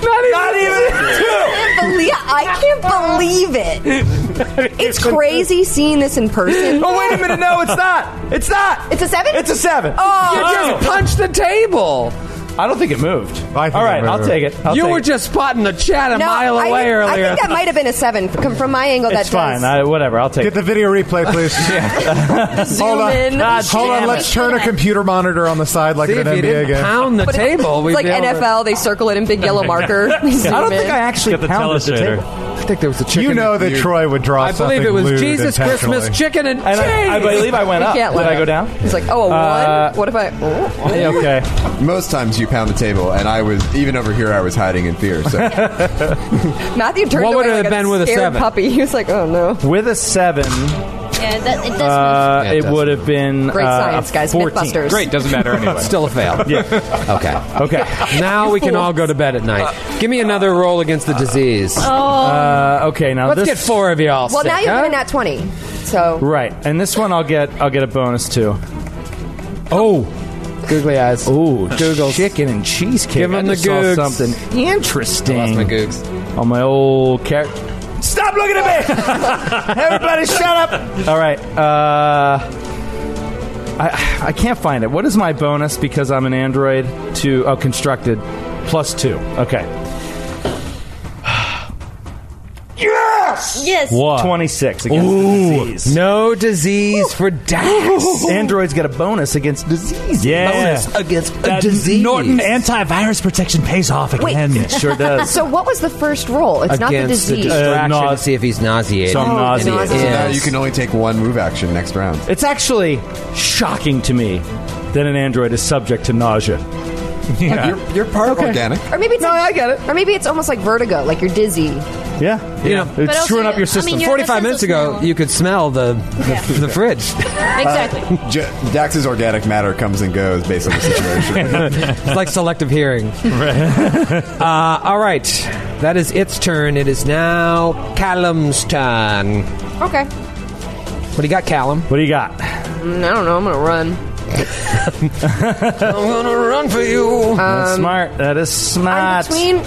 S2: Not even,
S3: I can't believe, I can't believe it. It's crazy seeing this in person.
S5: Oh wait a minute! No, it's not. It's not.
S3: It's a seven.
S5: It's a seven.
S3: Oh,
S2: You just punched the table.
S5: I don't think it moved.
S7: I think
S5: All right,
S7: it
S5: I'll
S7: moved.
S5: take it. I'll
S2: you
S5: take
S2: were
S5: it.
S2: just spotting the chat a
S3: no,
S2: mile
S3: I
S2: away
S3: think,
S2: earlier.
S3: I think that might have been a seven from, from my angle.
S5: It's
S3: Oh, that
S5: fine.
S3: does.
S5: I, whatever. I'll take
S7: Get
S5: it.
S7: the video replay, please.
S3: Zoom
S7: Hold on.
S3: in.
S16: Ah,
S7: Hold on, let's turn a computer monitor on the side like
S2: See,
S7: an
S2: if you
S7: NBA
S2: didn't
S7: game.
S2: pound the
S3: But it-
S2: table, we'd
S3: it's like
S2: be able to-
S3: NFL. They circle it in big yellow marker. Zoom
S5: I don't
S3: in.
S5: think I actually
S4: Get the
S5: pounded the
S4: telestrator.
S5: table.
S2: I think there was a chicken.
S7: You know that Troy would draw
S2: I
S7: something
S2: believe it was
S7: lewd
S2: Jesus
S7: intentionally.
S2: Christmas chicken and,
S5: And I, I
S2: cheese.
S5: believe I went
S3: You
S5: up. Did
S3: can't let
S5: I
S3: up.
S5: go down?
S3: It's like, oh, a
S5: Uh,
S3: one. What if I? Oh,
S5: Yeah, okay.
S6: Most times you pound the table, and I was even over here. I was hiding in fear. So
S3: Matthew turned away
S2: What would it
S3: like
S2: have been with a
S3: scared
S2: seven?
S3: puppy. He was like, oh no.
S5: With a seven,
S8: Yeah, that, it does
S5: uh,
S2: Yeah, it
S5: it
S2: does
S5: would have been
S3: Great
S5: uh, a
S3: science, guys.
S5: 14.
S3: Mythbusters.
S9: Great, doesn't matter anyway.
S2: Still a fail.
S5: Yeah.
S2: Okay.
S5: Okay.
S2: Now we can all go to bed at night. Give me another roll against the disease.
S5: Uh, okay. Now
S2: Let's
S5: this
S2: get four of y'all.
S3: Well,
S2: sick,
S3: now you're
S2: huh?
S3: getting at twenty. So
S5: Right, and this one I'll get. I'll get a bonus too.
S2: Oh, googly eyes.
S5: Ooh, Google chicken and cheesecake.
S2: Give 'em
S5: I
S2: the
S5: just saw
S2: googs.
S5: something interesting.
S2: Lost my googs.
S5: on my old character. Stop looking at me! Everybody, shut up! All right. Uh, I I can't find it. What is my bonus because I'm an android to oh constructed plus two? Okay. yeah.
S15: Yes.
S8: Yes.
S2: What?
S16: 26 against
S2: Ooh,
S16: the disease.
S2: No disease for Dax.
S16: Androids get a bonus against disease.
S11: Yeah.
S16: Bonus against a
S11: That
S16: disease.
S11: Norton antivirus protection pays off again.
S3: Wait. so what was the first roll? It's not the
S2: Against the
S3: disease.
S6: Uh,
S2: distraction
S5: Uh,
S2: to see if he's nauseated.
S3: So I'm Oh, nauseated.
S6: So
S3: nauseated.
S6: now you can only take one move action next round.
S16: It's actually shocking to me that an android is subject to nausea.
S6: Yeah. You're, you're part organic.
S3: Or maybe it's no, I get it. Or maybe it's almost like vertigo, like you're dizzy.
S16: Yeah,
S2: you know,
S3: But also screwing up your you- I system. mean, you have a
S2: 45 minutes
S3: sense of
S2: ago,
S3: smell.
S2: you could smell the the, the fridge.
S8: Exactly.
S6: Uh, J- Dax's organic matter comes and goes based on the situation.
S2: it's like selective hearing. uh, all right, that is its turn. It is now Callum's turn.
S3: Okay.
S2: What do you got, Callum?
S16: What do you got?
S3: Mm, I don't know. I'm gonna run.
S2: I'm gonna run for you.
S6: Um,
S16: That's smart. That is
S3: I'm
S16: smart.
S3: between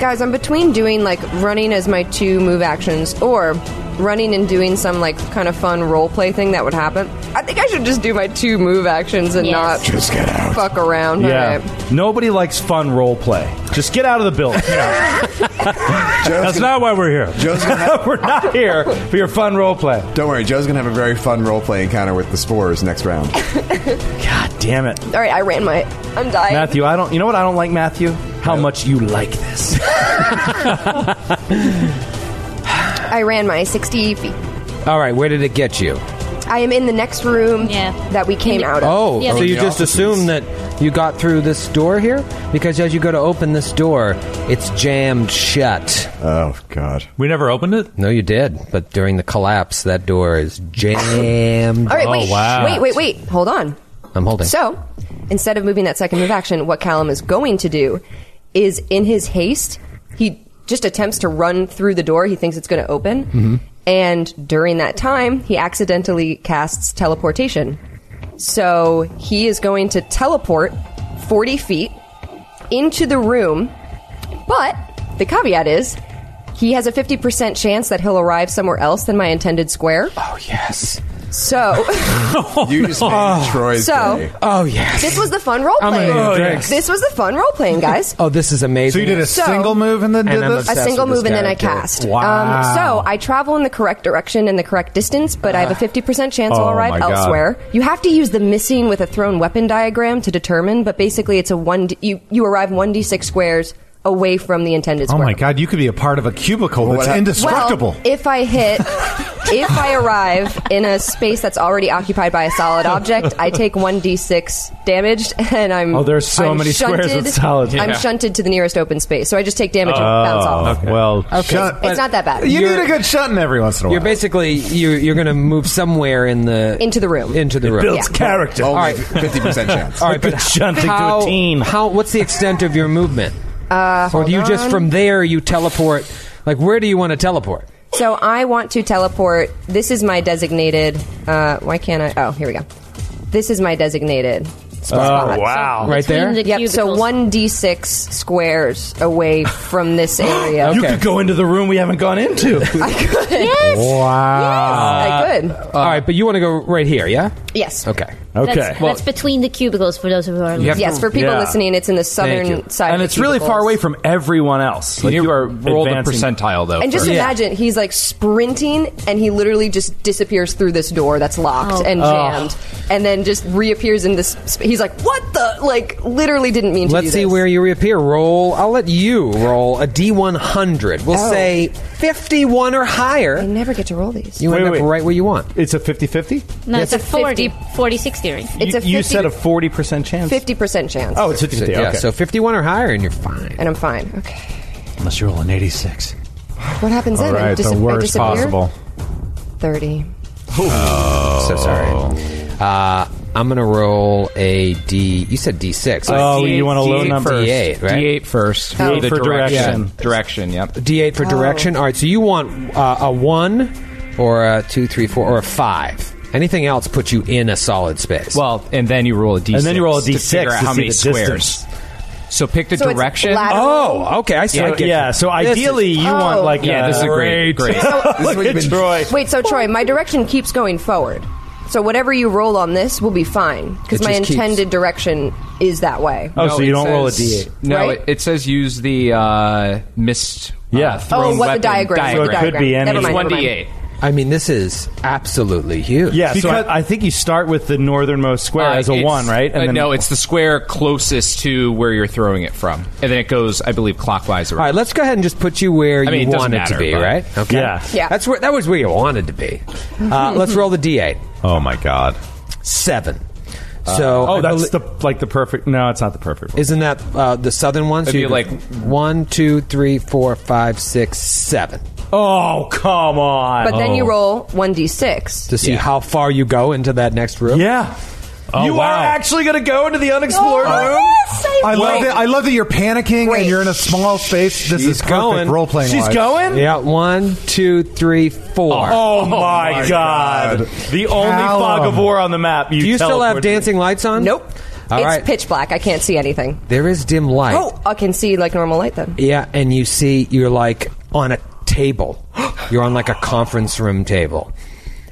S3: guys. I'm between doing like running as my two move actions, or running and doing some like kind of fun role play thing that would happen. I think I should just do my two move actions and not
S16: Just get out.
S3: fuck around.
S16: Yeah.
S3: All right.
S16: Nobody likes fun role play. Just get out of the building. That's not why we're here.
S6: Joe's gonna
S16: we're not here for your fun role play.
S6: Don't worry, Joe's gonna have a very fun role play encounter with the spores next round.
S16: God damn it.
S3: All right, I ran my. I'm dying.
S16: Matthew, I don't. You know what I don't like, Matthew? How much you like this.
S3: I ran my 60 feet.
S2: All right, where did it get you?
S3: I am in the next room that we came out of.
S2: Oh, so you just assume that you got through this door here? Because as you go to open this door, it's jammed shut.
S6: Oh, God.
S2: We never opened it? No, you did. But during the collapse, that door is jammed.
S3: All right, wait, wait, wait, wait. Hold on.
S2: I'm holding.
S3: So, instead of moving that second move action, what Callum is going to do is, in his haste, he just attempts to run through the door. He thinks it's going to open,
S4: Mm-hmm.
S3: and during that time, he accidentally casts teleportation. So he is going to teleport forty feet into the room, but the caveat is. He has a 50% chance that he'll arrive somewhere else than my intended square. Oh, yes. So.
S6: you just made Troy's
S3: So-
S6: day.
S2: Oh, yes.
S3: This was the fun role
S2: I'm gonna
S3: playing.
S2: need Oh, drinks.
S3: This was the fun role playing, guys.
S2: Oh, this is amazing.
S3: So you did a So- single
S2: move and then
S3: a single move and then I cast. Um, so I travel in the correct direction and the correct distance, but I have a fifty percent chance
S2: Oh
S3: I'll arrive
S2: my God.
S3: elsewhere. You have to use the missing with a thrown weapon diagram to determine, but basically it's a one. D- you you arrive one d six squares away from the intended
S7: Oh
S3: square.
S7: my god, you could be a part of a cubicle
S13: Well,
S7: that's
S13: what hap-
S7: indestructible.
S3: Well, if I hit, if I arrive in a space that's already occupied by a solid object, I take one d6 damaged, and I'm
S16: Oh, there's so
S3: I'm
S16: many squares
S3: shunted-
S16: with solid-
S3: I'm
S16: Yeah.
S3: shunted to the nearest open space, so I just take damage and
S7: Oh,
S3: bounce off.
S7: okay. Well, shunt-
S3: it's not that bad.
S7: You
S2: You're-
S7: need a good shunting every once in a while.
S2: You're basically you're you're going to move somewhere in the
S3: Into the room.
S2: into the
S7: It
S2: room.
S7: builds Yeah. character.
S2: All right,
S6: 50% chance.
S2: All right,
S7: Like
S2: but
S7: a shunting to a
S2: how, How? What's the extent of your movement?
S3: Uh,
S2: or
S3: hold
S2: do you just
S3: on.
S2: from there you teleport? Like, where do you want to teleport?
S3: So I want to teleport. This is my designated. Uh, why can't I? Oh, here we go. This is my designated spot.
S2: Oh, wow. Right there?
S3: yep. So one d six squares away from this area.
S16: You could go into the room we haven't gone into.
S3: yes.
S2: Wow.
S3: Yes, I could.
S16: Uh,
S2: All right, but you want to go right here, yeah?
S3: Yes.
S2: Okay.
S8: That's, that's between the cubicles for those who are
S16: You have
S3: Yes,
S16: to-
S3: for people
S16: yeah.
S3: listening, it's in the southern side,
S16: and
S3: of
S16: it's
S3: the
S16: really
S3: cubicles.
S16: far away from everyone else. Like you, are
S9: roll the
S16: advancing-
S9: percentile, though,
S3: And just imagine he's like sprinting, and he literally just disappears through this door that's locked
S8: Oh.
S3: and
S2: Oh.
S3: jammed, and then just reappears in this. Sp- he's like, "What the? Like, literally didn't mean to."
S2: Let's
S3: do
S2: see
S3: this.
S2: where you reappear. Roll. I'll let you roll a D100. We'll
S3: Oh.
S2: say 51 or higher. I
S3: never get to roll these.
S2: you
S16: Wait,
S2: end up
S16: wait.
S2: right where you want.
S16: It's a 50-50?
S8: No, it's, a 40, 40 60 ring.
S3: It's a
S16: You said a 40% chance.
S3: fifty percent chance.
S16: Oh, it's 50-50.
S2: Yeah,
S16: okay.
S2: so 51 or higher, and you're fine.
S3: and I'm fine. Okay.
S11: Unless you're rolling 86.
S3: What happens then? I dis- I disappear? Thirty.
S2: So sorry. Uh, I'm going to roll a D. You said D6.
S16: Oh, you want a low
S2: D8
S16: number.
S2: D8, right?
S9: D8 first.
S2: Oh.
S9: The
S2: For direction.
S9: Direction, yep.
S2: D8 for
S9: Oh.
S2: direction. All right, so you want uh, a 1 or a 2, 3, 4, or a 5. Anything else puts you in a solid space.
S9: Well, and then you roll a D6.
S2: And then you roll a
S9: to
S2: D6
S9: figure out
S2: to
S9: how
S2: see
S9: many
S2: the
S9: squares. So pick the
S2: So it's
S9: direction.
S2: lateral? Oh, okay, I see, I
S9: Yeah,
S2: get
S9: yeah,
S2: you.
S9: so
S2: This
S9: ideally
S2: is-
S9: you want like
S2: Yeah,
S9: a
S2: this is a great- great.
S9: Look at Troy.
S3: Wait, so Troy, my direction keeps going forward. So whatever you roll on this will be fine because
S9: It
S3: my
S9: just keeps-
S3: intended direction is that way.
S16: Oh,
S9: No, it says- No,
S3: Right?
S9: it, it says use the uh, missed. Yeah.
S3: Oh, what the diagram, what the So it could diagram. be Never any- mind,
S9: It's one
S3: never mind.
S9: d eight.
S2: I mean, this is absolutely huge.
S16: Yeah, so I, I think you start with the northernmost square as a
S9: It's-
S16: one, right?
S9: uh, no, it's the square closest to where you're throwing it from, and then it goes, I believe, clockwise.
S2: All right, let's go ahead and just put you where
S9: I mean,
S2: you
S9: it doesn't
S2: want it to
S9: matter,
S2: be,
S9: but-
S2: right? Okay.
S9: Yeah.
S2: yeah. That's where that was where you wanted to be. Uh, let's roll the d8.
S7: Oh my god.
S2: Seven. So
S16: oh,
S2: I
S16: that's
S2: belie-
S16: the like the perfect. No, it's not the perfect. One.
S2: Isn't that uh, the southern one?
S16: It'd
S2: you
S16: be
S2: could- one, two, three, four, five, six, seven.
S16: Oh come on! Oh.
S3: But then you roll one d six.
S2: to see how far you go into that next room. Oh,
S16: Yeah. Oh,
S7: You are
S16: actually going to go into the unexplored room?
S7: I love
S16: Wait.
S7: it. I love that you're panicking and you're in a small space. This is perfect role playing.
S2: Yeah, one, two, three, four.
S16: Oh, my, god. The only
S2: Callum.
S16: fog of war on the map. You
S2: Do you still have
S16: teleported.
S2: dancing lights on? Nope. All
S3: it's
S2: right.
S3: pitch black. I can't see anything.
S2: There is dim light.
S3: Oh, I can see like normal light then.
S2: Yeah, and you see you're like on a table. You're on like a conference room table.